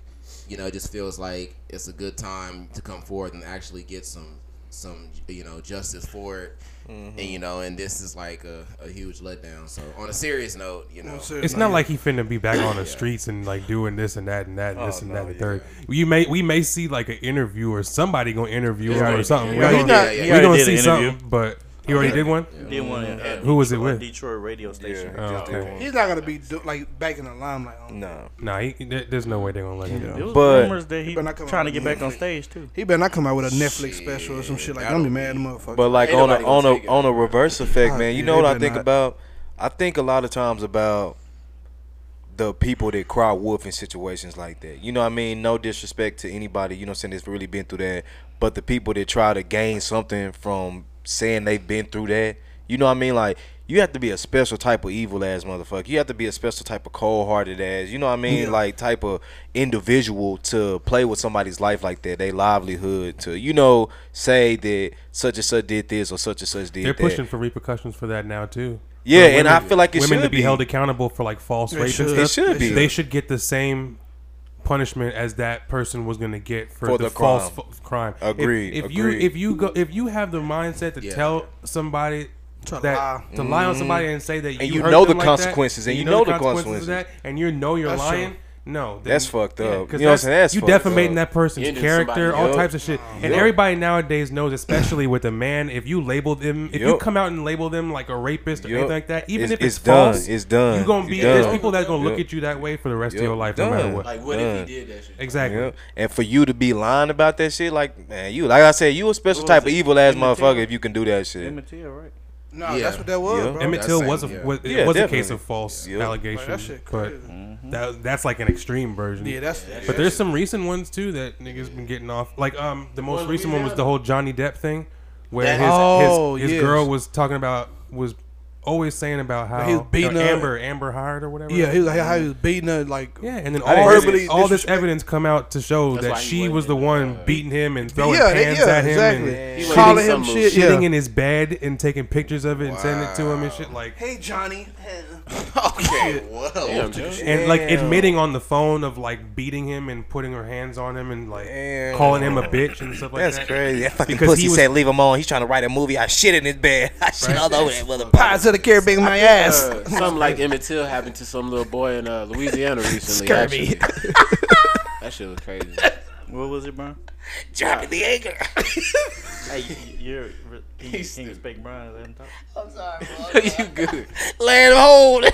Speaker 4: you know, it just feels like it's a good time to come forward and actually get some some you know justice for it. And you know, and this is like a, a huge letdown. So on a serious note, you know,
Speaker 6: it's not like he finna be back on the streets and like doing this and that and that and this and that and third. You may we may see like an interview or somebody gonna interview him or something.
Speaker 5: yeah,
Speaker 6: we
Speaker 5: he's
Speaker 6: gonna,
Speaker 5: not-
Speaker 6: we
Speaker 4: he
Speaker 3: already
Speaker 6: gonna
Speaker 3: did
Speaker 6: see
Speaker 3: an interview.
Speaker 6: something, but he already did one.
Speaker 3: Did one at
Speaker 6: Who was it
Speaker 3: Detroit-
Speaker 6: with?
Speaker 3: Detroit radio station.
Speaker 6: Oh, okay.
Speaker 5: He's not gonna be do, like back in the limelight. um, on
Speaker 7: Nah.
Speaker 6: Nah, he, there- there's no way they're gonna let him
Speaker 3: There
Speaker 6: go.
Speaker 3: was
Speaker 7: But-
Speaker 3: rumors that he
Speaker 5: Better not come
Speaker 3: trying to
Speaker 5: out
Speaker 3: get
Speaker 5: with
Speaker 3: back on
Speaker 5: Netflix.
Speaker 3: stage too.
Speaker 5: He better not come out with a Netflix special or some shit like. that. I'm gonna be mad, at the motherfucker.
Speaker 7: But like
Speaker 4: Ain't
Speaker 7: on a
Speaker 4: nobody gonna
Speaker 7: on
Speaker 4: take
Speaker 7: a
Speaker 4: it.
Speaker 7: on a reverse effect,
Speaker 6: Oh,
Speaker 7: man. You
Speaker 6: yeah,
Speaker 7: know
Speaker 6: they
Speaker 7: what I
Speaker 6: better
Speaker 7: think
Speaker 6: not.
Speaker 7: about? I think a lot of times about the people that cry wolf in situations like that. You know what I mean? No disrespect to anybody, you know what I'm saying, that's really been through that. But the people that try to gain something from saying they've been through that, you know what I mean? Like you have to be a special type of evil ass motherfucker. You have to be a special type of cold hearted ass, you know what I mean? Like type of individual to play with somebody's life like that, their livelihood, to, you know, say that such and such did this or such and such did
Speaker 6: They're
Speaker 7: that.
Speaker 6: pushing for repercussions for that now too.
Speaker 7: Yeah,
Speaker 6: For
Speaker 7: and I feel like it
Speaker 6: women
Speaker 7: should
Speaker 6: to be,
Speaker 7: be.
Speaker 6: held accountable for like false rape
Speaker 5: should.
Speaker 6: and stuff.
Speaker 5: It
Speaker 7: should be.
Speaker 6: They should get the same punishment as that person was going to get for,
Speaker 7: For
Speaker 6: the,
Speaker 7: the
Speaker 6: false
Speaker 7: crime.
Speaker 6: f- crime. If-
Speaker 7: Agreed,
Speaker 6: If,
Speaker 7: agreed.
Speaker 6: you if you go if you have the mindset to
Speaker 4: Yeah.
Speaker 6: tell somebody
Speaker 5: To
Speaker 6: that
Speaker 5: lie.
Speaker 6: to lie on somebody and say that
Speaker 7: Mm. you
Speaker 6: hurt
Speaker 7: know
Speaker 6: them
Speaker 7: the
Speaker 6: like that,
Speaker 7: consequences, and you know the
Speaker 6: of that, and you know you're
Speaker 5: That's true.
Speaker 6: lying. No, then-
Speaker 7: That's fucked up.
Speaker 6: 'cause
Speaker 7: You know what I'm saying? That's
Speaker 6: you
Speaker 7: fucked
Speaker 6: defamating
Speaker 7: up.
Speaker 6: that person's
Speaker 2: Getting
Speaker 6: character,
Speaker 2: somebody
Speaker 6: all
Speaker 2: up.
Speaker 6: types of shit. And everybody nowadays knows, especially with a man, if you label them, if you
Speaker 7: Yup.
Speaker 6: come out and label them like a rapist or
Speaker 7: Yup.
Speaker 6: anything like that, even
Speaker 7: It's-
Speaker 6: if it's,
Speaker 7: it's done.
Speaker 6: false,
Speaker 7: It's done.
Speaker 6: You're gonna
Speaker 7: It's
Speaker 6: be
Speaker 7: done.
Speaker 6: there's people that gonna look
Speaker 7: Yup.
Speaker 6: at you that way for the rest of
Speaker 7: Yup.
Speaker 6: your life, no
Speaker 7: Done.
Speaker 6: matter what.
Speaker 2: like what
Speaker 7: Done.
Speaker 2: if he did that shit?
Speaker 6: exactly.
Speaker 7: Yep. And for you to be lying about that shit, like man, you like I said, you a special type of evil ass motherfucker if you can do that shit.
Speaker 3: Emmett Till, right?
Speaker 5: no,
Speaker 4: Yeah.
Speaker 5: that's what that was,
Speaker 7: Yeah.
Speaker 5: bro.
Speaker 6: Emmett
Speaker 4: that's
Speaker 6: Till
Speaker 4: same,
Speaker 6: was a
Speaker 4: yeah.
Speaker 6: was, it
Speaker 7: Yeah,
Speaker 6: was a
Speaker 7: definitely. Mm-hmm.
Speaker 6: case of false
Speaker 7: Yup.
Speaker 5: Like, that
Speaker 6: allegation,
Speaker 5: shit
Speaker 6: but
Speaker 5: crazy.
Speaker 6: that, that's like an extreme version.
Speaker 5: yeah, that's.
Speaker 6: But there's some recent ones too that niggas been getting off. Like um, the most
Speaker 2: Well,
Speaker 6: recent one was
Speaker 2: Louisiana.
Speaker 6: the whole Johnny Depp thing, where
Speaker 5: That-
Speaker 6: his
Speaker 5: Oh,
Speaker 6: his, his
Speaker 5: yes.
Speaker 6: girl was talking about was always saying about how
Speaker 5: he was beating
Speaker 6: you know,
Speaker 5: her.
Speaker 6: Amber Amber Hard or whatever.
Speaker 5: yeah, he was like how he was beating her like.
Speaker 6: yeah, and then
Speaker 7: I didn't
Speaker 6: all
Speaker 7: hear
Speaker 6: this,
Speaker 5: this.
Speaker 6: all this
Speaker 5: Disrespect.
Speaker 6: evidence come out to show
Speaker 2: That's
Speaker 6: that
Speaker 2: why he
Speaker 6: she was
Speaker 2: wasn't
Speaker 6: the
Speaker 2: in,
Speaker 6: one
Speaker 2: uh,
Speaker 6: beating him and throwing
Speaker 5: Yeah, they-
Speaker 6: pans
Speaker 5: yeah,
Speaker 6: at him
Speaker 5: exactly.
Speaker 6: and
Speaker 2: He
Speaker 5: Yeah.
Speaker 2: was
Speaker 5: Calling
Speaker 2: in
Speaker 5: him
Speaker 2: some
Speaker 5: shit,
Speaker 6: shitting
Speaker 5: yeah.
Speaker 6: in his bed and taking pictures of it and sending it to him and shit like.
Speaker 5: Hey Johnny.
Speaker 4: *laughs* okay, whoa.
Speaker 2: Damn, Joe.
Speaker 6: And like
Speaker 7: Damn.
Speaker 6: admitting on the phone of like beating him and putting her hands on him and like
Speaker 7: Damn.
Speaker 6: calling him a bitch and
Speaker 5: *laughs*
Speaker 6: stuff like
Speaker 7: That's
Speaker 6: that.
Speaker 7: crazy. That fucking
Speaker 6: Because
Speaker 7: pussy
Speaker 6: he was-
Speaker 7: said leave him on. He's trying to write a movie. I shit in his bed. *laughs* I shit all over that motherfucker.
Speaker 5: Pies of the Caribbean in my ass.
Speaker 2: Uh, *laughs* something like Emmett Till happened to some little boy in uh,
Speaker 6: *laughs*
Speaker 2: Louisiana recently.
Speaker 5: Scurvy.
Speaker 2: actually. that shit was crazy.
Speaker 4: *laughs*
Speaker 3: What was it, Brian?
Speaker 7: Dropping the anchor.
Speaker 3: *laughs* Hey, you're you can't expect Brian to talk.
Speaker 2: you good?
Speaker 7: Land hold.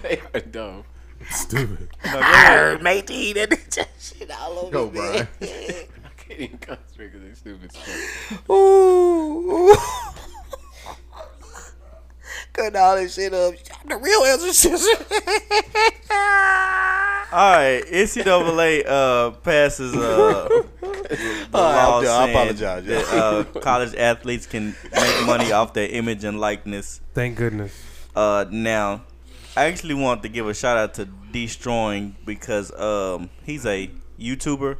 Speaker 2: They are dumb.
Speaker 6: Stupid.
Speaker 7: Arr, matey. That shit all over
Speaker 4: Go,
Speaker 7: me.
Speaker 4: Brian.
Speaker 2: I can't even concentrate because they stupid. as fuck.
Speaker 7: Ooh.
Speaker 8: cutting all this shit up. I'm the real answer.
Speaker 3: All right, NCAA uh, passes uh, the law
Speaker 7: I
Speaker 3: saying
Speaker 7: apologize, yeah.
Speaker 3: That, uh, college athletes can make money off their image and likeness.
Speaker 6: Thank goodness.
Speaker 3: Uh, now, I actually want to give a shout out to Destroying because um, he's a YouTuber.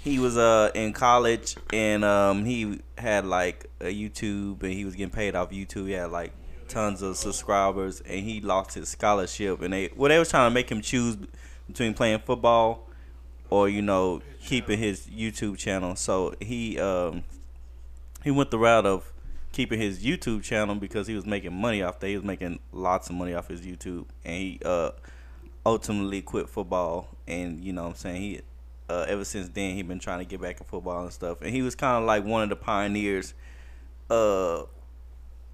Speaker 3: He was uh in college and um he had like a YouTube and he was getting paid off YouTube. He had like tons of subscribers and he lost his scholarship and they well they was trying to make him choose between playing football or you know keeping his YouTube channel. So he um he went the route of keeping his YouTube channel because he was making money off that. He was making lots of money off his YouTube, and he uh, ultimately quit football. And you know, what I'm saying he uh, ever since then he been trying to get back in football and stuff. And he was kind of like one of the pioneers uh,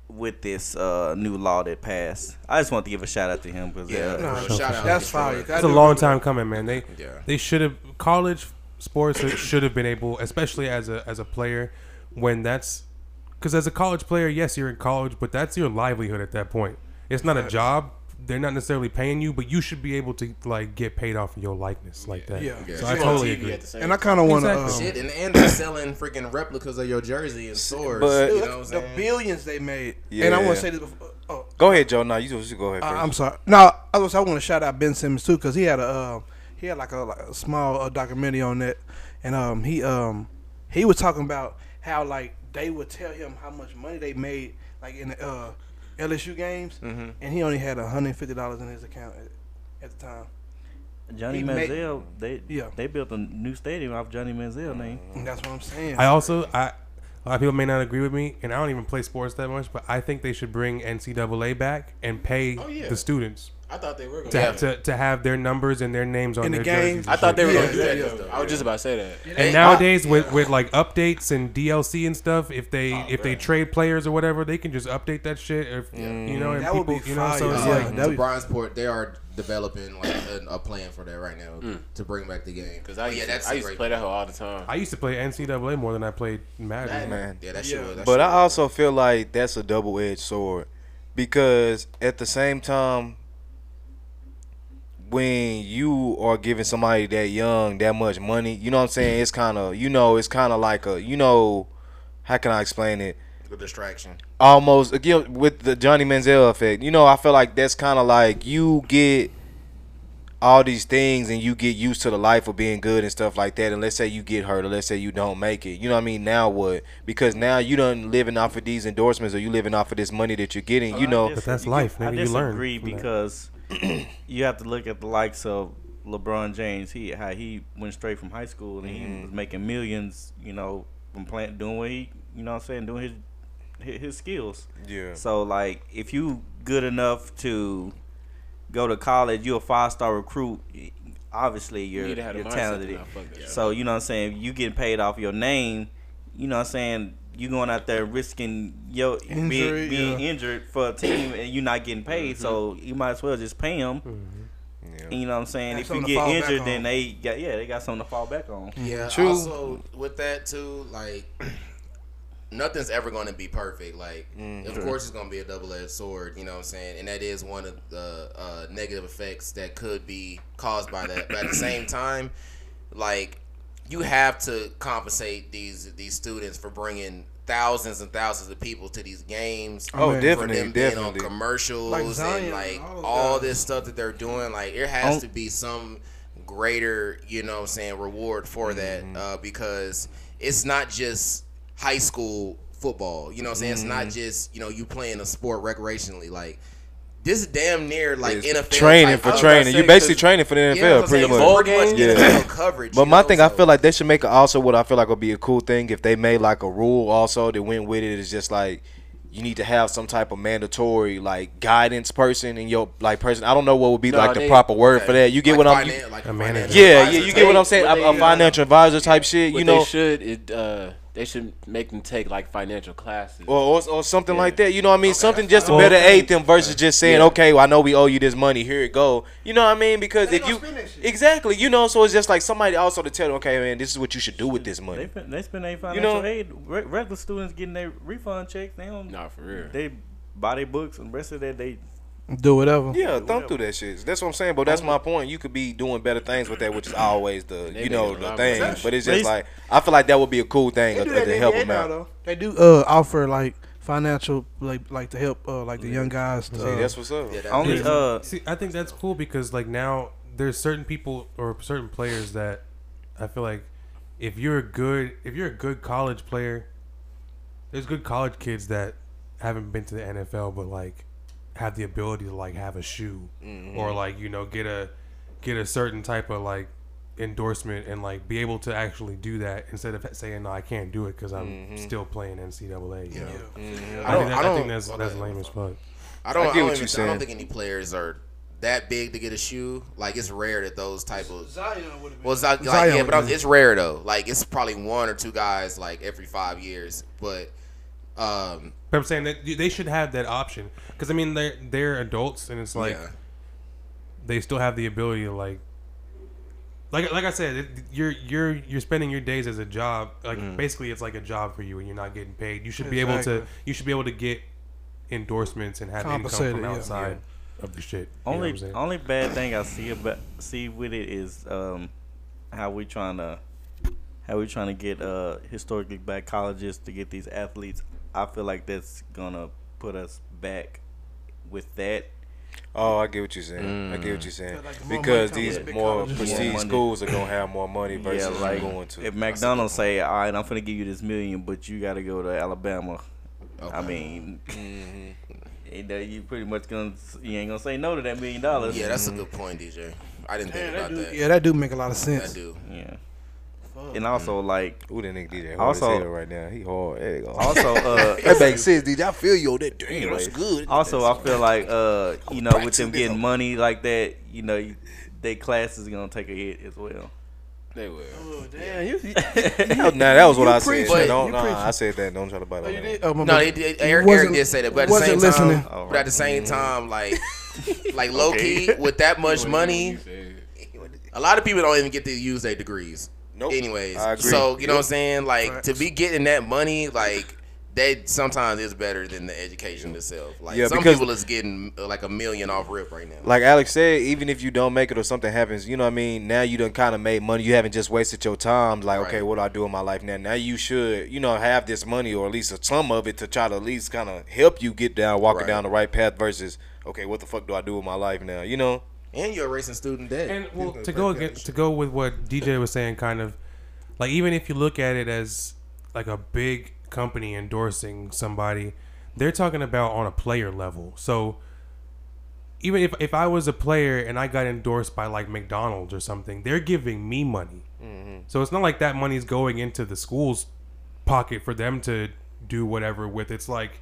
Speaker 3: with this uh, new law that passed. I just want to give a shout out to him because
Speaker 4: Yeah,
Speaker 3: uh,
Speaker 4: for real. shout out.
Speaker 5: That's
Speaker 4: Destroyer.
Speaker 5: fire.
Speaker 6: It's a long time coming, man. They
Speaker 4: Yeah.
Speaker 6: they should have college sports should have been able, especially as a as a player, when that's because as a college player, yes, you're in college, but that's your livelihood at that point. It's not a job. They're not necessarily paying you, but you should be able to like get paid off of your likeness like that.
Speaker 5: Yeah. Yeah.
Speaker 6: So I totally agree.
Speaker 5: And I kind of want to.
Speaker 6: Exactly.
Speaker 5: Um,
Speaker 4: Shit, and, and they're selling freaking replicas of your jersey in stores.
Speaker 7: but-
Speaker 4: you know what I'm
Speaker 5: the
Speaker 4: saying?
Speaker 5: billions they made. And I want
Speaker 7: Yeah.
Speaker 5: to say this before. Oh,
Speaker 7: Go ahead, Joe. No, you just you go ahead.
Speaker 5: I-
Speaker 7: first.
Speaker 5: I'm sorry. No, I was. I want to shout out Ben Simmons too because he had a uh, he had like a, like a small uh, documentary on that, and um he um he was talking about how like they would tell him how much money they made like in the uh, LSU games, and he only had 150 dollars in his account at, at the time.
Speaker 3: Johnny
Speaker 5: He made-
Speaker 3: Manziel, they
Speaker 5: Yeah.
Speaker 3: they built a new stadium off Johnny Manziel name.
Speaker 5: And that's what I'm saying.
Speaker 6: I also I a lot of people may not agree with me, and I don't even play sports that much, but I think they should bring NCAA back and pay
Speaker 2: yeah.
Speaker 6: the students
Speaker 2: I thought they were going
Speaker 6: to, to to have their numbers and their names on
Speaker 5: In the
Speaker 6: their
Speaker 5: game.
Speaker 6: jerseys.
Speaker 2: I thought they were
Speaker 5: Yeah,
Speaker 2: going to do
Speaker 5: yeah,
Speaker 2: that,
Speaker 5: yeah.
Speaker 2: though. I was just about to say that.
Speaker 6: And nowadays, with, with like updates and DLC and stuff, if they if they trade players or whatever, they can just update that shit. Or if, You know, and
Speaker 5: That would
Speaker 6: people,
Speaker 5: be
Speaker 6: you know, so
Speaker 5: fire.
Speaker 6: it's
Speaker 2: um,
Speaker 5: Yeah.
Speaker 6: like
Speaker 5: that
Speaker 4: to
Speaker 5: was-
Speaker 4: Bronzeport, they are developing like a, a plan for that right now
Speaker 7: Mm.
Speaker 4: to bring back the game.
Speaker 2: Because I,
Speaker 4: But
Speaker 2: used to-
Speaker 4: Oh, yeah, that's
Speaker 2: I
Speaker 4: a
Speaker 2: used to
Speaker 4: great-
Speaker 2: play that hoe all the time.
Speaker 6: I used to play NCAA more than I played Madden.
Speaker 7: man.
Speaker 4: Yeah, that shit. Was, that
Speaker 7: But
Speaker 4: shit
Speaker 7: I
Speaker 4: was-
Speaker 7: also feel like that's a double edged sword because at the same time, when you are giving somebody that young that much money, you know what I'm saying? It's kind of, you know, it's kind of like a, you know, how can I explain it?
Speaker 4: the distraction.
Speaker 7: almost again with the Johnny Manziel effect. You know, I feel like that's kind of like you get all these things and you get used to the life of being good and stuff like that. And let's say you get hurt or let's say you don't make it. You know what I mean? Now what? Because now you done living off of these endorsements or you living off of this money that you're getting.
Speaker 4: Uh,
Speaker 7: You know,
Speaker 6: But that's life,
Speaker 3: I
Speaker 6: nigga. You learn
Speaker 3: disagree
Speaker 6: from that.
Speaker 3: because you have to look at the likes of LeBron James. He how he went straight from high school and
Speaker 7: Mm-hmm.
Speaker 3: he was making millions. You know, from playing, doing what he, you know, what I'm saying, doing his his, his skills.
Speaker 7: Yeah.
Speaker 3: So like, if you good enough to go to college, you're a five star recruit. Obviously, you're
Speaker 2: need to have the
Speaker 3: you're
Speaker 2: mindset
Speaker 3: talented.
Speaker 2: now, fuck that.
Speaker 3: So you know what I'm saying. You getting paid off your name. You know what I'm saying. You going out there risking your being,
Speaker 5: Injury,
Speaker 3: being
Speaker 5: yeah. Mm-hmm.
Speaker 3: injured for a team and you not getting paid, so you might as well just pay them. You know what I'm saying?
Speaker 5: Have
Speaker 3: if you
Speaker 5: Mm-hmm. something to fall
Speaker 3: get
Speaker 5: back
Speaker 3: injured, then
Speaker 5: on.
Speaker 3: they got yeah, they got something to fall back on.
Speaker 4: Yeah.
Speaker 7: True.
Speaker 4: Also, with that too, like nothing's ever going to be perfect. Like,
Speaker 7: Mm,
Speaker 4: of course, it's going to be a double-edged sword. You know what I'm saying? And that is one of the uh, negative effects that could be caused by that. But at the
Speaker 7: *coughs*
Speaker 4: same time, like you have to compensate these these students for bringing thousands and thousands of people to these games.
Speaker 7: oh,
Speaker 5: man.
Speaker 4: for
Speaker 7: definitely,
Speaker 4: them being on
Speaker 7: definitely.
Speaker 4: commercials
Speaker 5: Like Zion
Speaker 4: and
Speaker 5: and
Speaker 4: like
Speaker 5: all
Speaker 4: all,
Speaker 5: those guys.
Speaker 4: this stuff that they're doing. Like it has
Speaker 3: Oh.
Speaker 4: to be some greater, you know, what I'm saying reward for
Speaker 7: Mm-hmm.
Speaker 4: that uh, because it's not just high school football. You know, what I'm saying it's
Speaker 7: Mm-hmm.
Speaker 4: not just you know you playing a sport recreationally. Like this is damn near like
Speaker 7: It's
Speaker 4: NFL
Speaker 7: training
Speaker 4: type-
Speaker 7: for
Speaker 4: I was about to
Speaker 7: training.
Speaker 4: say,
Speaker 7: You basically
Speaker 4: 'cause-
Speaker 7: training for the
Speaker 4: yeah,
Speaker 7: NFL,
Speaker 4: 'cause
Speaker 7: pretty
Speaker 4: it's
Speaker 7: much.
Speaker 4: much
Speaker 7: Yeah.
Speaker 4: NFL coverage.
Speaker 7: But
Speaker 4: you
Speaker 7: my
Speaker 4: know,
Speaker 7: thing, I
Speaker 4: so-
Speaker 7: feel like they should make a, also what I feel like would be a cool thing if they made like a rule also that went with it is just like you need to have some type of mandatory like guidance person in your like person. I don't know what would be
Speaker 2: No,
Speaker 7: like
Speaker 2: they-
Speaker 7: the proper word for that. You
Speaker 4: Like
Speaker 7: get what I'm.
Speaker 4: finan-
Speaker 7: you-
Speaker 4: like
Speaker 6: A manager.
Speaker 4: financial
Speaker 7: yeah, yeah,
Speaker 4: advisor
Speaker 7: you
Speaker 4: type.
Speaker 7: get what I'm saying.
Speaker 2: What
Speaker 7: A, a
Speaker 2: they, uh,
Speaker 7: financial advisor type shit,
Speaker 2: What
Speaker 7: you know,
Speaker 2: they should, it, uh, they should make them take like financial classes.
Speaker 7: or, or or something like that. You know what I mean? Something just to
Speaker 6: Well,
Speaker 7: better aid them versus just saying, okay, well, I know we owe you this money. Here it go. You know what I mean? Because if
Speaker 5: gonna
Speaker 7: you
Speaker 5: spend that shit.
Speaker 7: exactly, you know, so it's just like somebody also to tell them, okay, man, this is what you should do with this money.
Speaker 3: They fin- they spend their financial
Speaker 7: know-
Speaker 3: aid. Re- regular students getting their refund checks. They don't.
Speaker 2: Nah, for real.
Speaker 3: They buy their books, and the rest of that they
Speaker 5: Do whatever.
Speaker 7: Yeah, thump through that shit. That's what I'm saying. But that's my point. You could be doing better things with that, which is always the you know
Speaker 2: making a
Speaker 7: the
Speaker 2: lot
Speaker 7: thing.
Speaker 2: more sense.
Speaker 7: But it's
Speaker 3: They-
Speaker 7: just like I feel like that would be a cool thing
Speaker 5: They
Speaker 7: to,
Speaker 5: do that in
Speaker 7: to
Speaker 5: the
Speaker 7: help
Speaker 5: NBA
Speaker 7: them
Speaker 5: now,
Speaker 7: out.
Speaker 5: though. They do uh, offer like financial, like like to help uh, like the young guys. To, uh,
Speaker 7: That's what's up.
Speaker 4: Yeah, that-
Speaker 3: only uh
Speaker 6: See, I think that's cool because like now there's certain people or certain players that I feel like if you're a good if you're a good college player, there's good college kids that haven't been to the NFL but like have the ability to like have a shoe or like you know get a get a certain type of like endorsement and like be able to actually do that instead of saying no I can't do it because I'm still playing NCAA. You know, I,
Speaker 7: don't-
Speaker 6: think that,
Speaker 7: I
Speaker 6: I,
Speaker 7: don't-
Speaker 6: think that's that's lame as fuck.
Speaker 4: I don't. I,
Speaker 7: I get
Speaker 4: don't even, I
Speaker 7: what you're
Speaker 4: don't
Speaker 7: saying.
Speaker 4: think any players are that big to get a shoe. Like it's rare that those type of.
Speaker 5: Zion would have
Speaker 4: Well, it's like, like,
Speaker 5: Zion
Speaker 4: yeah,
Speaker 5: would
Speaker 4: but I was,
Speaker 5: be-
Speaker 4: it's rare though. Like it's probably one or two guys like every five years. But um,
Speaker 6: But I'm saying that they should have that option because I mean they're they're adults and it's like
Speaker 4: yeah,
Speaker 6: they still have the ability to like, like like I said, it, you're you're you're spending your days as a job. Like basically, it's like a job for you, and you're not getting paid. You should be able to
Speaker 5: Exactly.
Speaker 6: you should be able to get endorsements and have income
Speaker 5: Compensated,
Speaker 6: from
Speaker 5: yeah.
Speaker 6: outside of the shit. You know
Speaker 3: only
Speaker 6: what I'm saying?
Speaker 3: only bad thing I see about see with it is um how we trying to how we trying to get uh historically black colleges to get these athletes. I feel like that's gonna put us back with that.
Speaker 7: Oh, I get what you're saying. I get what you're saying.
Speaker 5: like the more
Speaker 7: because
Speaker 5: money
Speaker 7: these
Speaker 5: comes in,
Speaker 7: more
Speaker 5: big colleges.
Speaker 3: More
Speaker 7: prestige
Speaker 3: money.
Speaker 7: schools are gonna have more money versus
Speaker 3: yeah, like
Speaker 7: going to.
Speaker 3: if McDonald's say, "All right, I'm gonna give you this million, but you gotta go to Alabama." I
Speaker 4: Okay.
Speaker 3: mean,
Speaker 7: Mm-hmm.
Speaker 3: and, uh, you pretty much gonna you ain't gonna say no to that million dollars.
Speaker 4: yeah, that's a good point, DJ. I didn't think about that.
Speaker 5: Yeah, that do make a lot
Speaker 4: I
Speaker 5: of sense.
Speaker 4: do.
Speaker 3: yeah. And
Speaker 7: Mm.
Speaker 3: also, like,
Speaker 7: Ooh, that nigga DJ hard
Speaker 3: Also-
Speaker 7: as hell right now. He hard. There you go. *laughs*
Speaker 3: also,
Speaker 6: *laughs*
Speaker 3: uh,
Speaker 8: That makes sense, DJ. I feel you on that. Damn, that's good.
Speaker 3: Also, I feel like uh, you know, with them
Speaker 8: practicing this
Speaker 3: getting
Speaker 8: up.
Speaker 3: money like that, you know, you, their class is gonna take a hit as well.
Speaker 2: They will.
Speaker 5: Oh, Damn, you, you,
Speaker 7: nah, that was what I said.
Speaker 5: preaching.
Speaker 7: Don't,
Speaker 5: You
Speaker 7: nah,
Speaker 5: preaching.
Speaker 7: I said that. Don't try to bite on
Speaker 5: you
Speaker 7: that.
Speaker 5: did. Oh, my
Speaker 4: No,
Speaker 5: bad.
Speaker 4: they did, Eric, Eric
Speaker 5: wasn't-
Speaker 4: did say that, but at the same
Speaker 5: wasn't listening.
Speaker 4: time, but at the same time, like, like low key with that much money, a lot of people don't even get to use their degrees.
Speaker 7: Nope.
Speaker 4: Anyways,
Speaker 7: I agree.
Speaker 4: so you know what I'm saying? Like to
Speaker 5: Facts.
Speaker 4: be getting that money, like that sometimes is better than the education itself. Like
Speaker 7: Yeah,
Speaker 4: some
Speaker 7: because-
Speaker 4: people is getting uh, like a million off rip right now.
Speaker 7: like Alex said, even if you don't make it or something happens, you know what I mean. Now you done kind of made money. You haven't just wasted your time. Like,
Speaker 4: Right.
Speaker 7: okay, what do I do in my life now? Now you should, you know, have this money or at least a sum of it to try to at least kind of help you get down, walking
Speaker 4: Right.
Speaker 7: down the right path. Versus, okay, what the fuck do I do with my life now? You know,
Speaker 4: and you're erasing student debt.
Speaker 6: And
Speaker 4: *laughs*
Speaker 6: well, to go again, to go with what DJ was saying, kind of like even if you look at it as like a big company endorsing somebody, they're talking about on a player level. So even if if I was a player and I got endorsed by like McDonald's or something, they're giving me money. So it's not like that money's going into the school's pocket for them to do whatever with. It's like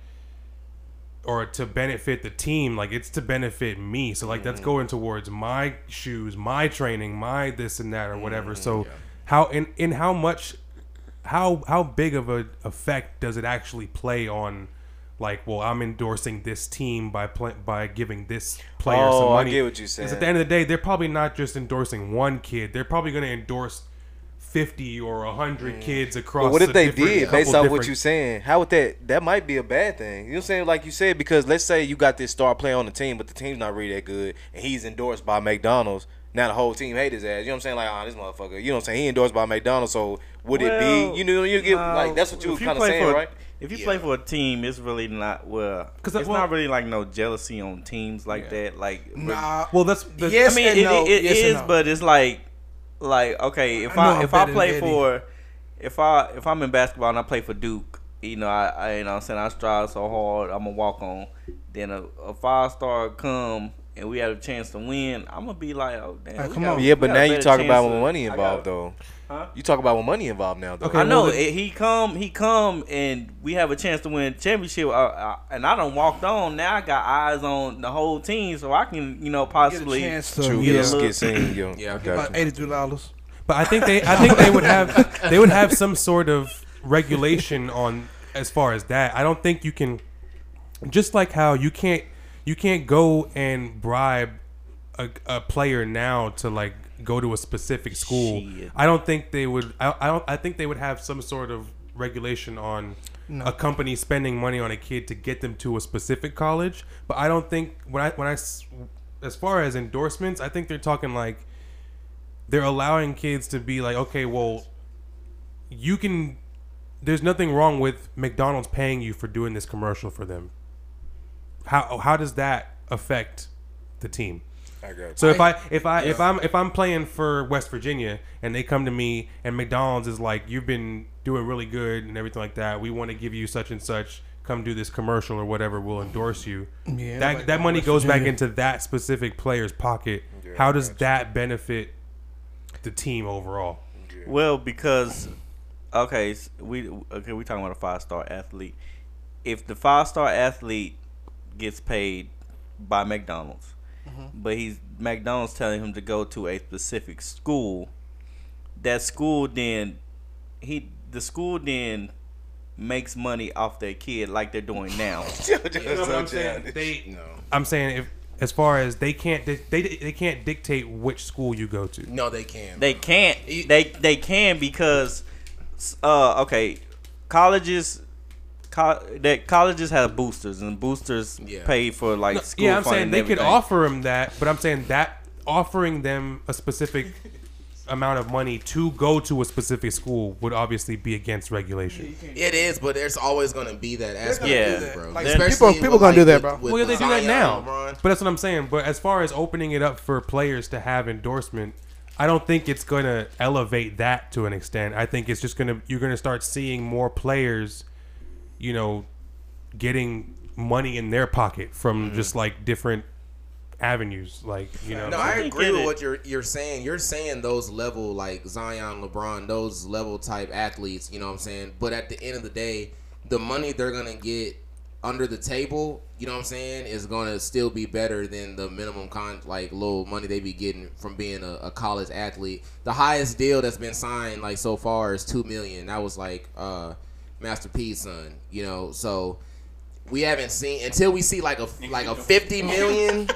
Speaker 6: or to benefit the team like it's to benefit me so like
Speaker 7: Mm.
Speaker 6: that's going towards my shoes my training my this and that or whatever
Speaker 7: Mm,
Speaker 6: so how in in how much how how big of a effect does it actually play on like well i'm endorsing this team by play, by giving this player some
Speaker 7: Oh, I
Speaker 6: money
Speaker 7: get what you're
Speaker 6: 'Cause
Speaker 7: saying.
Speaker 6: at the end of the day they're probably not just endorsing one kid they're probably going to endorse 50 or 100 kids across
Speaker 7: Mm. But what
Speaker 6: a
Speaker 7: if they
Speaker 6: different-
Speaker 7: did,
Speaker 6: couple
Speaker 7: based on what
Speaker 6: different-
Speaker 7: you're saying? How would that? That might be a bad thing. You know what I'm saying? Like you said, because let's say you got this star player on the team, but the team's not really that good, and he's endorsed by McDonald's. Now the whole team hate his ass. You know what I'm saying? Like, ah, this motherfucker. You know what I'm saying? He endorsed by McDonald's, so *laughs* would it
Speaker 3: Well,
Speaker 7: be? You know, you get
Speaker 3: no,
Speaker 7: like that's what you
Speaker 3: if
Speaker 7: was kind of
Speaker 3: play
Speaker 7: saying,
Speaker 3: for a-
Speaker 7: right?
Speaker 3: If you play for a team, it's really not well.
Speaker 6: 'Cause
Speaker 3: Cause
Speaker 6: that-
Speaker 3: it's
Speaker 6: well-
Speaker 3: not really like no jealousy on teams like that. Like, but-
Speaker 5: Nah,
Speaker 6: well that's the,
Speaker 5: Yes
Speaker 3: I mean,
Speaker 5: and
Speaker 3: it,
Speaker 5: no.
Speaker 3: it- it
Speaker 5: Yes and
Speaker 3: is,
Speaker 5: no.
Speaker 3: but it's like, like okay, if
Speaker 5: I
Speaker 3: I,
Speaker 5: know
Speaker 3: if
Speaker 5: I'm
Speaker 3: I
Speaker 5: better
Speaker 3: play
Speaker 5: than
Speaker 3: for, if I if I'm in basketball and I play for Duke, you know, I, I you know, what I'm saying I strive so hard, I'm gonna walk on. Then a, a five star come and we had a chance to win. I'm gonna be like, oh damn,
Speaker 5: Ah,
Speaker 3: we
Speaker 5: come
Speaker 3: got-
Speaker 5: on.
Speaker 7: Yeah,
Speaker 3: we
Speaker 7: but
Speaker 3: got a
Speaker 7: now you
Speaker 3: better
Speaker 7: talk about
Speaker 3: chance
Speaker 7: when
Speaker 3: of- I
Speaker 7: money
Speaker 3: got-
Speaker 7: involved, though.
Speaker 3: Huh?
Speaker 7: You talk about when money involved now, though.
Speaker 6: Okay.
Speaker 3: I know
Speaker 6: well, the-
Speaker 3: it- he come, he come, and we have a chance to win a championship. Uh, uh, and I don't walked on. Now I got eyes on the whole team, so I can, you know,
Speaker 5: get a
Speaker 3: possibly.
Speaker 5: chance to
Speaker 7: True,
Speaker 5: get
Speaker 7: yeah,
Speaker 5: a-
Speaker 7: skit scene, yo.
Speaker 4: Yeah,
Speaker 7: I got you.
Speaker 5: about eighty-two dollars.
Speaker 6: But I think they I think they would have they would have some sort of regulation on as far as that. I don't think you can just like how you can't you can't go and bribe a, a player now to like go to a specific school.
Speaker 3: Shit.
Speaker 6: I don't think they would I, I don't I think they would have some sort of regulation on a company spending money on a kid to get them to a specific college. But I don't think when I when I s- as far as endorsements, I think they're talking like they're allowing kids to be like, okay, well, you can. There's nothing wrong with McDonald's paying you for doing this commercial for them. How how does that affect the team?
Speaker 7: I got you.
Speaker 6: So if I if I if I'm if I'm playing for West Virginia and they come to me and McDonald's is like you've been doing really good and everything like that, we want to give you such and such. Come do this commercial or whatever. We'll endorse you.
Speaker 5: Yeah,
Speaker 6: that
Speaker 5: like
Speaker 6: that money
Speaker 5: West
Speaker 6: goes back
Speaker 5: Virginia.
Speaker 6: into that specific player's pocket.
Speaker 7: Yeah,
Speaker 6: How does that benefit the team overall?
Speaker 3: Well, because okay, s- we okay, we talking about a five star athlete. If the five star athlete gets paid by McDonald's, but he's McDonald's telling him to go to a specific school, that school then he the school then makes money off their kid like they're doing now.
Speaker 6: I'm saying? They, I'm saying if as far as they can't di- they they can't dictate which school you go to.
Speaker 4: No, they can.
Speaker 3: They can't.
Speaker 4: You-
Speaker 3: They they can because, uh, okay, colleges, co- that colleges have boosters and boosters
Speaker 4: Yeah.
Speaker 3: pay for like school.
Speaker 6: yeah, I'm
Speaker 3: funding
Speaker 6: saying
Speaker 3: and
Speaker 6: they could
Speaker 3: everything.
Speaker 6: offer him that, but I'm saying that offering them a specific amount of money to go to a specific school would obviously be against regulation.
Speaker 4: It is, but there's always gonna be that aspect,
Speaker 3: Yeah.
Speaker 4: of it, bro.
Speaker 5: Like,
Speaker 4: Especially
Speaker 5: people-
Speaker 4: with,
Speaker 5: people gonna do that, bro.
Speaker 4: with- with
Speaker 6: Well, yeah, they do that
Speaker 4: Zion,
Speaker 6: now.
Speaker 4: LeBron.
Speaker 6: But that's what I'm saying. But as far as opening it up for players to have endorsement, I don't think it's going to elevate that to an extent. I think it's just going to you're going to start seeing more players, you know, getting money in their pocket from
Speaker 4: Mm.
Speaker 6: just like different avenues, like you know.
Speaker 4: No, I
Speaker 3: think
Speaker 4: agree
Speaker 3: it
Speaker 4: with
Speaker 3: is.
Speaker 4: what you're you're saying. You're saying those level like Zion, LeBron, those level type athletes. You know what I'm saying? But at the end of the day, the money they're gonna get under the table, you know what I'm saying, is gonna still be better than the minimum con like little money they be getting from being a, a college athlete. The highest deal that's been signed like so far is two million. That was like uh, Master P's son. You know, so. We haven't seen until we see like a like a fifty million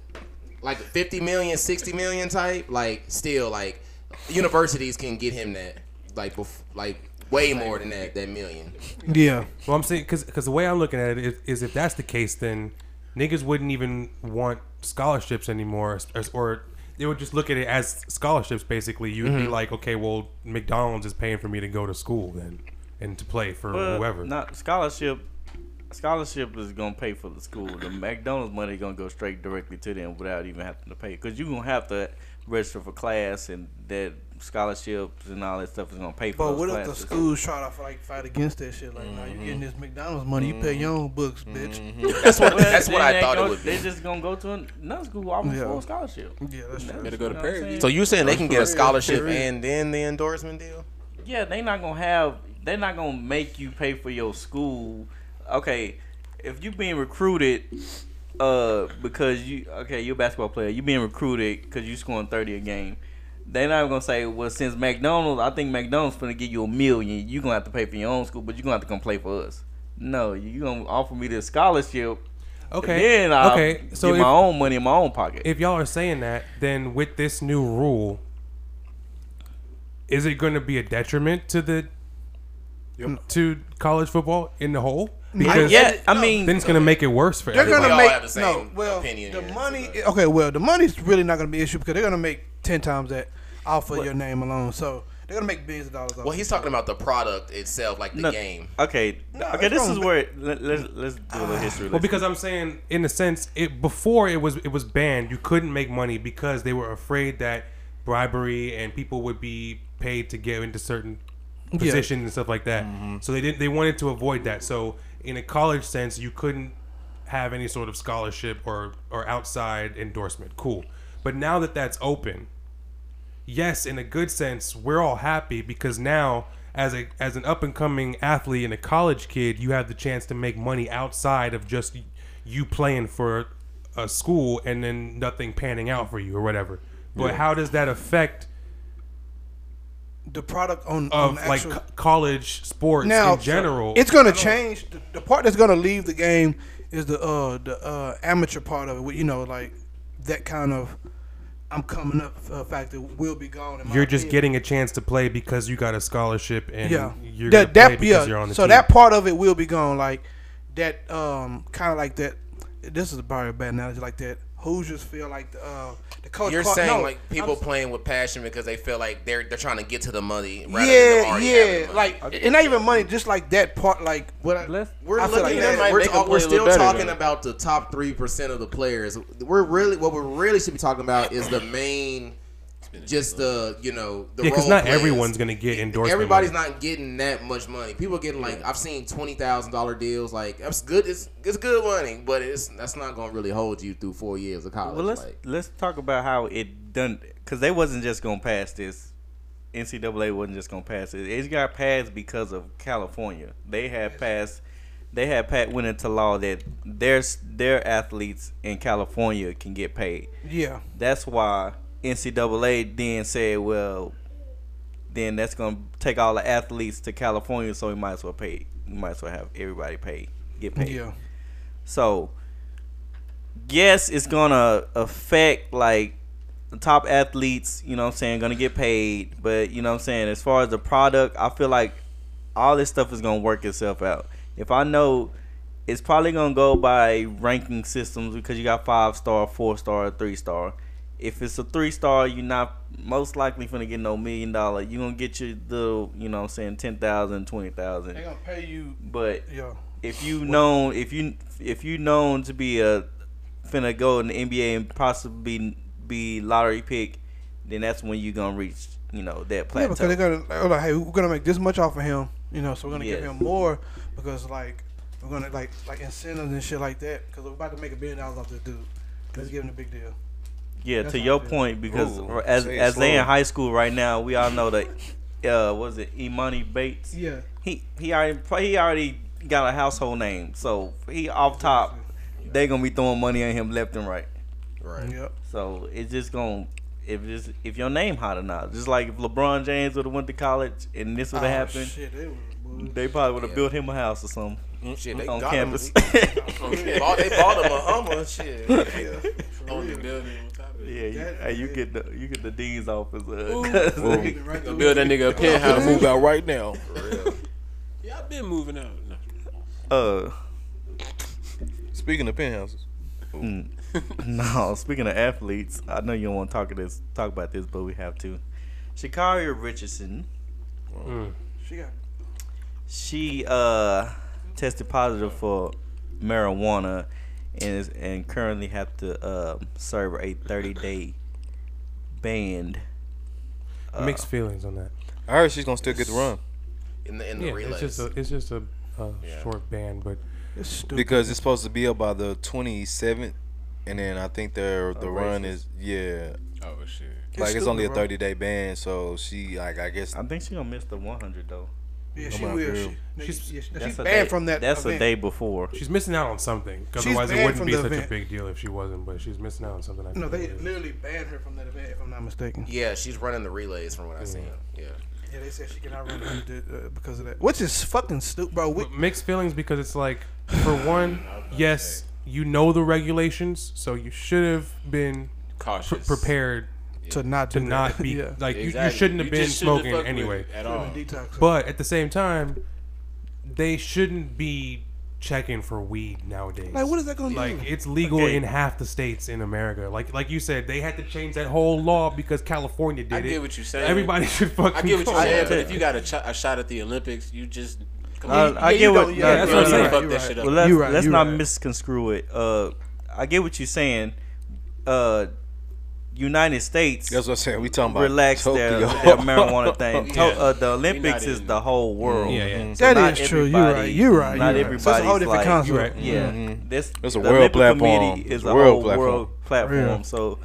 Speaker 4: *laughs* like 50 million 60 million type like still like universities can get him that like bef- like way more than that that million
Speaker 5: Yeah.
Speaker 6: Well, I'm saying because the way I'm looking at it is, is if that's the case, then niggas wouldn't even want scholarships anymore, or, or they would just look at it as scholarships. Basically, you'd
Speaker 3: Mm-hmm.
Speaker 6: be like, okay, well, McDonald's is paying for me to go to school then and to play for
Speaker 3: Well,
Speaker 6: whoever.
Speaker 3: Not scholarship. Scholarship is gonna pay for the school. The McDonald's money gonna go straight directly to them without even having to pay because you're gonna have to register for class and that scholarships and all that stuff is gonna pay for.
Speaker 5: But
Speaker 3: those
Speaker 5: what if the
Speaker 3: classes. Mm-hmm.
Speaker 5: schools try to like fight against that shit? Like, now you getting this McDonald's money, you pay your own books, bitch.
Speaker 4: that's what
Speaker 3: Well,
Speaker 4: that's what
Speaker 3: then
Speaker 4: i
Speaker 3: they
Speaker 4: thought
Speaker 3: go-
Speaker 4: it would be
Speaker 3: They're just gonna go to another school off a
Speaker 5: Yeah.
Speaker 3: full scholarship.
Speaker 5: Yeah, that's true.
Speaker 2: Better go to
Speaker 3: You know what I'm
Speaker 2: Prairie
Speaker 3: saying?
Speaker 2: View.
Speaker 4: so you saying they can get a scholarship
Speaker 5: Sure is.
Speaker 4: and then the endorsement deal
Speaker 3: Yeah, they not gonna have. They're not gonna make you pay for your school. Okay, if you being recruited, uh, because you okay, you're a basketball player. You being recruited because you scoring thirty a game. They're not gonna say, well, since McDonald's, I think McDonald's gonna give you a million. You gonna have to pay for your own school, but you gonna have to come play for us. No, you gonna offer me this scholarship.
Speaker 6: Okay,
Speaker 3: and then I'll
Speaker 6: okay, so
Speaker 3: get
Speaker 6: if-
Speaker 3: my own money in my own pocket.
Speaker 6: if y'all are saying that, then with this new rule, is it going to be a detriment to the to college football in the whole? Because
Speaker 3: yeah, I mean, uh,
Speaker 6: then it's going to make it worse for
Speaker 5: They're
Speaker 6: everybody.
Speaker 5: gonna
Speaker 4: all
Speaker 5: make
Speaker 4: have the same
Speaker 5: no. Well,
Speaker 4: opinion
Speaker 5: the
Speaker 4: here, so
Speaker 5: money.
Speaker 4: like-
Speaker 5: Okay, well, the money's really not gonna be an issue because they're gonna make ten times that off of your name alone. So they're gonna make billions of dollars off.
Speaker 4: well he's talking about the product itself like the
Speaker 3: No,
Speaker 4: game
Speaker 3: Okay, okay,
Speaker 5: it's
Speaker 3: this
Speaker 5: wrong,
Speaker 3: is
Speaker 5: but-
Speaker 3: where let, let's let's do a little history.
Speaker 6: Well,
Speaker 3: lesson.
Speaker 6: because I'm saying, in a sense, it before it was it was banned. You couldn't make money because they were afraid that bribery and people would be paid to get into certain positions and stuff like that. So they didn't. They wanted to avoid that. So in a college sense, you couldn't have any sort of scholarship or or outside endorsement. Cool. But now that that's open, yes, in a good sense, we're all happy because now as a as an up and coming athlete and a college kid, you have the chance to make money outside of just you playing for a school and then nothing panning out for you or whatever. But how does that affect
Speaker 5: the product on, on
Speaker 6: of
Speaker 5: the
Speaker 6: like
Speaker 5: Um, actual,
Speaker 6: co- college sports
Speaker 5: now
Speaker 6: in general?
Speaker 5: It's gonna change. The, the part that's gonna leave the game is the uh the uh amateur part of it. where, You know, like that kind of I'm coming up uh, factor will be gone. in my
Speaker 6: you're just
Speaker 5: opinion.
Speaker 6: getting a chance to play because you got a scholarship and
Speaker 5: Yeah.
Speaker 6: you're
Speaker 5: that
Speaker 6: gonna play
Speaker 5: that yeah.
Speaker 6: because you're on the
Speaker 5: so
Speaker 6: team.
Speaker 5: that part of it will be gone. Like that, um, kind of like that. This is probably a bad analogy. Like that, Hoosiers feel like the uh, the coach.
Speaker 4: You're
Speaker 5: Clark-
Speaker 4: saying
Speaker 5: no,
Speaker 4: like people
Speaker 5: I'm-
Speaker 4: playing with passion because they feel like they're they're trying to get to the money. Rather than
Speaker 5: yeah,
Speaker 4: already having the
Speaker 5: yeah,
Speaker 4: money.
Speaker 5: like and not even money. Just like that part, like what I,
Speaker 6: Let's-
Speaker 4: We're
Speaker 5: I feel
Speaker 4: looking
Speaker 5: like
Speaker 4: at like,
Speaker 5: that
Speaker 2: might
Speaker 4: we're, oh,
Speaker 2: make 'em
Speaker 4: we're
Speaker 2: play a
Speaker 4: still
Speaker 2: little better,
Speaker 4: talking
Speaker 2: though.
Speaker 4: about the top three percent of the players. We're really what we really should be talking about is the main, just the you know the
Speaker 6: Yeah,
Speaker 4: role
Speaker 6: because not
Speaker 4: players.
Speaker 6: everyone's gonna get endorsement.
Speaker 4: Everybody's
Speaker 6: money.
Speaker 4: not getting that much money. People are getting like I've seen twenty thousand dollar deals. Like that's good. It's it's good money, but it's that's not gonna really hold you through four years of college.
Speaker 3: Well, let's
Speaker 4: like,
Speaker 3: let's talk about how it done because they wasn't just gonna pass this. NCAA wasn't just gonna pass it. It got passed because of California. They had passed. They had pat went into law that their their athletes in California can get paid.
Speaker 5: yeah,
Speaker 3: That's why NCAA then said, well, then that's gonna take all the athletes to California, so we might as well pay. We might as well have everybody paid, get paid.
Speaker 5: yeah.
Speaker 3: So, yes, it's gonna affect like the top athletes. You know, what I'm saying, gonna get paid, but you know, what I'm saying, as far as the product, I feel like all this stuff is gonna work itself out. If I know, it's probably gonna go by ranking systems because you got five star, four star, three star. If it's a three star, you're not most likely gonna get no million dollar. You're gonna get your little, you know, what I'm saying ten thousand, twenty thousand.
Speaker 5: They gonna pay you.
Speaker 3: But
Speaker 5: Yeah,
Speaker 3: if you known if you if you known to be a finna go in the NBA and possibly be lottery pick, then that's when you gonna reach you know that
Speaker 5: yeah,
Speaker 3: plateau.
Speaker 5: because they're gonna like, oh, like, hey, we're gonna make this much off of him, you know, so we're gonna give
Speaker 3: Yes.
Speaker 5: him more because like we're gonna like like incentives and shit like that because we're about to make a billion dollars off this dude. Let's give him a big deal.
Speaker 3: yeah, to
Speaker 5: that's
Speaker 3: your
Speaker 5: how I feel.
Speaker 3: point, because
Speaker 7: Ooh,
Speaker 3: as
Speaker 7: say it
Speaker 3: as they in
Speaker 7: slow.
Speaker 3: high school right now, we all know that uh was it Imani Bates?
Speaker 5: Yeah.
Speaker 3: He he already he already got a household name, so he off top. They gonna be throwing money on him left and right.
Speaker 4: right.
Speaker 5: Yep.
Speaker 3: So it's just gonna if it's, if your name hot or not. Just like if LeBron James would have went to college and this would have
Speaker 5: Oh,
Speaker 3: happened,
Speaker 5: shit, they was-
Speaker 3: they probably would have built him a house or something
Speaker 4: Shit, they
Speaker 3: on
Speaker 4: got *laughs*
Speaker 3: campus.
Speaker 4: Him. they, bought, they bought him
Speaker 3: *laughs*
Speaker 4: a Hummer. Shit.
Speaker 2: On the building on top of
Speaker 3: yeah,
Speaker 2: it.
Speaker 3: you,
Speaker 5: That-
Speaker 3: hey, you get the you get the dean's office. Uh, *laughs*
Speaker 5: Right
Speaker 3: cause
Speaker 5: there.
Speaker 2: Build that nigga a penthouse.
Speaker 8: move out right
Speaker 2: *laughs*
Speaker 8: now.
Speaker 2: Y'all been moving out. No.
Speaker 3: uh,
Speaker 7: Speaking of penthouses,
Speaker 3: hmm. no. Speaking of athletes, I know you don't want to talk of this talk about this, but we have to. Shakari Richardson,
Speaker 5: She got
Speaker 3: she uh tested positive for marijuana and is and currently have to uh, serve a 30 day ban.
Speaker 6: mixed feelings on that.
Speaker 7: I heard she's gonna still get the run
Speaker 4: In the in the
Speaker 6: Yeah,
Speaker 4: relays.
Speaker 6: it's just a it's just a, a short ban, but
Speaker 5: it's stupid.
Speaker 7: because it's supposed to be up by the 27th, and then I think the the run is yeah,
Speaker 2: Oh shit.
Speaker 7: like it's
Speaker 5: stupid,
Speaker 7: only a
Speaker 5: bro.
Speaker 7: 30 day ban. So she like I guess
Speaker 3: I think she gonna miss the 100 though.
Speaker 5: yeah,
Speaker 7: Come
Speaker 5: she
Speaker 7: on,
Speaker 5: will.
Speaker 7: girl.
Speaker 5: She,
Speaker 6: She's-
Speaker 5: she's yeah, she- she's
Speaker 3: a
Speaker 5: banned
Speaker 3: day-
Speaker 5: from that.
Speaker 3: That's
Speaker 5: event.
Speaker 3: a day before.
Speaker 6: she's missing out on something. 'cause
Speaker 5: She's
Speaker 6: Otherwise, it
Speaker 5: banned
Speaker 6: wouldn't
Speaker 5: from
Speaker 6: be
Speaker 5: the
Speaker 6: such a
Speaker 5: event.
Speaker 6: big deal if she wasn't. But she's missing out on something. I
Speaker 5: No,
Speaker 6: feel
Speaker 5: they
Speaker 6: it is.
Speaker 5: literally banned her from that event, if I'm not mistaken.
Speaker 4: yeah, she's running the relays from what I seen. Yeah.
Speaker 5: Yeah, they said she cannot run uh, because of that, which is fucking stupid, bro. We,
Speaker 6: But mixed feelings because it's like, for one, yes, you know the regulations, so you should have been pr-
Speaker 2: Cautious.
Speaker 6: prepared
Speaker 5: to not do
Speaker 6: to not
Speaker 5: that.
Speaker 6: be
Speaker 5: yeah.
Speaker 6: like *laughs* you, you
Speaker 2: Exactly.
Speaker 6: shouldn't have
Speaker 2: You
Speaker 6: been
Speaker 2: just shouldn't
Speaker 6: smoking
Speaker 2: fucked with
Speaker 6: anyway.
Speaker 2: it At all.
Speaker 5: detox.
Speaker 6: But at the same time, they shouldn't be checking for weed nowadays.
Speaker 5: like, what is that gonna
Speaker 6: Like
Speaker 5: do?
Speaker 6: it's legal
Speaker 3: Okay.
Speaker 6: in half the states in America. Like like you said, they had to change that whole law because California did
Speaker 2: I
Speaker 6: it.
Speaker 2: get what you're saying.
Speaker 6: Everybody *laughs* should fucking.
Speaker 2: I get what
Speaker 6: go.
Speaker 2: you're saying,
Speaker 3: I-
Speaker 2: but if you got a, ch- a shot at the Olympics, you just come
Speaker 3: I-
Speaker 2: on.
Speaker 3: I
Speaker 2: You
Speaker 3: get what.
Speaker 5: don't-
Speaker 3: no,
Speaker 5: yeah,
Speaker 6: that's
Speaker 3: that's
Speaker 6: what
Speaker 3: what
Speaker 2: don't
Speaker 6: I'm
Speaker 3: I'm
Speaker 2: need to fuck that
Speaker 6: saying. you
Speaker 2: shit up.
Speaker 3: Well, let's,
Speaker 5: right,
Speaker 3: let's
Speaker 5: you
Speaker 3: not
Speaker 5: right.
Speaker 3: misconstrue it. Uh, I get what you're saying. Uh, United States
Speaker 7: that's what I'm saying. We talking about
Speaker 3: relaxed their,
Speaker 7: Tokyo.
Speaker 3: their
Speaker 7: *laughs*
Speaker 3: marijuana thing. To-
Speaker 2: Yeah.
Speaker 3: uh, the
Speaker 2: We
Speaker 3: Olympics
Speaker 2: not
Speaker 3: is
Speaker 2: in-
Speaker 3: the whole world.
Speaker 6: Yeah, yeah.
Speaker 5: Mm-hmm. That is
Speaker 3: That is
Speaker 5: true. You're right. You're right.
Speaker 3: Not
Speaker 5: You're right.
Speaker 3: everybody's
Speaker 5: So it's a whole different
Speaker 3: like,
Speaker 5: concept. Mm-hmm.
Speaker 6: Right.
Speaker 3: Yeah, this
Speaker 7: Mm-hmm. It's a
Speaker 3: the
Speaker 7: world
Speaker 3: Olympic
Speaker 7: platform.
Speaker 3: Committee is
Speaker 7: It's
Speaker 3: a
Speaker 7: a world Mm-hmm.
Speaker 3: whole world platform.
Speaker 5: Yeah.
Speaker 3: So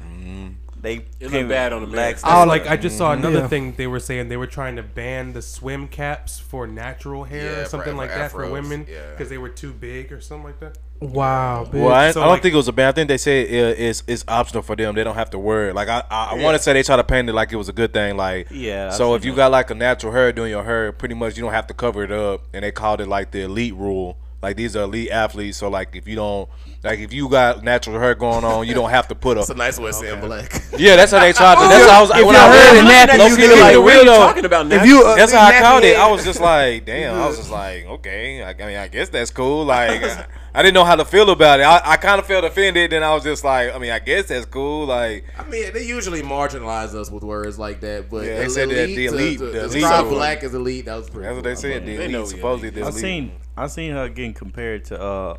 Speaker 3: they
Speaker 2: look
Speaker 3: can
Speaker 2: bad on America.
Speaker 3: relax their-
Speaker 6: Oh, like I just saw another
Speaker 5: Mm, Yeah.
Speaker 6: thing they were saying they were trying to ban the swim caps for natural hair
Speaker 4: Yeah,
Speaker 6: or
Speaker 4: for-
Speaker 6: something
Speaker 4: for
Speaker 6: like that for
Speaker 4: afros,
Speaker 6: women
Speaker 4: yeah.
Speaker 6: because they were too big or something like that.
Speaker 5: wow, bitch.
Speaker 7: Well, I,
Speaker 6: So,
Speaker 7: I don't
Speaker 6: like-
Speaker 7: think it was a bad. I think they said it, it's it's optional for them. They don't have to worry. Like I, I, I want to say they try to paint it like it was a good thing. Like
Speaker 3: Yeah, I've
Speaker 7: So
Speaker 3: seen
Speaker 7: if you
Speaker 3: that.
Speaker 7: got like a natural hair doing your hair, pretty much you don't have to cover it up. And they called it like the elite rule Like these are elite athletes, so like if you don't, like if you got natural hair going on, you don't have to put
Speaker 4: It's a
Speaker 7: a.
Speaker 4: nice way of saying black. *laughs*
Speaker 7: Yeah, that's how they tried to. That's how I was
Speaker 8: If
Speaker 7: when
Speaker 8: you
Speaker 7: I
Speaker 8: heard
Speaker 7: read
Speaker 8: it,
Speaker 7: it.
Speaker 8: Nathan,
Speaker 7: low
Speaker 8: you
Speaker 7: key,
Speaker 8: get
Speaker 7: like,
Speaker 8: it.
Speaker 7: the
Speaker 2: What are you
Speaker 7: weirdo.
Speaker 2: talking about now?
Speaker 8: If you a
Speaker 7: That's
Speaker 8: big
Speaker 7: how I
Speaker 8: nappy
Speaker 7: caught it.
Speaker 8: head-
Speaker 7: I was *laughs* just like, damn. I was just like, okay. I, I mean, I guess that's cool. Like, I, I didn't know how to feel about it. I, I kind of felt offended. Then I was just like, I mean, I guess that's cool. Like,
Speaker 4: I mean, they usually marginalize us with words like that, but
Speaker 7: Yeah, they said that the elite-
Speaker 4: to, to,
Speaker 7: the
Speaker 4: to
Speaker 7: elite
Speaker 4: describe
Speaker 7: group.
Speaker 4: black as elite, that was pretty.
Speaker 7: that's what
Speaker 4: cool.
Speaker 7: they said.
Speaker 2: They
Speaker 7: They
Speaker 2: know
Speaker 7: know
Speaker 2: we
Speaker 7: supposedly they
Speaker 3: I
Speaker 7: leave.
Speaker 3: seen I seen her getting compared to uh,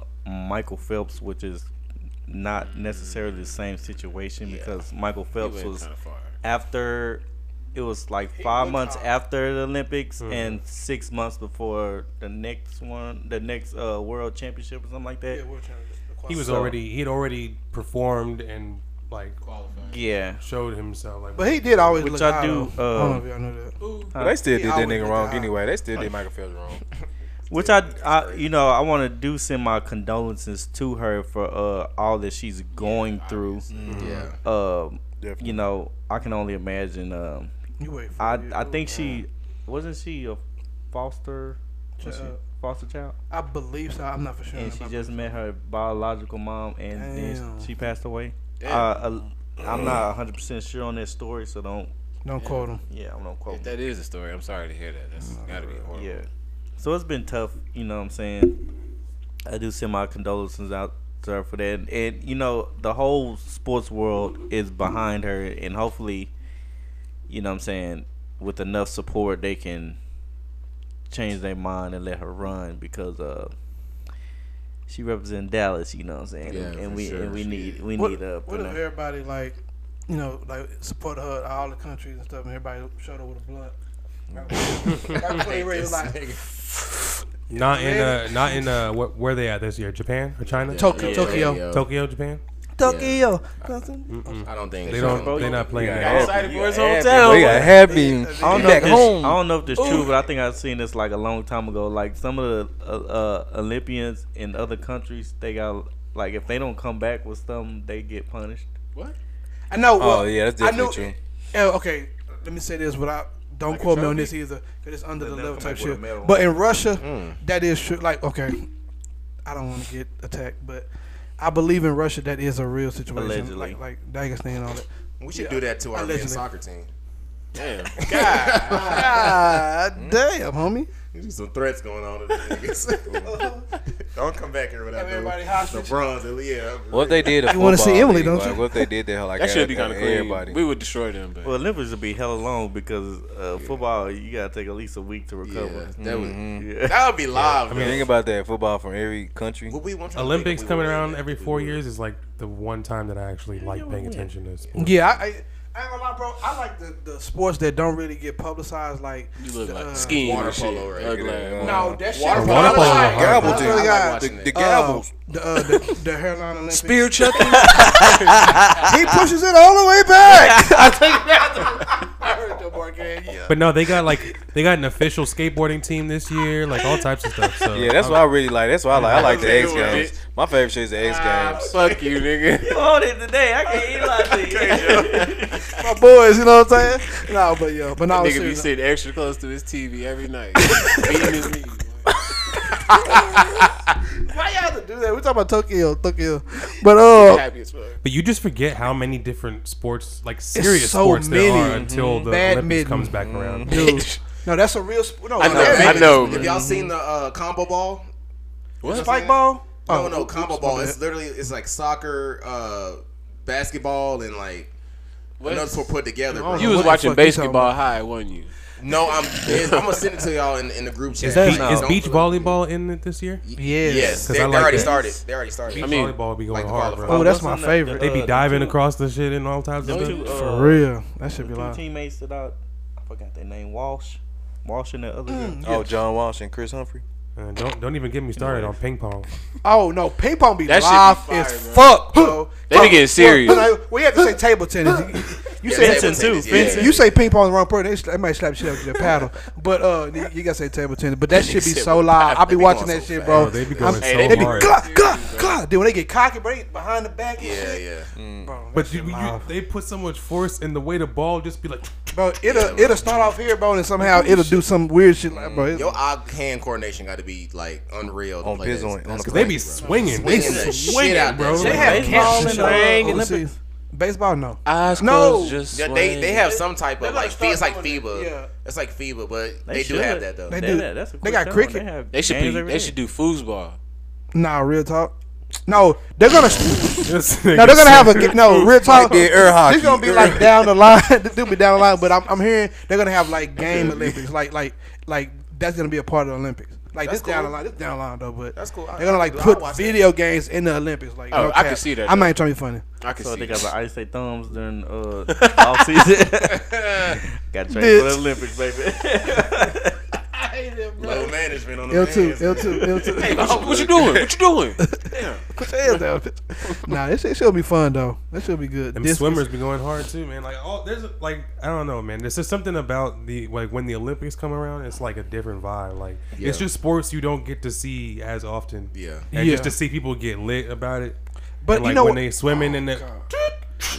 Speaker 3: Michael Phelps, which is not necessarily the same situation because Michael Phelps was after it was like five months after the Olympics and six months before the next one, the next uh, World Championship or something like that.
Speaker 6: He was
Speaker 3: So-
Speaker 6: already he'd already performed and like
Speaker 3: Yeah,
Speaker 6: showed himself like
Speaker 5: But he did always
Speaker 3: Which
Speaker 5: look
Speaker 3: I
Speaker 5: high,
Speaker 3: do,
Speaker 5: though.
Speaker 3: uh,
Speaker 5: I don't
Speaker 6: um,
Speaker 5: know if y'all know that.
Speaker 7: But they still
Speaker 5: He
Speaker 7: did that
Speaker 5: always
Speaker 7: nigga
Speaker 5: did
Speaker 7: wrong
Speaker 5: that.
Speaker 7: anyway. They still did Michael Phelps wrong.
Speaker 3: which I, I you know I want to do send my condolences to her for uh, all that she's going through.
Speaker 4: Yeah.
Speaker 3: Um,
Speaker 7: Definitely.
Speaker 3: you know I can only imagine. Um,
Speaker 5: You wait for
Speaker 3: I
Speaker 5: it.
Speaker 3: I think she wasn't she a foster was she
Speaker 5: Child.
Speaker 3: foster child,
Speaker 5: I believe so. I'm not for sure.
Speaker 3: and she
Speaker 5: about
Speaker 3: just met her biological mom, and then
Speaker 5: Damn.
Speaker 3: she passed away. Uh, uh, I'm not 100 percent sure on that story, so don't
Speaker 5: that. Don't quote him.
Speaker 3: yeah I'm not quote
Speaker 2: If that is a story, I'm sorry to hear that. That's gotta be horrible.
Speaker 3: yeah. So it's been tough, you know. what I'm saying I do send my condolences out to her for that, and, and you know the whole sports world is behind her, and hopefully, you know what I'm saying with enough support they can change their mind and let her run because uh she represents Dallas, you know what I'm saying?
Speaker 4: Yeah,
Speaker 3: and, and
Speaker 4: for
Speaker 3: we
Speaker 4: sure.
Speaker 3: and we need we
Speaker 5: What,
Speaker 3: need a
Speaker 5: what if everybody like, you know, like support her all the countries and stuff, and everybody showed her with a
Speaker 7: *laughs*
Speaker 5: blunt. Right before they raise, like,
Speaker 6: not in uh not in uh wh- where they at this year Japan or China
Speaker 5: Tokyo,
Speaker 4: Yeah,
Speaker 5: Tokyo.
Speaker 4: yeah.
Speaker 6: Tokyo Japan
Speaker 5: Tokyo.
Speaker 4: I don't think
Speaker 6: they
Speaker 4: so.
Speaker 6: don't they not playing that
Speaker 2: Excited for his
Speaker 7: But
Speaker 2: hometown.
Speaker 7: yeah, happy.
Speaker 3: I don't, know if
Speaker 7: back
Speaker 3: this, I
Speaker 7: home.
Speaker 3: don't know if this true, but I think I've seen this like a long time ago. Like some of the uh, uh, Olympians in other countries, they got like if they don't come back with something, they get punished.
Speaker 5: I know. Well,
Speaker 7: Oh yeah, that's
Speaker 5: I know.
Speaker 7: definitely true.
Speaker 5: Yeah, okay, let me say this without. Don't quote me on this either, because it's under the
Speaker 3: they'll
Speaker 5: level
Speaker 3: come
Speaker 5: type
Speaker 3: up with a
Speaker 5: shit.
Speaker 3: medal.
Speaker 5: But in Russia,
Speaker 7: Mm.
Speaker 5: that is true. Like, okay, I don't want to get attacked, but I believe in Russia that is a real situation.
Speaker 3: Allegedly.
Speaker 5: Like, like Dagestan and all that.
Speaker 4: We should do that to our men's
Speaker 5: Allegedly.
Speaker 4: soccer team.
Speaker 2: Damn.
Speaker 5: God
Speaker 7: Mm.
Speaker 5: damn, homie.
Speaker 4: *laughs* There's some threats going on to the
Speaker 2: *laughs*
Speaker 4: niggas. don't come back here without
Speaker 5: Have everybody
Speaker 4: the,
Speaker 5: hostage.
Speaker 4: the bronze. Yeah,
Speaker 7: What if they did?
Speaker 5: You wanna see
Speaker 7: football
Speaker 5: Emily,
Speaker 7: league,
Speaker 5: don't
Speaker 7: like,
Speaker 5: you?
Speaker 7: What if they did that? Like
Speaker 2: That should be kind of cool.
Speaker 7: Everybody.
Speaker 2: We would destroy them, but
Speaker 3: Well, Olympics would be hella long because uh, football you gotta take at least a week to recover.
Speaker 4: yeah, that
Speaker 2: Mm-hmm.
Speaker 4: would
Speaker 3: Yeah.
Speaker 4: that would be live.
Speaker 7: I mean, think about that. Football from every country.
Speaker 4: What we want trying to think
Speaker 6: Olympics
Speaker 4: if we
Speaker 6: coming
Speaker 4: were in
Speaker 6: around
Speaker 4: that,
Speaker 6: every
Speaker 4: if we
Speaker 6: four
Speaker 4: were-
Speaker 6: years is like the one time that I actually like paying attention to sports.
Speaker 5: Yeah, I, I, I ain't gonna lie, bro. I like the, the sports that don't really get publicized. Like,
Speaker 2: you look
Speaker 5: the,
Speaker 2: like
Speaker 5: uh,
Speaker 2: skiing
Speaker 4: water
Speaker 2: and shit.
Speaker 4: polo right
Speaker 2: Ugly
Speaker 7: there.
Speaker 2: ass.
Speaker 5: No, that shit.
Speaker 4: Water
Speaker 5: was
Speaker 4: polo.
Speaker 5: publicized.
Speaker 6: Water
Speaker 5: I swear
Speaker 7: Gavel
Speaker 6: polo.
Speaker 5: to
Speaker 7: team.
Speaker 5: God.
Speaker 4: watching
Speaker 7: The,
Speaker 4: it.
Speaker 7: the
Speaker 5: Uh,
Speaker 7: gavels.
Speaker 5: the, uh, the, the hairline Olympics.
Speaker 8: Spear chucking.
Speaker 5: He pushes it all the way back. I think that's. I heard the Marquez. Yeah.
Speaker 6: But no, they got like they got an official skateboarding team this year, like all types of stuff. So
Speaker 7: Yeah, that's what I really like. That's why I like. I like the
Speaker 2: Okay,
Speaker 7: X
Speaker 2: you want
Speaker 7: Games. My favorite shit is the X Games.
Speaker 2: Fuck you, nigga.
Speaker 3: on it today. I can't eat like this.
Speaker 5: My boys, you know what I'm saying? No, but yeah, but no,
Speaker 2: nigga be
Speaker 5: seriously.
Speaker 2: sitting extra close to his TV every night, beating his knees.
Speaker 5: Why y'all have to do that? We talking about Tokyo, Tokyo. But uh,
Speaker 2: Happy as fuck.
Speaker 6: But you just forget how many different sports, like serious
Speaker 5: so
Speaker 6: sports, there
Speaker 5: many.
Speaker 6: are until the
Speaker 5: Badminton.
Speaker 6: Olympics comes back around.
Speaker 5: dude, no, that's a real. Sp- no,
Speaker 2: I know, I know.
Speaker 4: Have y'all seen the uh, combo ball?
Speaker 5: Spike ball.
Speaker 4: No,
Speaker 5: Oh,
Speaker 4: no,
Speaker 5: oops,
Speaker 4: combo
Speaker 5: my
Speaker 4: ball.
Speaker 5: bad.
Speaker 4: It's literally it's like soccer, uh, basketball, and like another sport put together. Bro.
Speaker 2: You was
Speaker 5: What the
Speaker 2: watching
Speaker 5: fuck you talking
Speaker 2: basketball high, wasn't you?
Speaker 4: no, I'm I'm gonna send it to y'all in, in the group chat.
Speaker 6: Is, that,
Speaker 4: Like,
Speaker 6: is
Speaker 4: don't
Speaker 6: beach
Speaker 4: look-
Speaker 6: volleyball in it this year?
Speaker 5: Yes.
Speaker 4: Yes,
Speaker 6: 'Cause
Speaker 4: they,
Speaker 6: I
Speaker 4: they
Speaker 6: like
Speaker 4: already
Speaker 6: that.
Speaker 4: started. They already
Speaker 6: Beach
Speaker 4: started.
Speaker 2: I mean,
Speaker 6: volleyball be
Speaker 4: like
Speaker 6: going
Speaker 4: the
Speaker 6: hard,
Speaker 4: qualifier.
Speaker 6: bro.
Speaker 5: Oh, that's
Speaker 3: What's
Speaker 5: my
Speaker 3: on that?
Speaker 5: favorite.
Speaker 6: they be
Speaker 3: Uh,
Speaker 6: diving
Speaker 3: the two-
Speaker 6: across the shit and all types of
Speaker 3: the
Speaker 6: stuff.
Speaker 3: two, uh,
Speaker 5: For real, that should be
Speaker 3: Two
Speaker 5: live.
Speaker 3: teammates that I, I forgot their name. Walsh, Walsh and the other. girl.
Speaker 7: Oh, John Walsh and Chris Humphrey.
Speaker 6: Uh, don't don't even get me started on ping pong.
Speaker 5: Oh no, ping pong be
Speaker 2: That shit be
Speaker 5: live
Speaker 2: fire,
Speaker 5: as
Speaker 2: bro.
Speaker 5: fuck, bro.
Speaker 2: They be getting serious.
Speaker 5: Like, we have to say table tennis. You, you say
Speaker 4: table
Speaker 3: Vincent too,
Speaker 4: tennis, yeah.
Speaker 3: Vincent.
Speaker 5: you say ping pong the wrong person, they, sla- they might slap shit out with your paddle. But uh, you, you gotta say table tennis. But that shit be
Speaker 4: said
Speaker 5: so
Speaker 4: with
Speaker 5: live.
Speaker 4: paddle,
Speaker 5: I be
Speaker 4: they be
Speaker 5: watching
Speaker 4: going
Speaker 5: that
Speaker 4: so
Speaker 5: shit,
Speaker 4: fast.
Speaker 5: bro.
Speaker 6: They be
Speaker 5: I'm-
Speaker 6: going
Speaker 5: hey,
Speaker 6: so
Speaker 5: they be
Speaker 6: hard.
Speaker 5: clock, clock, clock. Dude, when they get cocky, bro, they behind the back. and
Speaker 4: Yeah,
Speaker 5: shit,
Speaker 4: yeah.
Speaker 5: Bro, that
Speaker 6: But
Speaker 5: shit
Speaker 6: you, you,
Speaker 5: live.
Speaker 6: they put so much force, and the way the ball just be like
Speaker 5: bro. It'll it'll start off here, bro, and somehow it'll do some weird shit, like, bro.
Speaker 4: Your eye hand coordination got to be like unreal. to
Speaker 7: On
Speaker 4: play
Speaker 7: biz
Speaker 4: that.
Speaker 7: on- on
Speaker 4: That's
Speaker 7: the
Speaker 6: They be
Speaker 4: crazy, bro.
Speaker 6: swinging. They
Speaker 4: Swinging the
Speaker 6: swinging,
Speaker 4: shit out
Speaker 6: bro.
Speaker 4: there.
Speaker 6: Like,
Speaker 3: have
Speaker 6: baseball
Speaker 3: catching
Speaker 6: and
Speaker 3: swing
Speaker 6: all.
Speaker 5: Overseas. Baseball, no.
Speaker 2: Eyes
Speaker 5: No.
Speaker 2: closed, just
Speaker 4: Yeah, they they
Speaker 2: swing.
Speaker 4: have some type of
Speaker 5: gotta
Speaker 4: like
Speaker 5: start
Speaker 4: fee, it's like
Speaker 5: doing that.
Speaker 4: FIBA.
Speaker 5: Yeah.
Speaker 4: It's like FIBA, but they, do
Speaker 3: should.
Speaker 4: have that though.
Speaker 5: They
Speaker 4: They,
Speaker 5: do.
Speaker 3: that- that's a
Speaker 5: They
Speaker 3: quick
Speaker 5: got
Speaker 3: turn.
Speaker 5: cricket.
Speaker 3: have
Speaker 2: They should
Speaker 3: games
Speaker 2: be.
Speaker 3: every
Speaker 2: They
Speaker 3: day.
Speaker 2: should do foosball.
Speaker 5: Nah, real talk. No, they're gonna. *laughs*
Speaker 6: *laughs* This
Speaker 5: No,
Speaker 6: nigga
Speaker 5: they're gonna have
Speaker 6: said-
Speaker 5: a no real talk.
Speaker 7: Like the air hockey.
Speaker 5: It's gonna be like down the line. *laughs* They'll be down the line, but I'm, I'm hearing they're gonna have
Speaker 4: *laughs*
Speaker 5: like game Olympics, like like like that's gonna be a part of the Olympics. Like
Speaker 4: That's
Speaker 5: this down the
Speaker 4: cool.
Speaker 5: line, this down the line though. But
Speaker 4: That's cool. I-
Speaker 5: They're gonna like
Speaker 4: I'll
Speaker 5: put
Speaker 4: watch that.
Speaker 5: video games in the Olympics. Like
Speaker 2: Oh,
Speaker 5: no
Speaker 2: I can
Speaker 5: cap.
Speaker 2: see that,
Speaker 5: I'm not even trying to be funny.
Speaker 2: I can
Speaker 3: So
Speaker 2: see.
Speaker 3: they
Speaker 2: it.
Speaker 3: gotta ice their thumbs during *laughs* uh off season. *laughs* gotta train for the
Speaker 5: Bitch.
Speaker 3: Olympics, baby.
Speaker 4: Low management on the
Speaker 5: L two,
Speaker 4: fans.
Speaker 5: L two,
Speaker 4: *laughs*
Speaker 5: L two.
Speaker 2: Oh, what you doing? What you doing?
Speaker 5: Put your hands down. *laughs* Nah, it should it'll be fun though. That should be good.
Speaker 6: Them
Speaker 5: This-
Speaker 6: swimmers be going hard too, man. Like, all there's a- like, I don't know, man. There's just something about the like when the Olympics come around, it's like a different vibe. Like, it's just sports you don't get to see as often.
Speaker 4: Yeah.
Speaker 6: and
Speaker 5: Yeah.
Speaker 6: just to see people get lit about it.
Speaker 5: But
Speaker 6: And,
Speaker 5: you
Speaker 6: like
Speaker 5: know
Speaker 6: when
Speaker 5: what-
Speaker 6: they
Speaker 4: Oh,
Speaker 6: swimming in the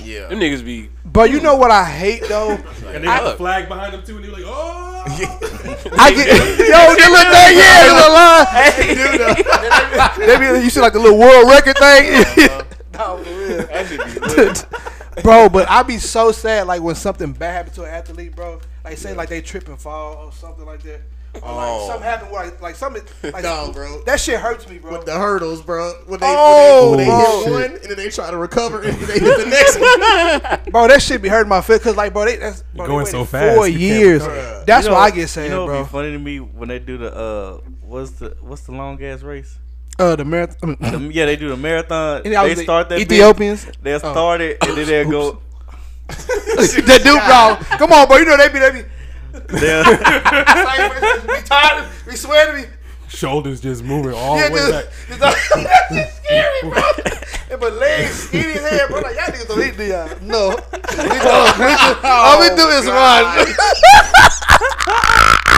Speaker 4: Yeah.
Speaker 2: *laughs* Them niggas be.
Speaker 5: But you know what I hate though?
Speaker 6: and they got the flag behind them too, and they're like,
Speaker 5: *laughs*
Speaker 6: oh.
Speaker 5: I get yo, the little thing, yeah, the little line.
Speaker 6: *laughs*
Speaker 5: They be- you see like the little world
Speaker 4: *laughs*
Speaker 5: record thing. *laughs* bro, but I be so sad like when something bad happened to an athlete, bro. Like say like they trip and fall or something like that. Or
Speaker 4: Oh.
Speaker 5: like something happened where like, like
Speaker 4: *laughs*
Speaker 5: something like
Speaker 4: No, bro.
Speaker 5: that shit hurts me, bro.
Speaker 4: With the hurdles, bro. When they,
Speaker 5: Oh,
Speaker 4: when they, when they hit
Speaker 5: shit.
Speaker 4: one and then they try to recover and they hit the next
Speaker 5: *laughs*
Speaker 4: one.
Speaker 5: bro, that shit be hurting my feet cause like bro, they, that's bro, they
Speaker 6: going so
Speaker 5: waited
Speaker 6: fast,
Speaker 5: Four
Speaker 6: you can't
Speaker 5: years.
Speaker 4: recover.
Speaker 5: That's
Speaker 3: You know-
Speaker 5: why I get sad,
Speaker 3: You know,
Speaker 5: bro.
Speaker 3: it'd be funny to me when they do the uh, what's the what's the long ass race?
Speaker 5: uh, the marathon. I mean, *clears throat*
Speaker 3: Um, yeah, they do the marathon.
Speaker 5: And that
Speaker 3: They
Speaker 5: was the Oh.
Speaker 3: start that. bitch,
Speaker 5: Ethiopians?
Speaker 3: They'll start it and then they'll go.
Speaker 5: that dude, bro. Come on, bro. You know they be they be.
Speaker 3: They'll,
Speaker 5: *laughs* be tired. Be sweating me.
Speaker 6: Shoulders just moving all
Speaker 5: Yeah,
Speaker 6: the way back.
Speaker 5: *laughs* just, just, that's just scary, bro. And my legs skinny as hell, bro. Like y'all niggas don't need to do y'all. No, *laughs* Oh, we don't. All we *laughs* do is run.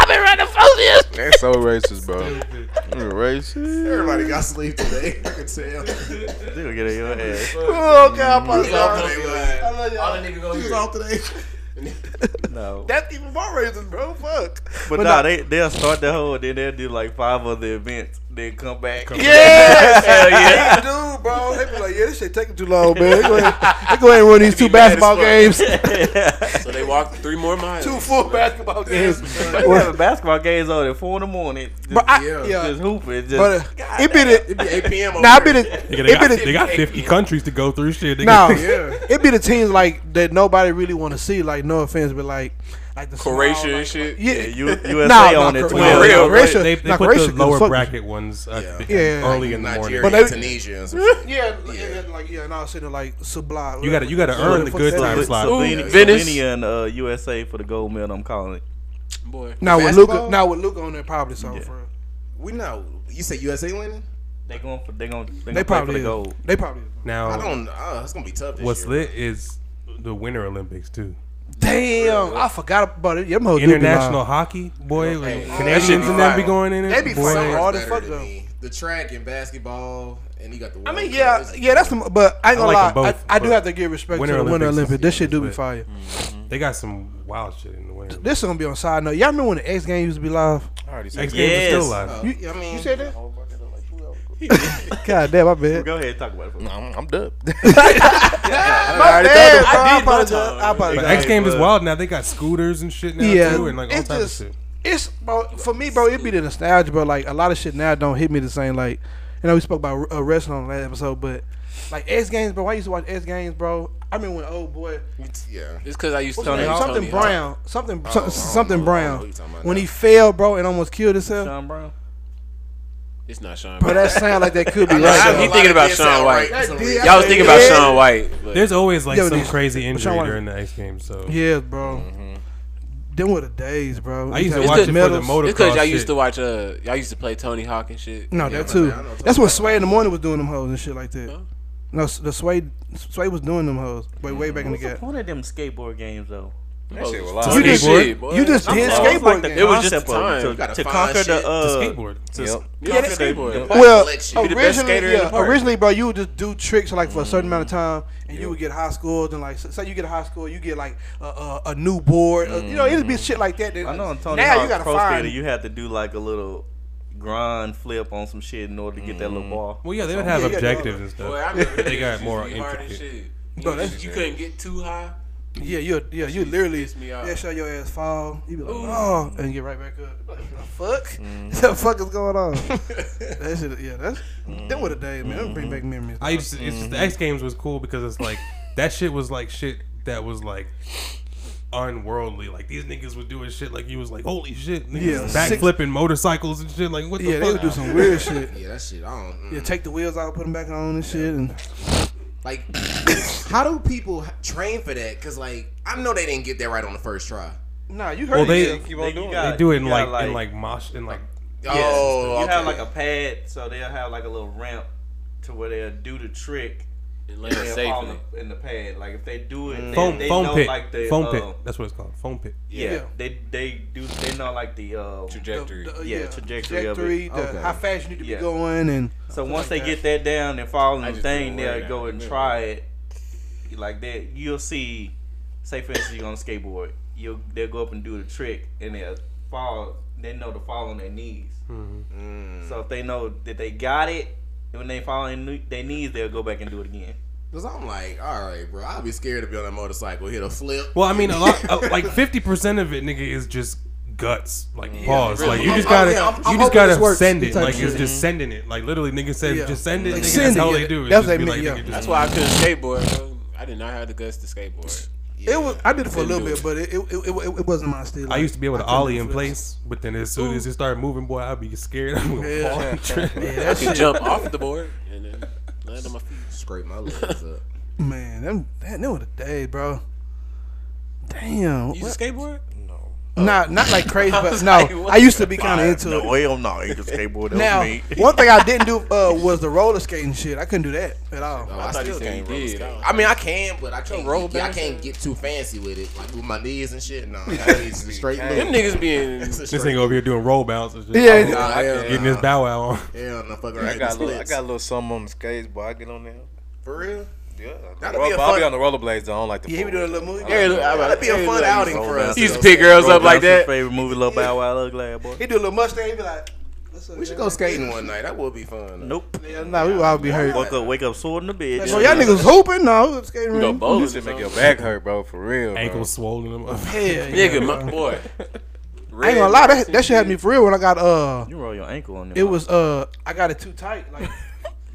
Speaker 7: That's so racist, bro. You're racist.
Speaker 4: Everybody got sleep
Speaker 5: *laughs*
Speaker 4: today. I can tell.
Speaker 3: *laughs* they'll get in your ass.
Speaker 5: oh God, I
Speaker 4: Who's off
Speaker 5: apologize.
Speaker 4: today,
Speaker 5: I
Speaker 4: man? All
Speaker 5: love y'all.
Speaker 4: the niggas go Who's off today?
Speaker 3: No,
Speaker 5: That's even more racist, bro. Fuck.
Speaker 3: but nah, they they'll start the whole and then they'll do like five other events. Then come back.
Speaker 5: Yes,
Speaker 3: Hell yeah.
Speaker 5: they do, bro. They be like, yeah, this shit taking too
Speaker 6: *laughs*
Speaker 5: long, man. They go ahead, they go ahead and run these two basketball games,
Speaker 2: So they walk three more miles.
Speaker 5: two full basketball games.
Speaker 3: They
Speaker 6: *laughs*
Speaker 3: having basketball games on at four in the morning. Just,
Speaker 5: Bro, I,
Speaker 4: Yeah.
Speaker 5: yeah,
Speaker 3: just hooping. Just,
Speaker 5: but uh, it be the
Speaker 4: It'd be 8 p.m. over
Speaker 5: Nah, it be
Speaker 4: there.
Speaker 5: the
Speaker 6: *laughs* Nigga,
Speaker 5: it
Speaker 6: they,
Speaker 5: be
Speaker 6: got,
Speaker 5: the
Speaker 6: they got 50 countries to go through shit. Nigga. *laughs*
Speaker 5: Now,
Speaker 4: Yeah.
Speaker 5: it be the teams like that nobody really want to see. Like, no offense, but like, like the small,
Speaker 2: Croatia and
Speaker 5: like-
Speaker 2: shit.
Speaker 5: yeah,
Speaker 3: yeah,
Speaker 5: you,
Speaker 3: *laughs* U- USA
Speaker 5: nah,
Speaker 3: on at
Speaker 5: Korea.
Speaker 3: twelve.
Speaker 2: Korea.
Speaker 6: They-
Speaker 5: Croatia-
Speaker 6: they, they
Speaker 5: nah,
Speaker 6: put
Speaker 5: Croatia
Speaker 6: the
Speaker 5: could
Speaker 6: lower
Speaker 5: fuck-
Speaker 6: bracket ones uh,
Speaker 4: Yeah.
Speaker 5: Yeah.
Speaker 6: early in the
Speaker 4: Nigeria,
Speaker 6: morning.
Speaker 5: But they-
Speaker 4: Tunisia, and some
Speaker 5: *laughs*
Speaker 4: shit.
Speaker 5: yeah, yeah, like yeah, no, shit, like sublime.
Speaker 6: You gotta- you gotta
Speaker 5: whatever
Speaker 6: earn the
Speaker 5: fuck
Speaker 6: good
Speaker 5: that
Speaker 6: times.
Speaker 3: Slovenia,
Speaker 5: is.
Speaker 6: slide.
Speaker 2: Ooh,
Speaker 3: Slovenia,
Speaker 2: Venice.
Speaker 3: Slovenia and uh, USA for the gold medal. I'm calling it.
Speaker 2: Boy.
Speaker 5: Now with
Speaker 4: Basketball?
Speaker 5: Luca, now with Luca on there, probably so.
Speaker 3: Yeah.
Speaker 5: For real.
Speaker 4: We know. You say USA winning?
Speaker 3: They going for they going they,
Speaker 5: They
Speaker 3: going probably
Speaker 5: probably
Speaker 3: for the
Speaker 5: is.
Speaker 3: gold.
Speaker 5: They probably is.
Speaker 4: I
Speaker 6: Now,
Speaker 4: don't. Uh, it's gonna be tough. This
Speaker 6: what's
Speaker 4: year.
Speaker 6: lit is the Winter Olympics, too.
Speaker 5: Damn, I forgot about it. Yeah, them hoes do Oh, be
Speaker 6: International
Speaker 5: live.
Speaker 6: hockey, boy. Like,
Speaker 4: hey,
Speaker 5: that shit
Speaker 6: Canadians
Speaker 5: be
Speaker 6: and them be
Speaker 5: fire.
Speaker 6: going in it.
Speaker 5: They be
Speaker 6: boy.
Speaker 5: fire.
Speaker 4: All
Speaker 5: All
Speaker 4: the
Speaker 5: the fuck though.
Speaker 4: The track and basketball, and you got the.
Speaker 5: I mean,
Speaker 4: world
Speaker 5: yeah,
Speaker 4: cup.
Speaker 5: yeah, that's some, but I ain't
Speaker 6: I
Speaker 5: gonna
Speaker 6: like 'em
Speaker 5: lie.
Speaker 6: both,
Speaker 5: I, I do
Speaker 6: but
Speaker 5: have to give respect
Speaker 6: Winter
Speaker 5: to the Winter
Speaker 6: Olympics is-
Speaker 5: Olympics. This shit do be
Speaker 6: but-
Speaker 5: fire.
Speaker 6: They got some wild shit in the Winter Olympics.
Speaker 5: This is gonna be on side note. Y'all remember when the X Game used to be live?
Speaker 7: I already said
Speaker 6: X Games is still
Speaker 3: Yes.
Speaker 6: live.
Speaker 5: You,
Speaker 4: I mean,
Speaker 5: you said that? *laughs* God damn, I bet.
Speaker 3: Go ahead and talk about it. For me.
Speaker 7: I'm, I'm dubbed.
Speaker 5: My bad, bro. I,
Speaker 2: I did my
Speaker 5: apologize.
Speaker 2: time,
Speaker 5: I
Speaker 2: man.
Speaker 5: apologize.
Speaker 6: But X Games is
Speaker 3: but-
Speaker 6: wild now. They got scooters and shit now
Speaker 5: Yeah,
Speaker 6: too, and like all
Speaker 5: it's
Speaker 6: types
Speaker 5: just-
Speaker 6: of shit.
Speaker 5: It's bro for me, bro. It be the nostalgia, but like a lot of shit now don't hit me the same. Like you know, we spoke about uh, wrestling on the last episode, but like X Games, bro. I used to watch X Games, bro. I remember when old boy
Speaker 4: it's- yeah.
Speaker 2: It's because I used to
Speaker 3: Tony
Speaker 2: play
Speaker 3: Hawk?
Speaker 5: something
Speaker 2: Tony Hawk.
Speaker 5: Brown, something so-
Speaker 4: I don't
Speaker 5: something
Speaker 4: know. I don't know who
Speaker 5: Brown.
Speaker 4: you talking about
Speaker 5: When
Speaker 4: now.
Speaker 5: he fell, bro, and almost killed himself.
Speaker 3: John Brown.
Speaker 2: It's not Sean.
Speaker 5: Bro,
Speaker 2: Brown.
Speaker 5: that sound like that could be
Speaker 4: I know, I
Speaker 2: He
Speaker 4: know
Speaker 5: right.
Speaker 4: a
Speaker 2: thinking
Speaker 4: lot of
Speaker 2: about
Speaker 4: kids
Speaker 2: Shaun
Speaker 4: sound
Speaker 2: White.
Speaker 4: right for some reason.
Speaker 2: Y'all was thinking about
Speaker 5: Yeah.
Speaker 2: Sean White. but-
Speaker 6: There's always like
Speaker 5: Yo,
Speaker 6: some
Speaker 5: these-
Speaker 6: crazy
Speaker 5: which I
Speaker 6: injury
Speaker 5: wanna-
Speaker 6: during the X Games. So
Speaker 5: Yeah, bro. Them were the days, bro.
Speaker 6: I used to
Speaker 5: It's
Speaker 6: watch it
Speaker 5: the
Speaker 6: for the
Speaker 5: medals.
Speaker 6: motocross.
Speaker 2: It's because y'all
Speaker 6: shit.
Speaker 2: used to watch uh y'all used to play Tony Hawk and shit.
Speaker 5: No, that too. That's what Sway in the morning was doing them hoes and shit like that. No, s- the Sway Sway was doing them hoes way way back in the
Speaker 3: What's the
Speaker 5: gap.
Speaker 3: point of them skateboard games though? Uh,
Speaker 7: That shit was
Speaker 5: You
Speaker 7: live.
Speaker 2: Funny
Speaker 5: just,
Speaker 2: shit, boy.
Speaker 5: you just
Speaker 2: I'm
Speaker 5: did
Speaker 2: sorry.
Speaker 5: skateboard.
Speaker 3: Like the
Speaker 5: then.
Speaker 2: It was just
Speaker 3: concept
Speaker 2: the
Speaker 3: of
Speaker 2: time.
Speaker 3: it,
Speaker 2: You
Speaker 4: gotta
Speaker 3: To, to
Speaker 4: find
Speaker 3: conquer
Speaker 4: shit.
Speaker 3: the, uh,
Speaker 6: skateboard.
Speaker 7: Yep.
Speaker 2: Yeah, the
Speaker 3: the-
Speaker 2: skateboard.
Speaker 3: the-
Speaker 5: Well,
Speaker 4: collection. You
Speaker 2: be the best
Speaker 5: originally,
Speaker 2: skater in the
Speaker 5: yeah,
Speaker 2: park.
Speaker 5: originally, bro, you would just do tricks like for a certain amount of time, and you would get high school. Then, like, say you get a high school, you get like a, a, a new board. uh, you know, it'd be shit like that. that-
Speaker 3: I know on Tony
Speaker 5: now you
Speaker 3: Hawk's
Speaker 5: gotta
Speaker 3: Pro Skater,
Speaker 5: find.
Speaker 3: you had to do like a little grind flip on some shit in order to get that little ball.
Speaker 6: Well, yeah, they would have
Speaker 5: Yeah, you gotta
Speaker 6: objectives
Speaker 5: do
Speaker 6: and
Speaker 2: Boy,
Speaker 6: stuff.
Speaker 2: I remember
Speaker 6: They got
Speaker 2: niggas
Speaker 6: more
Speaker 2: used to be hard as
Speaker 6: intricate.
Speaker 2: shit.
Speaker 5: Bro,
Speaker 2: You
Speaker 5: that's-
Speaker 2: you couldn't get too high.
Speaker 5: yeah, you yeah you literally
Speaker 2: pissed me off.
Speaker 5: yeah show your ass fall. You be like oh, and get right back up. Like, the *laughs* fuck, the fuck is going *laughs* on? that shit, yeah, that's that what a day, man. That bring back memories.
Speaker 6: I used to, it's just, the X Games was cool because it's like that shit was like shit that was like unworldly. Like these niggas was doing shit like you was like holy shit,
Speaker 5: Yeah,
Speaker 6: niggas
Speaker 5: six-
Speaker 6: back flipping motorcycles and shit. Like what the
Speaker 5: yeah, they
Speaker 6: fuck?
Speaker 5: would do some *laughs* weird shit.
Speaker 4: Yeah, that shit. I don't. mm.
Speaker 5: Yeah, take the wheels out, put them back on and shit, and
Speaker 4: Like, *laughs* how do people h- train for that? Cause like, I know they didn't get that right on the first try.
Speaker 5: nah, you
Speaker 6: Well,
Speaker 5: heard
Speaker 6: they-
Speaker 5: it.
Speaker 7: Keep
Speaker 3: They-
Speaker 7: on
Speaker 3: you
Speaker 7: doing
Speaker 3: got-
Speaker 7: it.
Speaker 6: They do it in
Speaker 3: you
Speaker 6: like,
Speaker 3: got,
Speaker 6: in like mosh and like
Speaker 4: Oh,
Speaker 3: you
Speaker 4: okay.
Speaker 3: have like a pad, so they'll have like a little ramp to where they'll do the trick.
Speaker 2: It landed
Speaker 3: they'll
Speaker 2: safe
Speaker 3: fall
Speaker 2: in it.
Speaker 3: in, the pad. Like if they do it, they,
Speaker 6: foam
Speaker 3: they
Speaker 6: foam
Speaker 3: know
Speaker 6: pit,
Speaker 3: like the
Speaker 6: foam
Speaker 3: uh,
Speaker 6: pit. That's what it's called, foam pit.
Speaker 3: Yeah,
Speaker 5: Yeah.
Speaker 3: they they do. They know like the uh,
Speaker 2: Trajectory.
Speaker 5: The- the-
Speaker 3: Yeah, trajectory of it.
Speaker 5: trajectory, the,
Speaker 4: Okay.
Speaker 5: how fast you need to
Speaker 3: Yeah.
Speaker 5: be going, and
Speaker 3: So once they get that down and follow the
Speaker 2: just
Speaker 3: thing,
Speaker 2: threw it away
Speaker 3: they'll go
Speaker 2: now.
Speaker 3: and try it. Like that, you'll see. Say for instance, you're on a skateboard. You'll they'll go up and do the trick, and they'll fall. They know to fall on their knees. So if they know that they got it, and when they fall on their kne- their knees, they'll go back and do it again.
Speaker 4: Cause I'm like, all right, bro. I'll be scared to be on a motorcycle, hit a flip.
Speaker 6: Well, I mean, a lot uh, like fifty percent of it, nigga, is just guts. Like pause.
Speaker 4: really.
Speaker 6: Like you just
Speaker 4: I'm-
Speaker 6: gotta,
Speaker 4: I'm- I'm hoping
Speaker 6: you just gotta
Speaker 4: this works.
Speaker 6: send it.
Speaker 5: Type
Speaker 6: Like it's
Speaker 5: shit.
Speaker 6: just sending it. Like literally, nigga said,
Speaker 5: Yeah.
Speaker 6: just send it.
Speaker 5: Like,
Speaker 6: nigga,
Speaker 5: send
Speaker 6: that's
Speaker 5: it,
Speaker 6: how
Speaker 5: yeah.
Speaker 6: they do. Is
Speaker 5: That's
Speaker 6: just
Speaker 5: what I
Speaker 6: be
Speaker 5: meant,
Speaker 6: like,
Speaker 5: yeah.
Speaker 6: nigga,
Speaker 2: That's
Speaker 6: just-
Speaker 2: why I couldn't skateboard. Bro. I did not have the guts to skateboard.
Speaker 4: Yeah.
Speaker 5: it was. I did it for a
Speaker 2: Didn't
Speaker 5: little
Speaker 2: do
Speaker 5: bit, but it it, it, it it wasn't my style.
Speaker 6: I used to be able to ollie
Speaker 5: couldn't
Speaker 6: in
Speaker 5: do
Speaker 6: place, but then as soon as it started moving, boy, I'd be scared. *laughs* I'm gonna
Speaker 5: Yeah.
Speaker 6: fall and trip.
Speaker 5: Yeah, that
Speaker 2: I could
Speaker 5: shit,
Speaker 2: jump off the board and then land on my feet.
Speaker 4: Scrape my legs up.
Speaker 5: man. Them, that, them were the days, bro. Damn.
Speaker 2: You used
Speaker 5: What?
Speaker 2: to skateboard?
Speaker 5: Not not *laughs* like crazy, but no.
Speaker 2: like, what
Speaker 5: Oh. I used to be kind of into it.
Speaker 8: hell no, ain't just skateboard. That
Speaker 5: Now, one thing I
Speaker 8: *laughs*
Speaker 5: didn't do uh, was the roller skating shit. I couldn't do that at all.
Speaker 4: No,
Speaker 2: I,
Speaker 4: Oh, I,
Speaker 2: thought you
Speaker 4: still
Speaker 2: said
Speaker 4: can't.
Speaker 2: you did.
Speaker 4: I mean, I can, but I can't.
Speaker 2: roll
Speaker 4: Roll yeah, I
Speaker 2: back.
Speaker 4: can't get too fancy with it, like with my knees and shit. No, that is straight.
Speaker 2: Them niggas being
Speaker 4: That's a
Speaker 6: This
Speaker 4: straight.
Speaker 6: nigga over here doing roll bounce and shit.
Speaker 5: Yeah.
Speaker 6: *laughs*
Speaker 4: Nah, hell
Speaker 6: Getting
Speaker 4: nah.
Speaker 6: his bow wow *laughs* on.
Speaker 4: Hell no, fuck around.
Speaker 7: I
Speaker 4: and
Speaker 7: got a little, I
Speaker 4: splits.
Speaker 7: got a little something on the skates, but I get on there.
Speaker 4: For real?
Speaker 7: Yeah,
Speaker 4: That'd
Speaker 7: Roll-
Speaker 4: be a
Speaker 7: but I'll be
Speaker 4: fun-
Speaker 7: on the rollerblades. though. I don't like the.
Speaker 5: Yeah, he be
Speaker 7: four
Speaker 5: doing a
Speaker 7: wheels.
Speaker 5: little
Speaker 4: *laughs*
Speaker 5: movie.
Speaker 2: Hey, look, I-
Speaker 4: That'd be a fun outing for us.
Speaker 2: He used to
Speaker 4: though.
Speaker 2: pick girls up like
Speaker 3: That's
Speaker 2: that.
Speaker 3: his favorite movie, Little Bow Wow, Little Glad Boy.
Speaker 5: He do a little Mustang. He be like, "What's up?"
Speaker 4: We should go skating one night. That would be fun. though.
Speaker 3: Nope.
Speaker 5: Yeah, nah, we would all be hurt.
Speaker 3: Wake up, wake up, sword in the bed.
Speaker 5: So y'all niggas hooping? No, we was skating
Speaker 2: Go
Speaker 5: ring.
Speaker 2: bowling.
Speaker 7: This shit make your back hurt, bro. For real. bro.
Speaker 6: Ankles swollen them
Speaker 5: *laughs*
Speaker 6: up.
Speaker 5: Hell yeah.
Speaker 2: Nigga, my boy.
Speaker 5: I ain't gonna lie, that, that shit had me for real when I got uh,
Speaker 3: You roll your ankle on them.
Speaker 5: it was uh, I got it too tight, like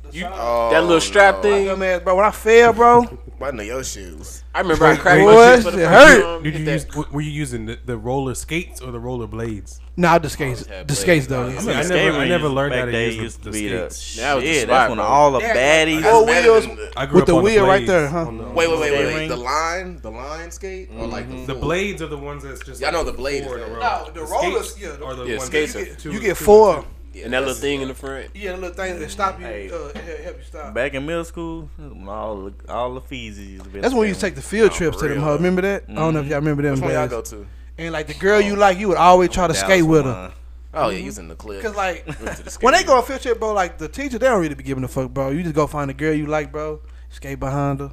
Speaker 5: the side.
Speaker 4: Oh,
Speaker 2: That little strap thing.
Speaker 5: dumbass, bro. When I fell, bro,
Speaker 4: Button of your shoes.
Speaker 2: I remember I cracked
Speaker 5: Boy,
Speaker 2: my shit for the
Speaker 5: shit
Speaker 2: first
Speaker 5: hurt.
Speaker 2: time.
Speaker 6: Did
Speaker 2: Hit
Speaker 6: you
Speaker 2: that-
Speaker 6: use, w- were you using the, the roller skates or the roller blades?
Speaker 5: nah, the skates,
Speaker 2: had
Speaker 5: the skates though.
Speaker 2: blades.
Speaker 5: yeah.
Speaker 6: I, mean, I
Speaker 3: Skate
Speaker 6: never, I
Speaker 3: ring
Speaker 6: never
Speaker 3: used-
Speaker 6: learned how
Speaker 3: back
Speaker 6: to
Speaker 3: then
Speaker 6: use
Speaker 3: used
Speaker 6: the
Speaker 3: to be
Speaker 6: skates.
Speaker 2: That was the
Speaker 3: shit,
Speaker 2: spot,
Speaker 3: that's when
Speaker 2: bro.
Speaker 3: all the
Speaker 5: Yeah,
Speaker 3: baddies.
Speaker 5: Four
Speaker 4: Imagine
Speaker 5: wheels
Speaker 4: the-
Speaker 6: I grew
Speaker 5: with
Speaker 6: up
Speaker 5: the
Speaker 6: on
Speaker 5: wheel right
Speaker 6: blades. Oh,
Speaker 5: there, huh?
Speaker 6: On the-
Speaker 4: Wait, wait, wait, wait,
Speaker 3: ring.
Speaker 4: wait. The line, the line skate, or like the,
Speaker 6: Mm-hmm. The
Speaker 4: full?
Speaker 6: blades are the ones that's just.
Speaker 4: Y'all
Speaker 6: like
Speaker 4: know the blade
Speaker 6: four
Speaker 4: is
Speaker 6: in
Speaker 4: that.
Speaker 6: a row.
Speaker 5: No, the
Speaker 6: skates
Speaker 5: rollers, yeah, the-
Speaker 6: are the
Speaker 2: Yeah,
Speaker 6: ones
Speaker 2: skates
Speaker 6: that
Speaker 2: are-
Speaker 6: you get two-
Speaker 5: You get
Speaker 6: two-
Speaker 5: four,
Speaker 4: Yeah,
Speaker 2: And that little
Speaker 4: that's-
Speaker 2: thing in the front.
Speaker 5: yeah, the little thing that stop you,
Speaker 3: Hey.
Speaker 5: uh, he- help you stop.
Speaker 3: Back in middle school, when all the, all the fees used to be.
Speaker 5: That's when we used to take the field trips to them.
Speaker 4: real,
Speaker 5: Huh?
Speaker 4: though.
Speaker 5: Remember that? I don't know if y'all remember them
Speaker 4: Which one y'all
Speaker 5: days.
Speaker 4: go to?
Speaker 5: And like the girl you like, you would always try to skate with her.
Speaker 4: Oh
Speaker 2: Mm-hmm.
Speaker 4: yeah, using the clip.
Speaker 5: Cause like
Speaker 2: the skate
Speaker 5: *laughs* when they go on field trip, bro, like the teacher, they don't really be giving a fuck, bro. You just go find a girl you like, bro. Skate behind her.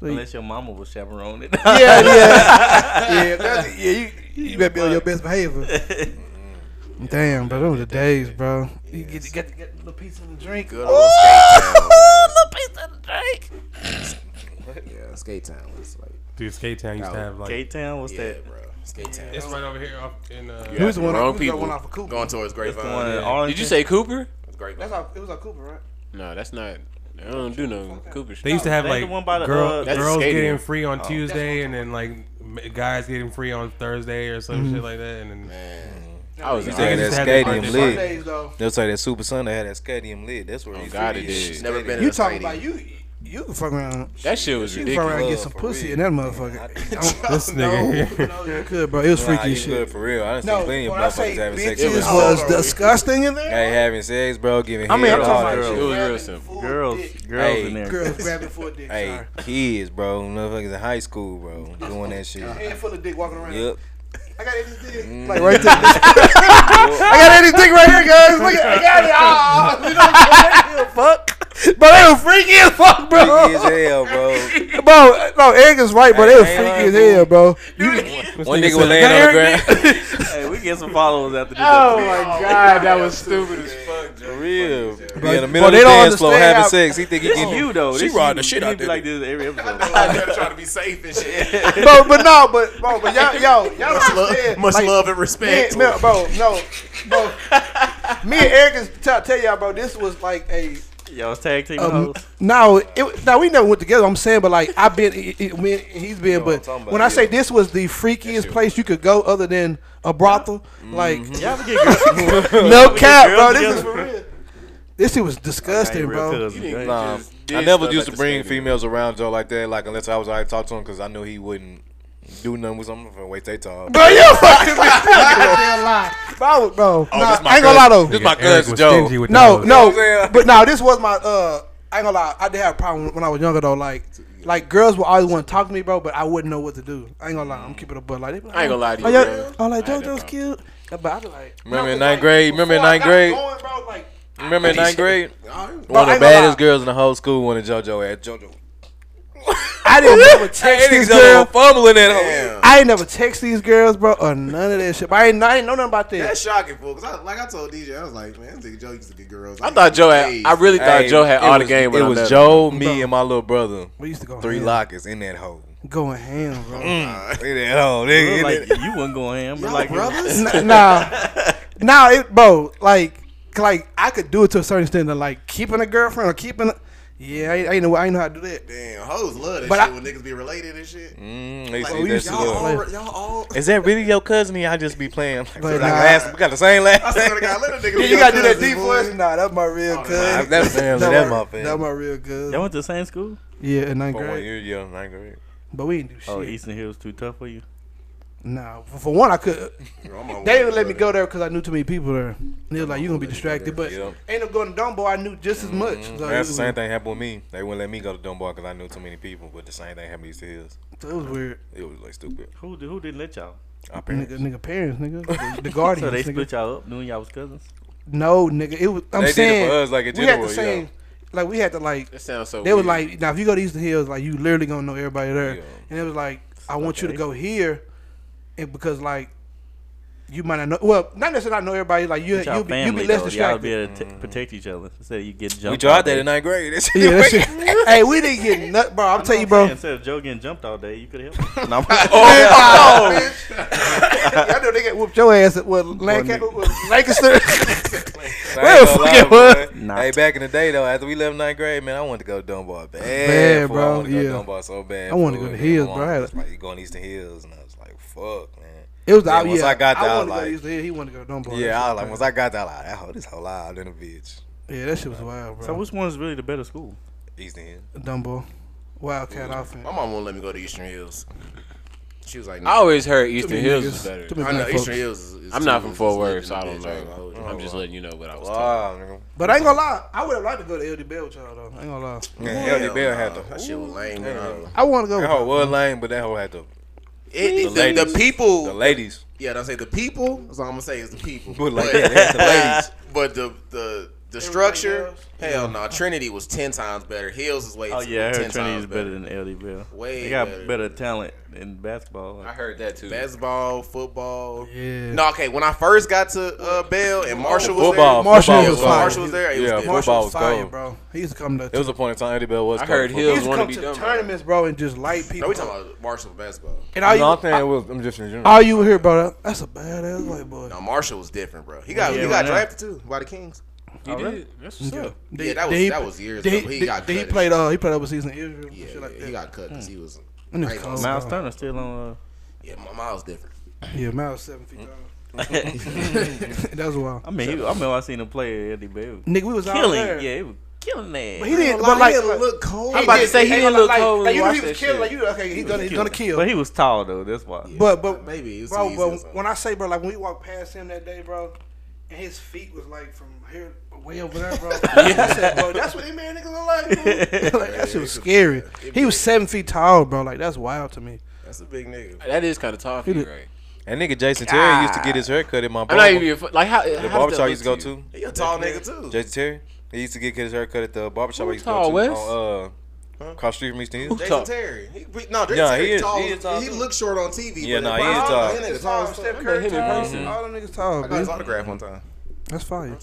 Speaker 5: So you-
Speaker 3: Unless your mama was chaperoning.
Speaker 5: yeah, yeah, *laughs*
Speaker 3: *laughs*
Speaker 5: yeah. That's, *laughs* yeah, you, you better be on your best behavior. Damn, bro, those were the days, bro. You get to get, get a little piece of the drink.
Speaker 4: Good old skate town. Yeah, skate town was like
Speaker 6: Dude, skate town used to have like.
Speaker 3: Skate Town, what's
Speaker 4: yeah,
Speaker 3: that?
Speaker 4: bro. Skate town.
Speaker 6: It's right over here up in. Uh,
Speaker 5: Who was the one?
Speaker 2: Wrong
Speaker 5: Who was the
Speaker 2: people.
Speaker 5: one off of Cooper?
Speaker 4: Going towards
Speaker 3: That's the
Speaker 4: Grapevine.
Speaker 3: one in
Speaker 4: yeah.
Speaker 3: Arlington.
Speaker 2: Did you say Cooper?
Speaker 4: It's Grapevine.
Speaker 5: That's off, it was on Cooper, right?
Speaker 2: No, that's not. I don't do no Cooper shit.
Speaker 6: They used to have
Speaker 3: They the
Speaker 6: like
Speaker 3: one by the,
Speaker 6: girl,
Speaker 3: uh, Oh.
Speaker 2: That's
Speaker 6: girls
Speaker 2: skating.
Speaker 6: getting free on Tuesday, and then like m- guys getting free on Thursday or some shit like that. And then
Speaker 2: I was
Speaker 7: You
Speaker 2: in
Speaker 7: thinking
Speaker 6: They
Speaker 7: that
Speaker 6: used to have
Speaker 7: stadium
Speaker 6: that
Speaker 7: lit?
Speaker 5: Sundays though. Oh,
Speaker 7: That's like that Super Sunday had that stadium lit. That's where. you
Speaker 2: God, it
Speaker 7: see
Speaker 2: did.
Speaker 4: Never been in
Speaker 5: You
Speaker 4: a
Speaker 5: talking
Speaker 4: stadium.
Speaker 5: about you? you can fuck around.
Speaker 2: That shit was
Speaker 5: You can fuck around and
Speaker 2: ridiculous.
Speaker 5: get some
Speaker 7: for
Speaker 5: pussy
Speaker 7: real.
Speaker 5: in that motherfucker.
Speaker 6: *laughs* This nigga
Speaker 5: *laughs*
Speaker 6: here.
Speaker 5: no, you could, bro. It was
Speaker 7: Nah,
Speaker 5: freaky
Speaker 7: you
Speaker 5: as shit.
Speaker 7: good for real. I done
Speaker 5: No,
Speaker 7: seen plenty of
Speaker 5: when I say
Speaker 7: motherfuckers having sex with
Speaker 5: bitches
Speaker 7: girls.
Speaker 5: was disgusting in there.
Speaker 7: Hey, having sex, bro, giving
Speaker 2: I mean,
Speaker 7: head
Speaker 2: I'm
Speaker 7: all
Speaker 2: talking
Speaker 7: that
Speaker 2: about
Speaker 7: shit.
Speaker 2: it was real simple.
Speaker 3: Girls, girls
Speaker 7: Hey,
Speaker 3: in there.
Speaker 5: Girls grabbing for a dick.
Speaker 7: Hey,
Speaker 5: Sorry.
Speaker 7: kids, bro, motherfuckers in high school, bro, doing that shit.
Speaker 5: Hand full of dick walking around.
Speaker 7: Yep.
Speaker 5: I got it in *laughs* this dick.
Speaker 1: Mm.
Speaker 5: Like right there. I got it in this dick right here, guys. Look at I got it. Ah, you know, fuck. But they were freaky as fuck,
Speaker 7: Freaky as
Speaker 5: bro.
Speaker 7: hell, bro.
Speaker 5: Bro, no, Eric is right, bro. They was
Speaker 7: Hey,
Speaker 5: freaky
Speaker 7: hey,
Speaker 5: as hell, bro.
Speaker 7: One nigga was laying on the ground.
Speaker 3: Hey, we get some followers after this.
Speaker 2: Oh my god, that was stupid as fuck.
Speaker 7: For real. Be in
Speaker 5: Bro,
Speaker 7: the middle
Speaker 5: they
Speaker 7: of the
Speaker 5: don't
Speaker 7: dance floor
Speaker 5: understand
Speaker 7: having
Speaker 5: how-
Speaker 7: sex. He think he
Speaker 3: This
Speaker 7: getting
Speaker 3: you though.
Speaker 7: She
Speaker 3: This
Speaker 7: ride
Speaker 3: you.
Speaker 7: the shit
Speaker 3: You
Speaker 7: out
Speaker 3: be
Speaker 7: there.
Speaker 3: like this every
Speaker 5: *laughs*
Speaker 3: episode.
Speaker 4: I'm trying to be safe and shit.
Speaker 5: Bro, but no, but bro, but
Speaker 7: *laughs*
Speaker 5: y'all, y'all, y'all
Speaker 4: much love,
Speaker 5: understand.
Speaker 4: much
Speaker 5: like,
Speaker 4: love and
Speaker 5: Me,
Speaker 4: respect.
Speaker 5: me, bro, no, bro. Me and Eric is tell, tell y'all, bro. This was like a
Speaker 3: Y'all tag team
Speaker 5: Um,
Speaker 3: hoes.
Speaker 5: no, it, no, we never went together. I'm saying, but like I've been, it, it, when he's been,
Speaker 7: what I'm
Speaker 5: but
Speaker 7: talking about,
Speaker 5: when I say
Speaker 7: yeah.
Speaker 5: this was the freakiest place you could go other than a brothel, like
Speaker 3: Y'all ever get girls?
Speaker 5: no
Speaker 3: *laughs*
Speaker 5: *laughs* cap, bro.
Speaker 3: girls
Speaker 5: This is for
Speaker 3: Mm-hmm. together?
Speaker 5: real. This shit was
Speaker 3: I
Speaker 5: disgusting,
Speaker 3: ain't real
Speaker 5: bro.
Speaker 3: cousins,
Speaker 2: You
Speaker 3: ain't-
Speaker 2: didn't-
Speaker 7: Nah,
Speaker 2: just
Speaker 7: I
Speaker 2: did
Speaker 7: never
Speaker 2: stuff
Speaker 7: used to
Speaker 2: at the
Speaker 7: bring
Speaker 2: stadium.
Speaker 7: females around Joe like that, like unless I was already talking to him, because I knew he wouldn't do nothing with something for wait they talk.
Speaker 5: Bro, you fucking bro, bro. nah, I ain't gonna lie though.
Speaker 7: This Oh, my
Speaker 6: Eric
Speaker 7: cousin
Speaker 6: was
Speaker 7: Joe.
Speaker 6: stingy with
Speaker 5: No,
Speaker 6: the hoes.
Speaker 7: You know what
Speaker 5: no,
Speaker 7: I'm saying?
Speaker 5: but no, this was my. uh I ain't gonna lie. I did have a problem when I was younger though. Like, like girls would always want to talk to me, bro, but I wouldn't know what to do. I ain't gonna lie. I'm keeping a butt like. they be like,
Speaker 2: I ain't gonna lie to you,
Speaker 5: Oh, yeah.
Speaker 2: bro.
Speaker 5: Oh, like
Speaker 2: I ain't no
Speaker 5: JoJo's cute. But I be like.
Speaker 7: Remember
Speaker 5: No,
Speaker 7: in
Speaker 5: but,
Speaker 7: ninth grade? Remember in
Speaker 5: before I
Speaker 7: ninth
Speaker 5: got
Speaker 7: grade?
Speaker 5: Going, bro, like, oh,
Speaker 7: Remember in ninth grade?
Speaker 5: Bro, I
Speaker 7: One of the
Speaker 5: ain't gonna
Speaker 7: baddest
Speaker 5: lie.
Speaker 7: girls in the whole school wanted JoJo at JoJo.
Speaker 5: I didn't never text
Speaker 7: *laughs* Hey,
Speaker 5: these
Speaker 7: niggas over
Speaker 5: girls.
Speaker 7: fumbling at her.
Speaker 5: I ain't never text these girls, bro, or none of that shit. But I ain't, I ain't know nothing about that.
Speaker 1: That's shocking, fool. Cause I, like I told DJ, I was like, man, this nigga Joe used to get girls.
Speaker 2: I thought Joe had. I *laughs* really thought
Speaker 7: Hey,
Speaker 2: Joe had
Speaker 7: it
Speaker 2: all the
Speaker 7: was-
Speaker 2: game. When
Speaker 7: It
Speaker 2: I met
Speaker 7: was
Speaker 2: him.
Speaker 7: Joe, me, and my little brother.
Speaker 5: we used to go
Speaker 7: Three
Speaker 5: ham.
Speaker 7: lockers in that hole.
Speaker 5: Going ham, bro.
Speaker 7: In that hole, nigga. in
Speaker 3: Like
Speaker 7: that-
Speaker 3: you wasn't going ham, but like
Speaker 1: brothers.
Speaker 5: N- *laughs* nah, nah, it, bro. Like, like I could do it to a certain extent. Of, like keeping a girlfriend or keeping, a, yeah, I, I ain't know, I ain't know how to do that.
Speaker 1: Damn, hoes love that
Speaker 5: But
Speaker 1: shit
Speaker 5: I-
Speaker 1: when niggas be related and shit.
Speaker 7: Mm, they
Speaker 1: Like,
Speaker 7: see that shit
Speaker 1: y'all, *laughs*
Speaker 7: up.
Speaker 1: all, y'all all.
Speaker 7: Is that really your cousin? Or I just be playing. I'm Like,
Speaker 5: But
Speaker 7: like
Speaker 5: nah.
Speaker 7: last, we got the same
Speaker 1: I
Speaker 7: last.
Speaker 1: swear to God, let a nigga. be
Speaker 5: Yeah, you
Speaker 1: your
Speaker 5: gotta do that
Speaker 1: cousin,
Speaker 5: deep
Speaker 1: boy.
Speaker 5: voice. Nah, that's my real cuz.
Speaker 1: nah,
Speaker 7: Oh, That's family. That's my family.
Speaker 5: That's my real cuz.
Speaker 3: Y'all went to the same school?
Speaker 5: Yeah, in ninth
Speaker 7: For one
Speaker 5: grade,
Speaker 7: year, Oh, yeah, ninth grade.
Speaker 5: but we didn't do shit.
Speaker 3: Oh, Eastern Hills too tough for you.
Speaker 5: Nah, for, for one, I could.
Speaker 1: I'm on
Speaker 5: They
Speaker 1: one.
Speaker 5: didn't let me go there because I knew too many people there. And They was like, "You gonna be distracted," but
Speaker 7: Yep.
Speaker 5: ain't no going to Dumbo. I knew just as much. So
Speaker 7: Mm-hmm. That's the
Speaker 5: it,
Speaker 7: same
Speaker 5: was,
Speaker 7: thing happened with me. They wouldn't let me go to Dunbar because I knew too many people. But the same thing happened to his.
Speaker 5: so it was weird.
Speaker 7: It was like stupid.
Speaker 3: Who who didn't let y'all?
Speaker 7: Our
Speaker 5: Nigga,
Speaker 7: parents.
Speaker 5: nigga, parents,
Speaker 7: *laughs*
Speaker 5: nigga, the, the
Speaker 3: So
Speaker 5: guardians.
Speaker 3: they
Speaker 5: nigga.
Speaker 3: split y'all up, knowing y'all was cousins.
Speaker 5: No, nigga, it was. I'm
Speaker 7: They did it
Speaker 5: saying
Speaker 7: for us, like, in
Speaker 5: we had the
Speaker 7: general,
Speaker 5: same.
Speaker 7: yeah.
Speaker 5: Like we had to like
Speaker 2: That sounds so.
Speaker 5: They was
Speaker 2: weird.
Speaker 5: like, now if you go to Eastern Hills, like you literally gonna know everybody there.
Speaker 7: Yeah.
Speaker 5: And it was like, I want you to
Speaker 3: Okay.
Speaker 5: go here, and because like, you might not know. Well, not necessarily not know everybody. Like you,
Speaker 3: But y'all
Speaker 5: you'll be, you'll
Speaker 3: family
Speaker 5: be less
Speaker 3: though, y'all
Speaker 5: distracted.
Speaker 3: be able to t- protect each other instead of you get jumped.
Speaker 7: We
Speaker 3: all
Speaker 7: tried that
Speaker 3: day.
Speaker 7: in ninth grade. That's *laughs*
Speaker 5: yeah, that shit. hey, we didn't get nut, bro. I'm telling you, *laughs* bro.
Speaker 3: Instead of Joe getting jumped all day, you could help. *laughs* him.
Speaker 5: *laughs* Oh, bitch. Y'all know they got whooped your ass at what Lancaster? Lancaster?
Speaker 7: *laughs*
Speaker 5: Well, fuck it, what?
Speaker 7: Nah. Hey, back in the day though, after we left ninth grade, man, I wanted to go to Dunbar bad.
Speaker 5: Bad,
Speaker 7: fool.
Speaker 5: bro,
Speaker 7: I wanted to go
Speaker 5: yeah.
Speaker 7: to Dunbar so bad.
Speaker 5: I wanted to
Speaker 7: fool.
Speaker 5: go to
Speaker 7: And then
Speaker 5: Hills,
Speaker 7: my
Speaker 5: bro. I
Speaker 7: mom
Speaker 5: had
Speaker 7: was
Speaker 5: a-
Speaker 7: Like you going to Eastern Hills, and I was like, fuck, man.
Speaker 5: it was the
Speaker 7: Yeah,
Speaker 5: out.
Speaker 7: once
Speaker 5: yeah.
Speaker 7: I got there, I
Speaker 5: I wanted to
Speaker 7: was
Speaker 5: go to
Speaker 7: like-
Speaker 5: Eastern Hills. He wanted to go to Dunbar.
Speaker 7: Yeah, I was like,
Speaker 5: That
Speaker 7: once I got that, I like, I hold this whole loud in a bitch.
Speaker 5: shit- yeah, that shit was wild,
Speaker 3: so
Speaker 5: bro.
Speaker 3: which one's really the better school?
Speaker 7: Eastern Hills.
Speaker 5: Dunbar, Wildcat offense.
Speaker 4: My mom won't let me go to Eastern Hills. She was like,
Speaker 2: I
Speaker 4: no,
Speaker 2: always heard Oh, Eastern Hills was
Speaker 5: Niggas.
Speaker 2: better.
Speaker 5: Too many
Speaker 4: I know
Speaker 5: black folks.
Speaker 4: Eastern Hills. Is, is
Speaker 2: I'm
Speaker 4: too-
Speaker 2: not from
Speaker 4: is-
Speaker 2: Fort
Speaker 4: is
Speaker 2: Worth,
Speaker 4: lit
Speaker 2: so I
Speaker 4: in
Speaker 2: don't
Speaker 4: the bitch, ain't gonna
Speaker 2: know.
Speaker 4: hold you.
Speaker 2: I'm just letting you know what I was told.
Speaker 7: Wow, Oh, nigga.
Speaker 5: But I ain't gonna lie, I would have liked to go to LD Bell Child though. I ain't gonna lie.
Speaker 7: Man, Hell,
Speaker 4: Hell
Speaker 7: Bell
Speaker 4: no,
Speaker 7: had the.
Speaker 4: That shit was lame.
Speaker 7: Damn.
Speaker 4: man.
Speaker 5: I want to go.
Speaker 7: That hoe was lame, but that hoe had the.
Speaker 4: It, the, the,
Speaker 7: The ladies. The
Speaker 4: people.
Speaker 7: ladies.
Speaker 4: Yeah, don't say the people. That's all I'm gonna say is the people.
Speaker 7: But like, yeah, they had the ladies.
Speaker 4: *laughs* But the the the structure,
Speaker 5: else?
Speaker 4: hell no. Trinity was ten times better. Hills is way.
Speaker 3: Oh yeah, I
Speaker 4: ten
Speaker 3: heard Trinity
Speaker 4: times
Speaker 3: is better than LD Bell.
Speaker 4: Way
Speaker 3: they got
Speaker 4: better.
Speaker 3: better, talent in basketball.
Speaker 2: I heard that too.
Speaker 4: Basketball, football.
Speaker 5: Yeah.
Speaker 4: No, okay. When I first got to uh, Bell and Marshall was
Speaker 7: Football.
Speaker 4: there,
Speaker 5: Marshall
Speaker 4: yeah,
Speaker 5: was
Speaker 4: when
Speaker 5: fire.
Speaker 4: Marshall was there. It
Speaker 7: Yeah,
Speaker 4: was good.
Speaker 7: Marshall-
Speaker 5: Marshall
Speaker 7: Football
Speaker 5: was
Speaker 7: was
Speaker 5: fire,
Speaker 7: cold.
Speaker 5: bro. He used to come to.
Speaker 7: There was a point in time Eddie Bell was.
Speaker 2: I heard
Speaker 5: he
Speaker 7: Hills.
Speaker 2: Hills-
Speaker 5: used to
Speaker 2: wanna
Speaker 5: come
Speaker 2: be
Speaker 5: to
Speaker 2: done, bro.
Speaker 5: tournaments, bro, and just light people.
Speaker 4: No, we talking about Marshall basketball.
Speaker 5: and all
Speaker 7: No, I'm
Speaker 5: you,
Speaker 7: saying it was. I'm just in general.
Speaker 5: all you hear, bro, that's a badass white boy.
Speaker 4: No, Marshall was different, bro. He got
Speaker 3: Yeah,
Speaker 4: he got
Speaker 3: right.
Speaker 4: drafted too by the Kings.
Speaker 2: He did. That's what's up.
Speaker 4: Yeah, that was- that was years
Speaker 5: They,
Speaker 4: ago, but he
Speaker 5: they-
Speaker 4: got
Speaker 5: they- he
Speaker 4: cut and
Speaker 5: played. Uh, he played overseas in Israel.
Speaker 4: Yeah,
Speaker 5: and shit like
Speaker 4: yeah,
Speaker 5: that.
Speaker 4: he got cut because he was.
Speaker 5: And it's
Speaker 4: I ain't
Speaker 5: cold.
Speaker 4: gonna-
Speaker 3: Miles Turner still on. Uh,
Speaker 4: Yeah, my miles different.
Speaker 5: yeah, man, I was seven
Speaker 4: *laughs*
Speaker 5: feet tall. that was wild.
Speaker 3: I mean, he, I remember I seen him play at LD Bell.
Speaker 5: Nigga, we was out
Speaker 3: Killing,
Speaker 5: there.
Speaker 3: yeah, he was killing that.
Speaker 5: But he didn't.
Speaker 1: But
Speaker 5: But like,
Speaker 1: didn't
Speaker 5: like-
Speaker 1: look cold.
Speaker 5: I'm
Speaker 2: about to say he
Speaker 5: hey,
Speaker 2: didn't
Speaker 5: like-
Speaker 2: look
Speaker 5: like,
Speaker 2: cold when
Speaker 5: Like, you
Speaker 2: we
Speaker 5: know
Speaker 2: watched
Speaker 5: he was
Speaker 2: that
Speaker 5: killing.
Speaker 2: shit.
Speaker 5: Like you know, okay, he's gonna he's gonna kill.
Speaker 3: But he was tall though. That's why.
Speaker 5: But but
Speaker 1: Maybe it was too
Speaker 5: bro,
Speaker 1: easy or
Speaker 5: but
Speaker 1: something.
Speaker 5: when I say bro, like when we walked past him that day, bro, and his feet was like from here way over there, *laughs* bro. I said, bro, that's what these man niggas look like. *laughs* Bro. like that shit was scary. He was seven feet tall, bro. Like that's wild to me.
Speaker 1: That's a big nigga.
Speaker 2: That is kind of tough, right?
Speaker 7: And nigga Jason Terry used to get his hair cut in my
Speaker 2: I'm not
Speaker 7: barber.
Speaker 2: even like how
Speaker 7: The barbershop I used to go to.
Speaker 1: He a tall nigga too.
Speaker 7: Jason Terry. He used to get his hair cut at the barbershop I
Speaker 2: Who
Speaker 7: used to
Speaker 2: tall,
Speaker 7: go to.
Speaker 2: Wes?
Speaker 7: On, uh, across the street from East End.
Speaker 1: Jason
Speaker 2: tall.
Speaker 1: Terry. He, he- no, Jason
Speaker 7: Yeah,
Speaker 1: Terry
Speaker 7: he is-
Speaker 1: tall.
Speaker 7: he
Speaker 1: He,
Speaker 7: is tall, too.
Speaker 1: looked short on TV.
Speaker 7: Yeah,
Speaker 1: but
Speaker 7: nah,
Speaker 1: in
Speaker 7: he is
Speaker 1: person,
Speaker 7: tall.
Speaker 1: that nigga tall. as
Speaker 5: Steph
Speaker 1: fuck.
Speaker 5: Curry
Speaker 2: him in
Speaker 5: tall.
Speaker 2: person.
Speaker 5: All them niggas tall,
Speaker 1: I got his
Speaker 5: bro.
Speaker 1: autograph one time.
Speaker 5: That's fire.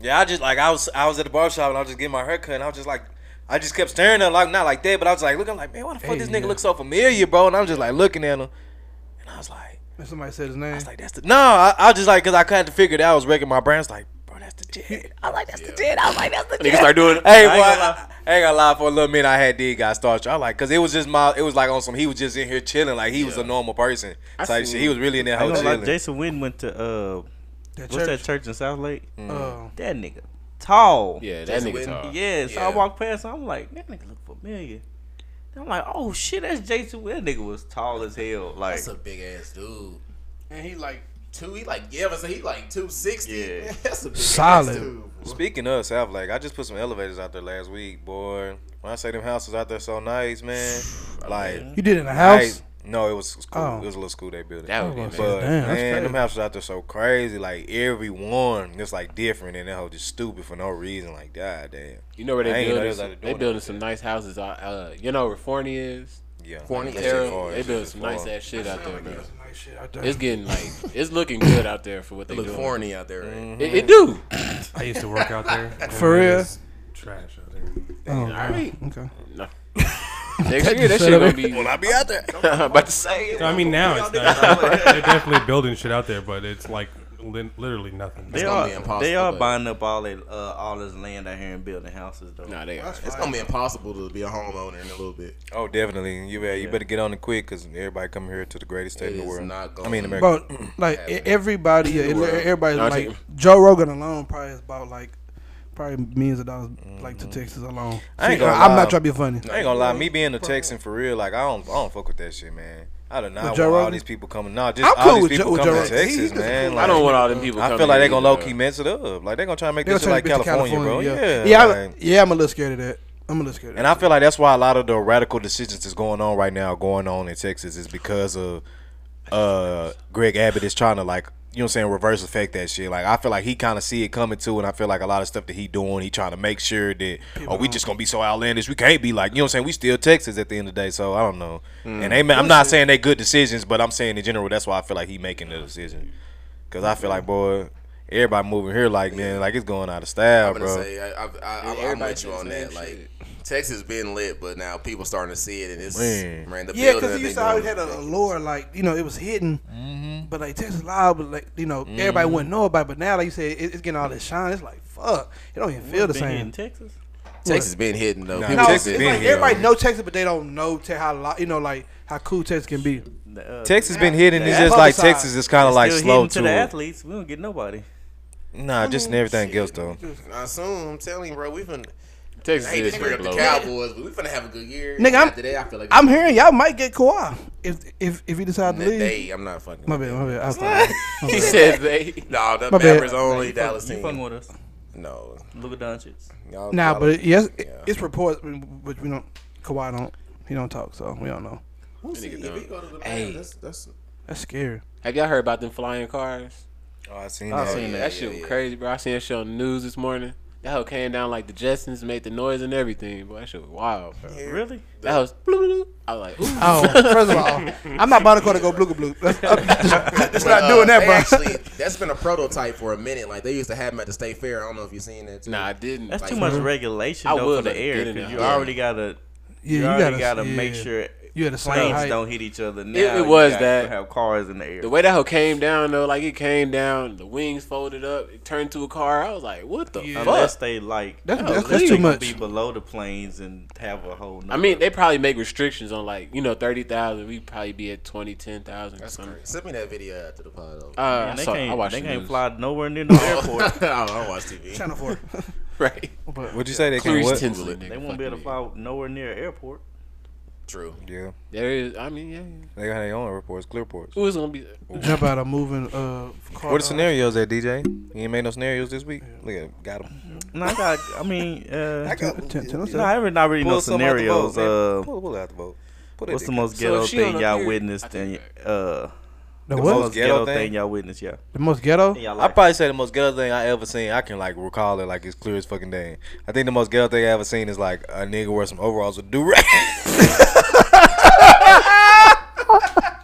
Speaker 7: Yeah, I just like I was I was at the barbershop and I was just getting my hair cut and I was just like I just kept staring at him like not like that, but I was like looking like man, why the fuck this nigga look so familiar, bro? And I'm just like looking at him and I was like
Speaker 5: And Somebody said his name.
Speaker 7: I was like that's the no, I, I was just like cause I couldn't figure it out. I was wrecking my brain. I was like, bro, that's the jet. I was like, that's the jet. I was like, that's the jet.
Speaker 2: Niggas start doing.
Speaker 7: *laughs* Hey, boy,
Speaker 3: I ain't gonna
Speaker 7: I I ain't gonna lie. For a little minute, I had did got starstruck. I like, cause it was just my, it was like on some. He was just in here chilling, like he was a normal person. Type
Speaker 2: seen
Speaker 7: shit. He was really in
Speaker 3: I
Speaker 7: that whole
Speaker 3: know, like
Speaker 7: chilling.
Speaker 3: Jason Wynn went to uh,
Speaker 5: That
Speaker 3: what's that
Speaker 5: church.
Speaker 3: church in South Lake?
Speaker 5: uh,
Speaker 3: That nigga tall.
Speaker 2: Yeah, that nigga
Speaker 1: Whitten.
Speaker 2: tall.
Speaker 3: Yes,
Speaker 1: Yeah.
Speaker 3: I walked past. I'm like, that nigga look familiar. And I'm like, oh shit, that's Jason. Wynn. That nigga was tall as hell. Like,
Speaker 4: That's a big ass dude.
Speaker 5: and he like
Speaker 4: Two, he like yeah, but he like two sixty.
Speaker 3: Yeah.
Speaker 4: Yeah. *laughs* That's a big
Speaker 5: Solid.
Speaker 4: ass dude.
Speaker 7: Speaking of South Lake, I just put some elevators out there last week, boy. When I say them houses out there so nice, man. Like
Speaker 5: you did in the house.
Speaker 7: nice- no, it was school.
Speaker 5: Oh.
Speaker 7: It was a little school they built.
Speaker 2: That would be
Speaker 5: Oh,
Speaker 2: amazing.
Speaker 7: But
Speaker 5: Damn, that's
Speaker 7: man, them
Speaker 5: crazy.
Speaker 7: houses out there so crazy. Like everyone, it's like different, and that whole just stupid for no reason. Like god damn,
Speaker 2: You know where
Speaker 7: I
Speaker 2: they
Speaker 7: ain't know
Speaker 2: building?
Speaker 7: they was
Speaker 2: Some,
Speaker 7: out there
Speaker 2: they
Speaker 7: doing
Speaker 2: building
Speaker 7: that
Speaker 2: some nice houses. out- Uh, you know where Forney is.
Speaker 7: yeah.
Speaker 4: Corny
Speaker 7: That
Speaker 4: as
Speaker 7: shit
Speaker 4: hell.
Speaker 7: far,
Speaker 2: They
Speaker 7: that
Speaker 2: building
Speaker 7: shit
Speaker 2: some
Speaker 7: far.
Speaker 2: nice ass shit out there, bro.
Speaker 5: Nice shit out there.
Speaker 2: It's getting like it's looking good out there for what they
Speaker 4: Look
Speaker 2: doing.
Speaker 4: corny out there. Right?
Speaker 2: It, it do.
Speaker 6: I used to work out there.
Speaker 5: *laughs*
Speaker 6: and
Speaker 5: For
Speaker 6: it
Speaker 5: real?
Speaker 6: is Trash out there.
Speaker 5: Oh,
Speaker 2: right.
Speaker 5: okay.
Speaker 2: Next year that
Speaker 5: shut
Speaker 2: shit
Speaker 5: up.
Speaker 2: gonna be.
Speaker 7: When I be out
Speaker 2: *laughs*
Speaker 7: there,
Speaker 2: about to say.
Speaker 6: No, I mean now it's not, they're definitely building shit out there, but it's like li- literally nothing.
Speaker 3: they
Speaker 4: gonna
Speaker 3: are
Speaker 4: be impossible,
Speaker 3: they are
Speaker 4: but-
Speaker 3: buying up all that uh, all this land out here and building houses though.
Speaker 2: Nah, they are.
Speaker 4: It's gonna be impossible to be a homeowner in a little bit.
Speaker 7: oh definitely. You better, you better get on it quick, cause everybody come here to the greatest state
Speaker 4: It
Speaker 7: in the
Speaker 4: is
Speaker 7: world.
Speaker 4: not
Speaker 7: I mean
Speaker 4: going-
Speaker 7: America. *clears throat*
Speaker 5: Bro, like e- everybody, yeah,
Speaker 4: world.
Speaker 5: everybody
Speaker 2: I'll
Speaker 5: like
Speaker 2: take-
Speaker 5: Joe Rogan alone probably is about like probably millions of dollars like to Texas alone.
Speaker 7: Mm. I ain't
Speaker 5: See,
Speaker 7: gonna
Speaker 5: I'm
Speaker 7: lie.
Speaker 5: not trying to be funny.
Speaker 7: I ain't gonna lie, me being a Texan for real, like I don't, I don't fuck with that shit, man. I do not
Speaker 5: With
Speaker 7: want
Speaker 5: Joe
Speaker 7: all
Speaker 5: Rogan?
Speaker 7: these people coming. Nah, just
Speaker 5: I'm
Speaker 7: all
Speaker 5: cool
Speaker 7: these
Speaker 5: with
Speaker 7: people
Speaker 5: Joe- with
Speaker 7: coming
Speaker 5: Joe
Speaker 7: to
Speaker 5: Rogan. He-
Speaker 7: Texas,
Speaker 5: he just
Speaker 7: man. Like,
Speaker 2: I don't want all them people.
Speaker 7: I feel
Speaker 2: coming
Speaker 7: like they
Speaker 2: in,
Speaker 7: gonna low
Speaker 2: bro.
Speaker 7: key mess it up. Like they gonna try to make
Speaker 5: They'll
Speaker 7: this shit
Speaker 5: turn
Speaker 7: like
Speaker 5: it back to
Speaker 7: California, bro. Yeah,
Speaker 5: yeah, yeah.
Speaker 7: like-
Speaker 5: I, yeah, I'm a little scared of that. I'm a little scared. Of
Speaker 7: and I feel like that's why a lot of the radical decisions that's going on right now, going on in Texas, is because of uh Greg Abbott is trying to like you know what I'm saying reverse effect that shit. Like I feel like he kind of see it coming too, and I feel like a lot of stuff that he doing, he trying to make sure that oh we just gonna be so outlandish, we can't be like you know what I'm saying. We still Texas at the end of the day, so I don't know.
Speaker 4: Mm.
Speaker 7: And they, I'm not saying they good decisions, but I'm saying in general that's why I feel like he making the decision because I feel like boy. Everybody moving here like man, like it's going out of style,
Speaker 4: I'm gonna
Speaker 7: bro.
Speaker 4: say I, I, I, I, I'm
Speaker 2: everybody
Speaker 4: with you
Speaker 2: does
Speaker 4: on
Speaker 2: the
Speaker 4: that.
Speaker 2: same
Speaker 4: Like
Speaker 2: shit.
Speaker 4: Texas been lit, but now people starting to see it, and it's
Speaker 7: Man.
Speaker 4: man, the
Speaker 5: yeah,
Speaker 4: building
Speaker 5: because
Speaker 4: that
Speaker 5: he used
Speaker 4: they
Speaker 5: to always
Speaker 4: doing is
Speaker 5: had a
Speaker 4: ridiculous.
Speaker 5: allure, like you know, it was hidden,
Speaker 7: Mm-hmm.
Speaker 5: but like Texas live, but like you know, everybody wouldn't know about. it. But now, like you said, it, it's getting all this shine. It's like fuck, it don't even feel the
Speaker 3: Been here in
Speaker 5: same.
Speaker 3: Texas.
Speaker 4: Texas been hitting though.
Speaker 7: Nah,
Speaker 4: People
Speaker 5: No,
Speaker 4: just
Speaker 5: it's
Speaker 7: Texas
Speaker 5: like
Speaker 4: been
Speaker 7: been
Speaker 4: hitting.
Speaker 7: here.
Speaker 5: everybody know Texas, but they don't know te- how lo- you know like how cool Texas can be.
Speaker 3: The, uh,
Speaker 7: Texas been hidden. It's
Speaker 5: Yeah.
Speaker 7: just like
Speaker 5: Publicized.
Speaker 7: Texas is kind of
Speaker 3: still
Speaker 7: like
Speaker 3: hitting
Speaker 7: slow
Speaker 3: to
Speaker 7: too.
Speaker 3: the athletes. We don't get nobody.
Speaker 7: Nah, just in everything else though.
Speaker 4: I assume I'm telling you, bro. We've been.
Speaker 2: Texas
Speaker 4: I hate
Speaker 2: is
Speaker 4: to bring up the
Speaker 2: blown.
Speaker 4: Cowboys, but we finna have a good year.
Speaker 5: Nigga,
Speaker 4: And
Speaker 5: I'm-
Speaker 4: after that, I feel like
Speaker 5: I'm hearing y'all might get Kawhi if if if you decide to
Speaker 4: That
Speaker 5: leave.
Speaker 4: they, I'm not fucking.
Speaker 5: My bad, my bad. I was talking.
Speaker 2: He
Speaker 4: *laughs*
Speaker 2: said they.
Speaker 4: No, the
Speaker 5: My bad.
Speaker 4: Mavericks only
Speaker 3: You fuck-
Speaker 4: Dallas
Speaker 3: you
Speaker 4: team.
Speaker 3: fucking with us,
Speaker 4: No,
Speaker 3: Luka Doncic.
Speaker 4: y'all.
Speaker 5: nah,
Speaker 4: y'all-
Speaker 5: but it, yes, it-
Speaker 4: Yeah.
Speaker 5: it's reports, but but we don't. Kawhi don't. He don't talk, so we don't know.
Speaker 1: We'll see. If he go to the
Speaker 2: Hey.
Speaker 1: hey. that's that's
Speaker 5: That's scary.
Speaker 2: Have y'all heard about them flying cars?
Speaker 7: Oh, I seen
Speaker 3: I
Speaker 7: that.
Speaker 3: seen
Speaker 2: That
Speaker 3: that.
Speaker 2: shit was
Speaker 4: yeah.
Speaker 2: crazy, bro. I seen that shit on the news this morning. That hoe came down like the Jetsons, made the noise and everything. Boy, that shit was wild, bro.
Speaker 3: Really?
Speaker 2: That was. I was like, ooh.
Speaker 3: *laughs*
Speaker 5: Oh, first of all, I'm not about to call to go blue *laughs* blue. That's, that's
Speaker 4: But,
Speaker 5: not
Speaker 4: uh,
Speaker 5: doing
Speaker 4: they
Speaker 5: that, bro. *laughs*
Speaker 4: Actually, that's been a prototype for a minute. Like they used to have them at the state fair. I don't know if you seen that. Too.
Speaker 2: Nah, I didn't.
Speaker 3: That's
Speaker 2: Like,
Speaker 3: too much regulation
Speaker 2: I
Speaker 3: though for
Speaker 2: would
Speaker 3: the
Speaker 2: have
Speaker 3: air
Speaker 2: did it
Speaker 3: because
Speaker 2: now.
Speaker 3: you already gotta *laughs*
Speaker 5: Yeah,
Speaker 3: you, already gotta make
Speaker 5: yeah.
Speaker 3: sure
Speaker 5: You had to slide
Speaker 3: planes
Speaker 5: height.
Speaker 3: don't hit each other. Now
Speaker 2: it
Speaker 3: you
Speaker 2: was
Speaker 3: gotta
Speaker 2: that.
Speaker 3: have cars in the air.
Speaker 2: The way that hoe came down though, like it came down, the wings folded up, it turned to a car. I was like, what the fuck?
Speaker 3: Unless they like
Speaker 5: That's-
Speaker 3: no,
Speaker 5: that's-
Speaker 3: they
Speaker 5: that's too
Speaker 3: gonna
Speaker 5: much.
Speaker 3: Be below the planes and have a whole.
Speaker 2: I
Speaker 3: nother-
Speaker 2: mean, they probably make restrictions on like you know thirty thousand. We probably be at twenty, ten thousand.
Speaker 4: That's
Speaker 2: That's
Speaker 4: crazy. Send me that video after the pod. Though.
Speaker 2: Uh,
Speaker 3: Man,
Speaker 2: I,
Speaker 3: they
Speaker 2: saw, I
Speaker 3: can't
Speaker 2: watched
Speaker 3: they
Speaker 2: the
Speaker 3: can't
Speaker 2: *laughs* news.
Speaker 3: fly nowhere near the
Speaker 4: *laughs* I
Speaker 3: airport.
Speaker 5: *laughs*
Speaker 4: don't I don't watch TV.
Speaker 5: Channel four.
Speaker 2: Right.
Speaker 5: But
Speaker 7: What'd you say? They can't
Speaker 2: Clarice
Speaker 7: what?
Speaker 2: Tinsley, nigga,
Speaker 3: They
Speaker 2: fuck
Speaker 3: won't be able to
Speaker 2: me.
Speaker 3: fly nowhere near an airport.
Speaker 4: True.
Speaker 7: Yeah,
Speaker 2: There is. I mean, yeah. yeah.
Speaker 7: they got their own reports, clear reports.
Speaker 2: Who is gonna be?
Speaker 5: jump out of moving uh car.
Speaker 7: What are the scenarios at DJ? You ain't made no scenarios this week. Look at him, got him.
Speaker 3: No, I got. I mean, uh, *laughs*
Speaker 5: Ten- ten- ten-
Speaker 3: no, I haven't not really know
Speaker 7: something out the
Speaker 3: scenarios.
Speaker 7: boat, man.
Speaker 3: Uh,
Speaker 7: pull, pull it out the boat. Pull
Speaker 3: what's the
Speaker 7: dick
Speaker 3: most
Speaker 2: So
Speaker 3: ghetto
Speaker 2: if she on
Speaker 3: thing
Speaker 2: a
Speaker 3: y'all
Speaker 2: period, I
Speaker 3: witnessed? And
Speaker 2: take
Speaker 3: uh,
Speaker 5: The
Speaker 3: the
Speaker 5: what?
Speaker 3: most ghetto
Speaker 7: Ghetto
Speaker 3: thing
Speaker 7: thing?
Speaker 3: y'all witnessed? Yeah.
Speaker 5: The most ghetto?
Speaker 3: Yeah,
Speaker 7: out. I probably say the most ghetto thing I ever seen. I can like recall it like it's clear as fucking day. I think the most ghetto thing I ever seen is like a nigga wear some overalls with do
Speaker 3: *laughs*
Speaker 7: rag.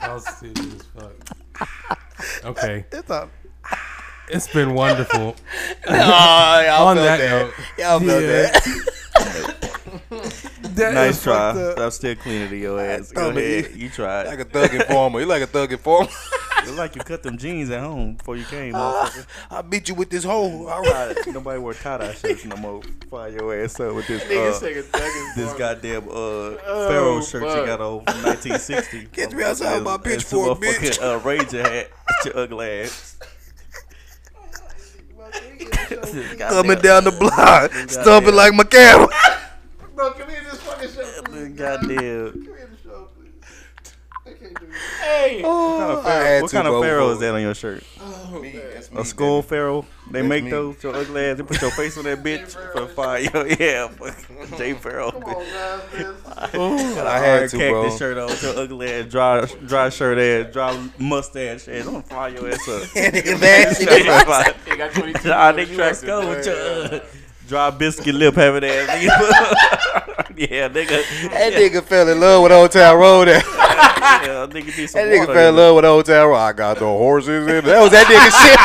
Speaker 6: Y'all stupid as fuck.
Speaker 3: *laughs*
Speaker 6: Okay. It's been wonderful.
Speaker 3: Oh,
Speaker 6: On that note,
Speaker 7: Y'all felt
Speaker 5: Yeah.
Speaker 7: that.
Speaker 5: That
Speaker 3: nice
Speaker 5: is
Speaker 3: try.
Speaker 5: fucked up.
Speaker 3: I'm still cleaner to your ass. Go
Speaker 7: Thumb it.
Speaker 3: ahead. You tried.
Speaker 7: Like a
Speaker 3: *laughs*
Speaker 7: thug informer. You like a thug informer.
Speaker 3: Look like you cut them jeans at home before you came,
Speaker 7: Uh.
Speaker 3: motherfucker.
Speaker 7: I beat you *laughs* with this hole. All right.
Speaker 3: Nobody- *laughs* Nobody wore tie dye shirts no more. Fire your ass up with this.
Speaker 4: Niggas
Speaker 3: Uh,
Speaker 4: take a
Speaker 2: *laughs*
Speaker 4: second
Speaker 3: this
Speaker 4: for-
Speaker 3: goddamn uh Pharaoh shirt you
Speaker 2: fuck.
Speaker 3: got on from
Speaker 7: *laughs*
Speaker 3: 1960.
Speaker 7: Get Oh, me outside with my
Speaker 3: It's- it's a
Speaker 7: pitchfork,
Speaker 3: motherfucking, Uh, Ranger hat. with Your ugly
Speaker 7: *laughs*
Speaker 3: ass.
Speaker 8: Coming down the block, stumping like my camera.
Speaker 1: Bro, come here this fucking show. please.
Speaker 3: Goddamn.
Speaker 1: Come here this show, please. I can't do this.
Speaker 3: What kind of Pharaoh
Speaker 8: *laughs*
Speaker 7: *laughs*
Speaker 3: is that on your shirt?
Speaker 1: Oh,
Speaker 7: that?
Speaker 3: A skull Pharaoh? They make
Speaker 7: me.
Speaker 3: those your ugly ass. They put your face
Speaker 1: *laughs*
Speaker 3: on that bitch for fire. *laughs* Yeah, fuck. Jay Pharaoh.
Speaker 1: Come on, guys, man.
Speaker 7: I had to,
Speaker 3: cactus
Speaker 7: bro.
Speaker 3: shirt on with your ugly ass, dry, dry shirt ass, dry mustache ass. I'm gonna fire your ass up. *laughs* Like,
Speaker 2: They got 22
Speaker 3: nah,
Speaker 2: on the
Speaker 3: nigga, you let's
Speaker 2: tractor,
Speaker 3: go
Speaker 2: boy.
Speaker 3: with your uh, dry biscuit lip having ass nigga. *laughs* yeah, nigga.
Speaker 7: That nigga fell in love with Old Town Road. *laughs* That
Speaker 3: Yeah, nigga need some
Speaker 7: nigga
Speaker 3: water in
Speaker 7: fell in
Speaker 3: it.
Speaker 7: love with Old Town Road. I got the horses in. That was that
Speaker 8: *laughs*
Speaker 7: nigga shit.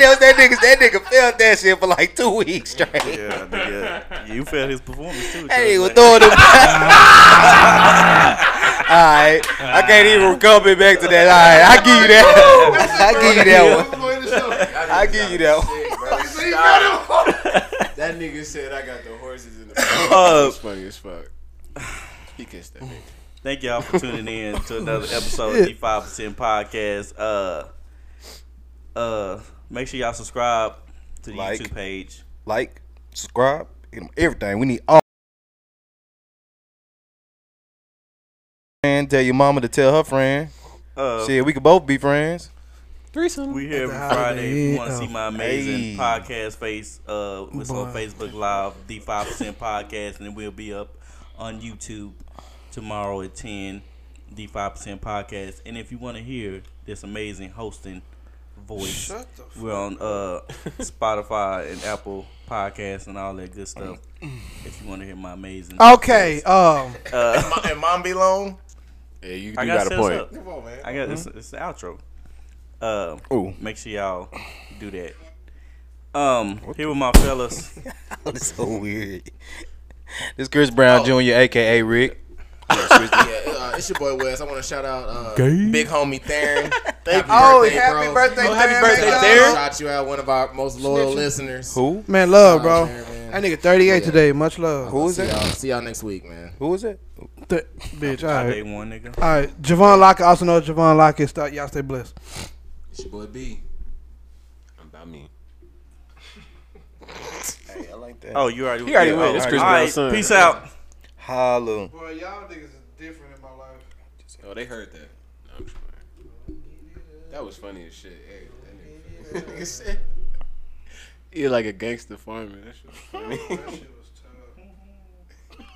Speaker 7: that was that nigga. That nigga felt that shit for like two weeks straight.
Speaker 3: Yeah, nigga. You felt his performance too.
Speaker 7: That nigga
Speaker 3: Charles.
Speaker 7: was
Speaker 3: Like, *laughs*
Speaker 7: throwing them. *laughs* Alright, I can't even recover back to that. Alright, I give
Speaker 3: *laughs*
Speaker 7: you that. I give you that one.
Speaker 1: Come on, this show.
Speaker 7: I give you that one.
Speaker 4: That nigga said I got the horses in the.
Speaker 3: uh,
Speaker 2: That's funny as fuck. He kissed that nigga.
Speaker 3: Thank y'all for tuning in to another episode of the E Five Percent Podcast. Uh, uh, make sure y'all subscribe to the
Speaker 7: Like.
Speaker 3: YouTube page.
Speaker 7: Like, subscribe, everything. We need all. And tell your mama to tell her friend.
Speaker 3: Uh,
Speaker 7: Shit, we could both be friends.
Speaker 3: we here every
Speaker 5: At the
Speaker 3: Friday. If you want to
Speaker 5: holiday,
Speaker 3: see
Speaker 5: uh,
Speaker 3: my amazing
Speaker 7: hey.
Speaker 3: podcast face, uh, it's on
Speaker 5: Boy.
Speaker 3: Facebook Live, the Five Percent Podcast, and then we'll be up on YouTube tomorrow at ten. The Five Percent Podcast, and if you want to hear this amazing hosting voice,
Speaker 5: Shut the
Speaker 3: We're on
Speaker 5: *laughs*
Speaker 3: uh, Spotify and Apple Podcasts and all that good stuff. If you want to hear my amazing,
Speaker 2: Oh.
Speaker 3: uh,
Speaker 5: Okay, um,
Speaker 4: and mom be long.
Speaker 2: Yeah, you, you
Speaker 3: I
Speaker 2: got a point. Mm-hmm.
Speaker 3: Up.
Speaker 1: Come on, man.
Speaker 3: I got it's, it's the outro. Uh,
Speaker 7: Ooh. *laughs*
Speaker 3: make sure y'all do that. Um, here with my fellas.
Speaker 7: That's so weird. Oh. This Chris Brown Jr., aka Rick.
Speaker 4: Yeah, uh, it's your boy Wes. I want to shout out uh,
Speaker 6: Gay.
Speaker 4: big homie Theron. Thank
Speaker 5: Oh, happy birthday,
Speaker 4: oh, happy
Speaker 5: Theron,
Speaker 4: birthday,
Speaker 5: man.
Speaker 4: Theron. Shout you out, one of our most loyal listeners.
Speaker 7: Who?
Speaker 5: man, love, bro.
Speaker 4: There, man.
Speaker 5: That nigga 38 today. Much love.
Speaker 7: Who is
Speaker 4: See y'all,
Speaker 7: that?
Speaker 4: see y'all next week, man.
Speaker 7: Who is that?
Speaker 5: Th- bitch, all
Speaker 3: I
Speaker 5: right.
Speaker 3: day one nigga.
Speaker 5: All right, Javon Lockett, also known as Javon Lockett. Start, y'all stay blessed.
Speaker 4: It's your boy B.
Speaker 2: About me.
Speaker 7: I like that.
Speaker 3: Oh, you already.
Speaker 2: He already
Speaker 3: yeah,
Speaker 2: went.
Speaker 3: oh,
Speaker 2: It's
Speaker 3: all
Speaker 2: Chris
Speaker 3: right.
Speaker 2: Brown's
Speaker 3: All
Speaker 2: son.
Speaker 3: right, peace out.
Speaker 7: Holla.
Speaker 5: Boy, y'all niggas is different in my life.
Speaker 2: Oh, they heard that. No, I'm just playing. That was funny as shit. Hey, that nigga- *laughs* He like a gangster farmer. That shit was funny.
Speaker 5: That shit
Speaker 2: *laughs*
Speaker 5: was tough.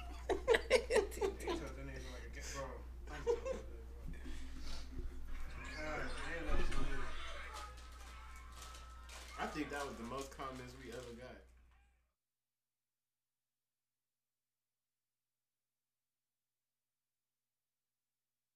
Speaker 1: I think that was the most comments we ever got.